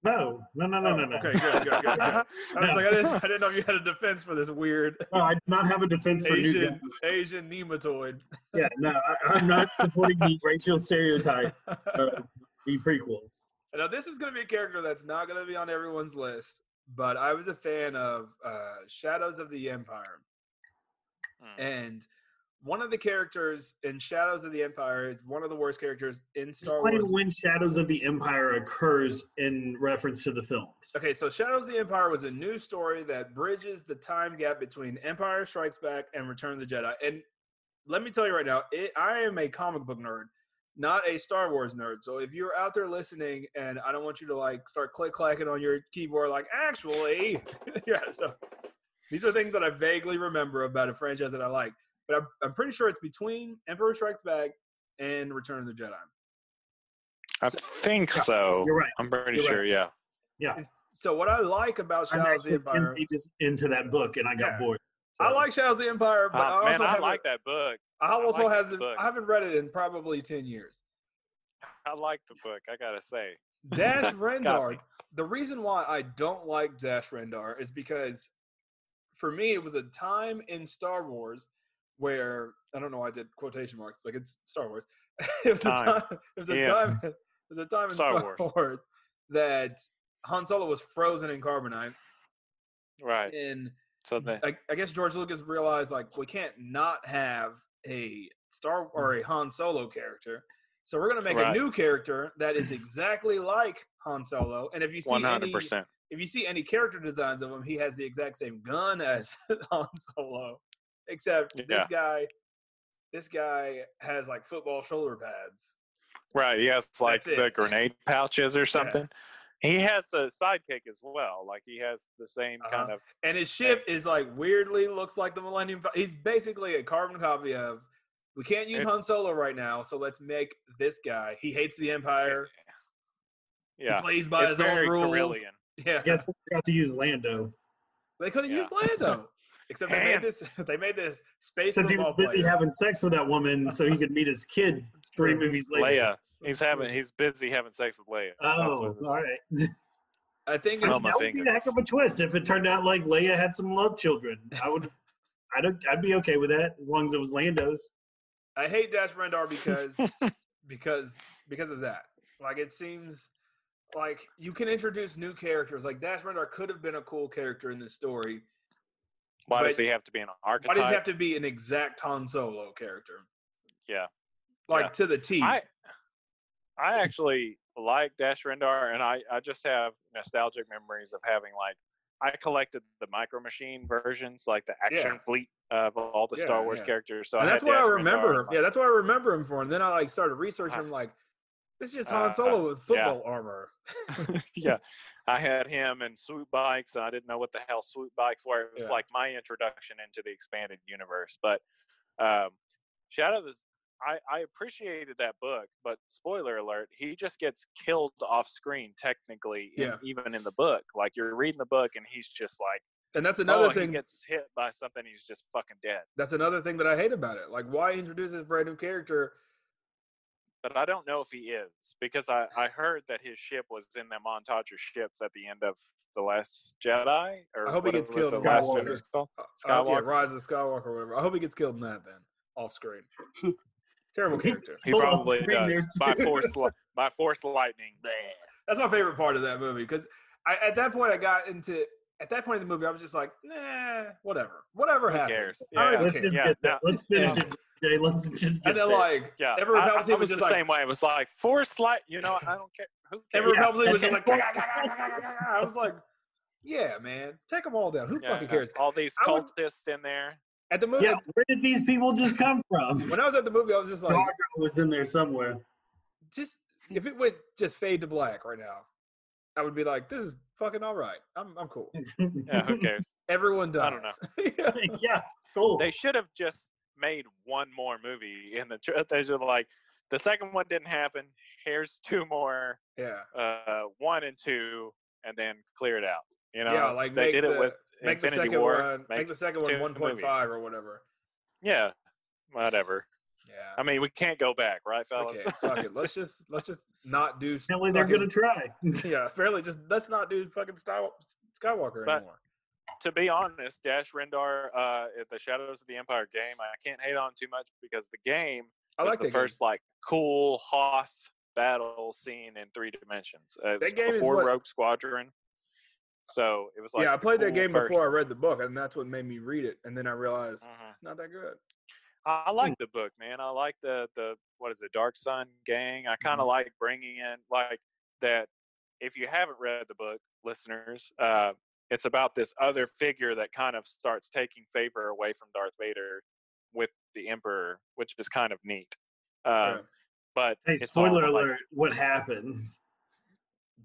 S3: No, no, no, no,
S1: Oh,
S3: no, no.
S1: okay good good good, good. I was
S3: No.
S1: like, I didn't, I didn't know if you had a defense for this weird
S3: No, I do not have a defense for Newt.
S1: Asian
S3: Gunn.
S1: Asian nematode.
S3: Yeah, no, I, I'm not supporting the racial stereotype of the prequels.
S1: Now this is going to be a character that's not going to be on everyone's list, but I was a fan of uh, Shadows of the Empire.
S2: Mm.
S1: And one of the characters in Shadows of the Empire is one of the worst characters in Star Wars.
S3: Explain when Shadows of the Empire occurs in reference to the films.
S1: Okay, so Shadows of the Empire was a new story that bridges the time gap between Empire Strikes Back and Return of the Jedi. And let me tell you right now, it, I am a comic book nerd, not a Star Wars nerd. So if you're out there listening, and I don't want you to like start click clacking on your keyboard, like actually, yeah. So these are things that I vaguely remember about a franchise that I like, but I'm, I'm pretty sure it's between Emperor Strikes Back and Return of the Jedi.
S2: I think so.
S3: You're right.
S2: I'm pretty
S3: You're right.
S2: sure. Yeah.
S1: So what I like about
S3: I'm
S1: Shadows of the
S3: actually ten
S1: Empire,
S3: pages into that book, and I got
S1: Yeah.
S3: bored.
S1: I
S3: So-
S1: like Shadows of the Empire, but
S2: Uh,
S1: I also
S2: man, I
S1: haven't-
S2: like that book.
S1: I also
S2: like that
S1: hasn't
S2: book.
S1: I haven't read it in probably ten years.
S2: I like the book. I gotta say.
S1: Dash
S2: Got
S1: Rendar.
S2: me.
S1: The reason why I don't like Dash Rendar is because for me it was a time in Star Wars where I don't know why I did quotation marks, like it's Star Wars. it was a
S2: Time.
S1: time it was a
S2: Yeah.
S1: time it was a time in
S2: Star
S1: Star,
S2: Wars.
S1: Wars that Han Solo was frozen in carbonite
S2: Right.
S1: and
S2: So the
S1: I, I guess George Lucas realized like we can't not have a Star or a Han Solo character, so we're gonna make
S2: Mm-hmm. Right.
S1: a new character that is exactly like Han Solo. And if you see
S2: one hundred
S1: any,
S2: percent.
S1: if you see any character designs of him, he has the exact same gun as Han Solo, except this
S2: Yeah.
S1: guy, this guy has like football shoulder pads.
S2: Right. Yeah. It's like
S1: That's
S2: the
S1: it.
S2: grenade pouches or something. He has a sidekick as well. Like he has the same kind
S1: Uh-huh.
S2: of.
S1: And his ship is like weirdly looks like the Millennium. Fal- He's basically a carbon copy of. We can't use
S2: It's-
S1: Han Solo right now, so let's make this guy. He hates the Empire.
S2: Yeah.
S1: He plays by
S2: it's
S1: his own
S2: very
S1: rules.
S2: Carillion.
S1: Yeah,
S3: I guess I forgot to use Lando.
S1: they could have
S2: Yeah.
S1: used Lando, except they
S2: Man.
S1: made this. They made this space
S3: Except he was
S1: football
S3: busy
S1: player.
S3: having sex with that woman so he could meet his kid three movies later.
S2: Leia. He's having. He's busy having sex with Leia. That's
S3: Oh,
S2: what it is.
S3: all right.
S1: I think
S2: Smell
S1: it's,
S2: Oh, my
S3: that would be
S2: fingers.
S3: a heck of a twist if it turned out like Leia had some love children. I would, I'd, I'd be okay with that as long as it was Lando's.
S1: I hate Dash Rendar because because because of that. Like it seems like you can introduce new characters. Like Dash Rendar could have been a cool character in this story.
S2: Why does
S1: But-
S2: he have to be an
S1: Why
S2: archetype?
S1: does it have to be an exact Han Solo character?
S2: yeah.
S1: Like
S2: Yeah.
S1: to the T.
S2: I I actually like Dash Rendar, and I I just have nostalgic memories of having like I collected the Micro Machine versions, like the Action
S1: Yeah.
S2: Fleet of all the
S1: Yeah,
S2: Star Wars
S1: yeah.
S2: characters. So
S1: and
S2: I
S1: that's
S2: had
S1: what I
S2: Dash Rendar
S1: remember
S2: and,
S1: him.
S2: like,
S1: Yeah, that's what I remember him for. And then I like started researching
S2: Uh,
S1: him like this is just
S2: uh,
S1: Han Solo with football armor.
S2: yeah, I had him and swoop bikes, and I didn't know what the hell swoop bikes were. It was
S1: Yeah.
S2: like my introduction into the expanded universe. But um, Shadow of the, I, I appreciated that book, but spoiler alert, he just gets killed off screen technically, in,
S1: Yeah.
S2: even in the book. Like you're reading the book, and he's just like,
S1: And that's another
S2: oh,
S1: thing
S2: he gets hit by something, he's just fucking dead.
S1: that's another thing that I hate about it. Like why introduce this brand new character?
S2: But I don't know if he is because I, I heard that his ship was in that montage of ships at the end of the Last Jedi. Or
S1: I hope he gets
S2: whatever
S1: killed
S2: The Last
S1: Skywalker.
S2: Jedi's called.
S1: Uh, uh, yeah,
S2: Skywalker.
S1: Rise of Skywalker or whatever. I hope he gets killed in that then. Off screen. Terrible character.
S2: He
S3: Hold on,
S2: probably does
S3: screen there,
S2: by
S3: too.
S2: force li- by force lightning.
S1: That's my favorite part of that movie because at that point I got into at that point in the movie I was just like nah whatever whatever
S2: Who
S1: happens
S2: cares?
S1: I don't even
S2: Yeah.
S3: Let's
S1: care.
S3: just
S2: yeah,
S3: get that.
S2: no,
S3: Let's finish
S1: yeah.
S3: it, Jay. Let's just get
S1: and then
S3: there.
S1: like
S2: Yeah,
S1: Emperor
S2: I, I, I
S1: Palpatine was
S2: was
S1: just
S2: the
S1: like
S2: same way. It was like force light. You know, I don't care. Who cares?
S1: Emperor
S3: Yeah,
S1: Palpatine was
S3: at
S1: just
S3: this
S1: like I was like yeah man take them all down who
S2: Yeah,
S1: fucking cares
S2: All these
S1: I would-
S2: cultists in there.
S1: at the movie
S3: yeah, where did these people just come from?
S1: when I was at the movie I was just like
S3: Jar Jar was in there somewhere.
S1: just if it would just fade to black right now I would be like this is fucking all right I'm I'm cool
S2: Yeah, who cares?
S1: everyone does
S2: I don't
S1: yeah.
S3: yeah, cool.
S2: they should have just made one more movie. And the tr- they should have like the second one didn't happen. Here's two more,
S1: yeah
S2: uh, one and two, and then clear it out. You know,
S1: Yeah, like,
S2: they
S1: make
S2: did it
S1: the-
S2: with
S1: make the
S2: Infinity
S1: second
S2: War.
S1: one make,
S2: make-
S1: the second
S2: two
S1: one 1.5
S2: movies.
S1: or whatever
S2: yeah, whatever.
S1: yeah
S2: I mean, we can't go back, right, fellas?
S1: Okay, fuck it. Let's just let's just not do. s-
S3: Apparently they're
S1: fucking-
S3: gonna try.
S1: Yeah, apparently just let's not do fucking Sky- Skywalker
S2: But-
S1: anymore.
S2: to be honest, Dash Rendar, uh, at the Shadows of the Empire game, I can't hate on too much because the game
S1: I
S2: was
S1: like
S2: the
S1: that
S2: first like cool Hoth battle scene in three dimensions. Uh, it
S1: That
S2: was
S1: game is
S2: before
S1: what-
S2: Rogue Squadron, so it was
S1: game.
S2: like
S1: yeah, I
S2: the
S1: played that
S2: cool
S1: game before I
S2: first-
S1: read the book, and that's what made me read it. And then I realized
S2: Mhm.
S1: it's not that good.
S2: I I like the book, man. I like the the what is it, Dark Sun Gang. I kind of like bringing in like that. If you haven't read the book, listeners, uh, it's about this other figure that kind of starts taking favor away from Darth Vader with the Emperor, which is kind of neat. Um,
S1: Yeah.
S2: But
S3: hey,
S2: it's all
S3: spoiler
S2: like-
S3: alert, what happens?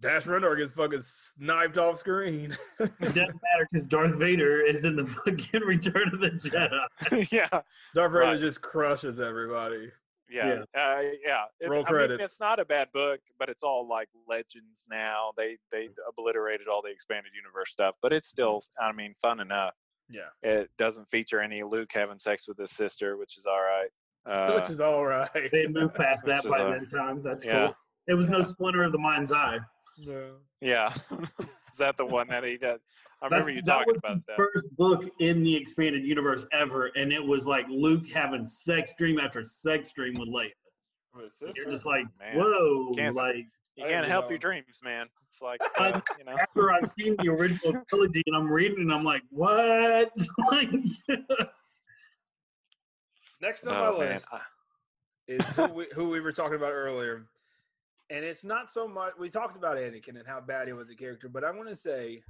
S1: Dash Rendar gets fucking sniped off screen.
S3: It doesn't matter because Darth Vader is in the fucking Return of the Jedi.
S2: yeah,
S1: Darth Vader
S2: Right.
S1: just crushes everybody.
S2: yeah, yeah. Uh, yeah. It-
S1: Roll
S2: I mean,
S1: credits.
S2: it's not a bad book, but it's all like legends now. They they obliterated all the expanded universe stuff, but it's still, I mean, fun enough.
S1: Yeah.
S2: It doesn't feature any Luke having sex with his sister, which is all right. Uh,
S1: Which is all right.
S3: They moved past
S2: Which
S3: that
S2: is
S3: by
S2: a-
S3: that time. That's
S2: yeah.
S3: cool. It was no splinter of the mind's eye.
S1: No.
S2: yeah, is that the one that he does? I
S3: That's-
S2: remember you
S3: that
S2: talking
S3: was
S2: about that.
S3: the First book in the expanded universe ever, and it was like Luke having sex dream after sex dream with Leia.
S1: With his
S3: You're
S1: sister?
S3: just like,
S2: oh, Man.
S3: whoa!
S2: Can't-
S3: Like
S2: You
S1: I
S2: can't
S1: didn't
S2: help
S1: know.
S2: your dreams, man. It's like uh, you know.
S3: after I've seen the original trilogy and I'm reading, and I'm like, what? like,
S1: Next on
S3: "Oh,
S2: Oh,
S1: my list is who we, who we were talking about earlier. And it's not so much we talked about Anakin and how bad he was a character, but I'm gonna say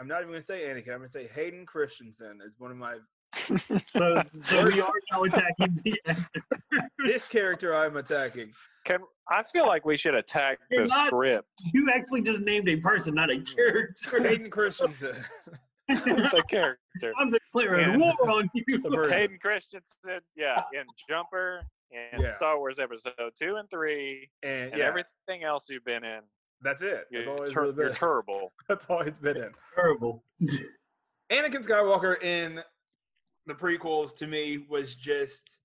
S1: I'm not even gonna say Anakin, I'm gonna say Hayden Christensen is one of my
S3: so, so we are now attacking the actor.
S1: this character I'm attacking.
S2: Can I feel like we should attack
S3: You're
S2: the
S3: not-
S2: script?
S3: You actually just named a person, not a character.
S1: Hayden Christensen.
S2: the character.
S3: I'm declaring
S2: Yeah.
S3: war on you.
S1: The person.
S2: Hayden Christensen, yeah, in Jumper and
S1: Yeah.
S2: Star Wars Episode Two and Three,
S1: And,
S2: and
S1: yeah,
S2: everything else you've been in.
S1: that's it.
S2: You're,
S1: That's all he's
S2: tur-
S1: really
S2: you're
S1: been.
S2: terrible.
S1: That's all he's been in.
S3: Terrible.
S1: Anakin Skywalker in the prequels to me was just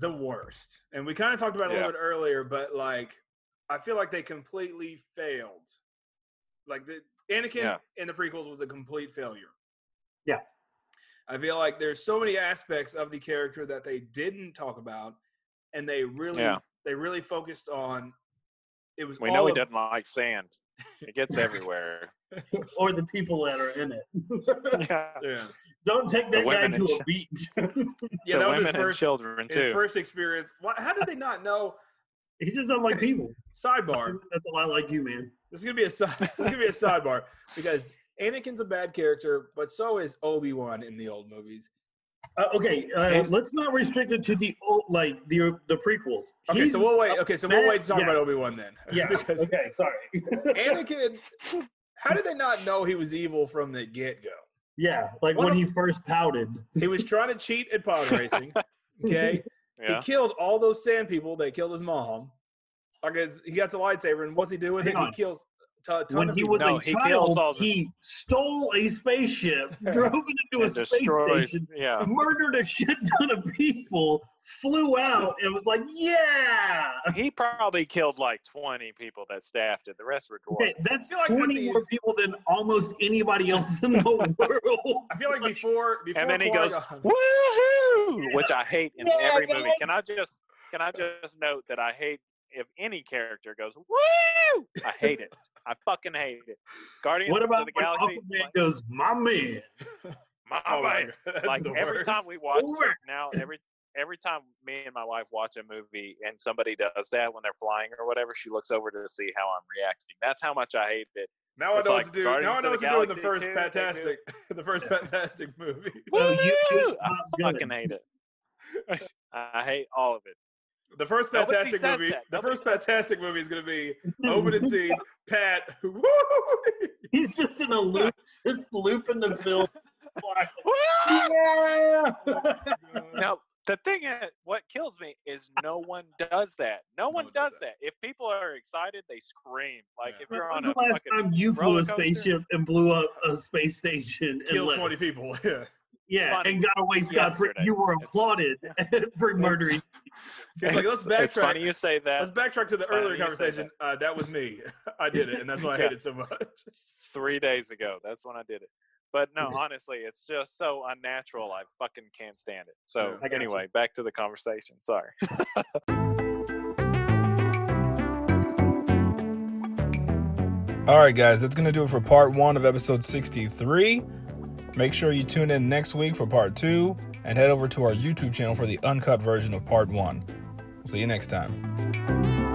S1: the worst. And we kind of talked about it a little bit earlier, but like I feel like they completely failed. Like the Anakin
S2: Yeah.
S1: in the prequels was a complete failure.
S3: Yeah.
S1: I feel like there's so many aspects of the character that they didn't talk about and they really
S2: Yeah.
S1: they really focused on it was
S2: We
S1: all
S2: know he
S1: of-
S2: doesn't like sand. It gets everywhere.
S3: Or the people that are in it.
S2: yeah.
S1: yeah.
S3: Don't take that guy
S2: women
S3: to
S2: and
S3: a
S2: sh-
S3: beach.
S1: Yeah, that
S2: the
S1: was
S2: women
S1: his
S2: and
S1: first
S2: children
S1: his
S2: too.
S1: first experience. What, how did they not know
S3: he just don't like people.
S1: Sidebar.
S3: That's a lot like you, man.
S1: This is gonna be a side, this is gonna be a sidebar because Anakin's a bad character, but so is Obi Wan in the old movies.
S3: Uh, okay, uh,
S2: He's-
S3: let's not restrict it to the old, like the the prequels.
S1: Okay,
S3: He's-
S1: so we'll wait. Okay, so we'll
S3: bad-
S1: wait to talk
S3: yeah.
S1: about Obi Wan then.
S3: yeah.
S1: because
S3: Okay, sorry.
S1: Anakin, how did they not know he was evil from the get go?
S3: yeah, like
S1: One
S3: when
S1: of-
S3: he first pouted.
S1: He was trying to cheat at pod racing. Okay,
S2: yeah.
S1: he killed all those sand people. They killed his mom. Like it's- he got the lightsaber, and what's he do with it?
S3: Hang
S1: He
S3: on.
S1: kills. T- a ton
S3: When
S1: of
S3: he
S1: people.
S3: was
S2: No,
S3: a
S2: he
S3: child,
S2: kills all the-
S3: he stole a spaceship, drove it into a
S2: And
S3: space
S2: destroys-
S3: station,
S2: Yeah.
S3: murdered a shit ton of people, flew out, and was like, "Yeah."
S2: He probably killed like 20 people that staffed it. The rest were dwarves.
S3: Okay, that's
S1: feel like with
S3: 20
S1: the-
S3: more people than almost anybody else in the world.
S1: I feel like before before
S2: and then he goes
S1: Qui-Gon-
S2: woohoo, which I hate in
S3: Yeah,
S2: every movie.
S3: guys.
S2: Can I just can I just note that I hate if any character goes woo? I hate it. I fucking hate it. Guardians
S3: What
S2: of
S3: about
S2: the
S3: when
S2: Galaxy,
S3: Aquaman goes, "My man"?
S2: my,
S1: Oh my
S2: man.
S1: God, that's
S2: like
S1: the
S2: every
S1: worst.
S2: time we watch
S3: Over.
S2: now every every time me and my wife watch a movie and somebody does that when they're flying or whatever, she looks over to see how I'm reacting. That's how much I hate it.
S1: Now I
S2: It's
S1: know
S2: like
S1: what to do.
S2: Guardians
S1: Now I
S2: of
S1: know
S2: the
S1: what to do in the
S2: Galaxy
S1: first
S2: too, they
S1: fantastic, the first fantastic movie.
S3: No, you hate
S2: Woo! I
S3: Top Gun.
S2: fucking hate it. I hate all of it.
S1: The first
S2: Nobody
S1: fantastic
S2: says
S1: movie.
S2: that.
S1: The
S2: Nobody
S1: first fantastic movie is going to be opening scene. Pat, woo!
S3: He's just in a loop, just looping the film.
S2: No, the thing is, what kills me is no one does that. No one does that. If people are excited, they scream. Like
S1: Yeah.
S2: if you're on
S3: When's
S2: a
S3: the last
S2: fucking,
S3: time you flew
S2: roller
S3: a
S2: coaster?
S3: spaceship and blew up a space station? and
S1: Kill
S3: left?
S1: twenty people. Yeah.
S3: Yeah,
S2: Funny.
S3: and got away scot free.
S2: Yesterday.
S3: You were
S2: It's-
S3: applauded for murdering.
S1: It's like, let's
S2: it's funny
S1: backtrack.
S2: you say
S1: Let's
S2: that.
S1: backtrack to the
S2: funny
S1: earlier
S2: you say
S1: conversation. Uh, that was me. I did it, and that's why I
S2: Yeah.
S1: hate it so much.
S2: Three days ago, that's when I did it. But no,
S1: Mm-hmm.
S2: honestly, it's just so unnatural. I fucking can't stand it. So
S1: Yeah, I
S3: gotcha.
S2: anyway, back to the conversation. Sorry.
S1: All right, guys, that's going to do it for part one of episode 63. Make sure you tune in next week for part two and head over to our YouTube channel for the uncut version of part one. See you next time.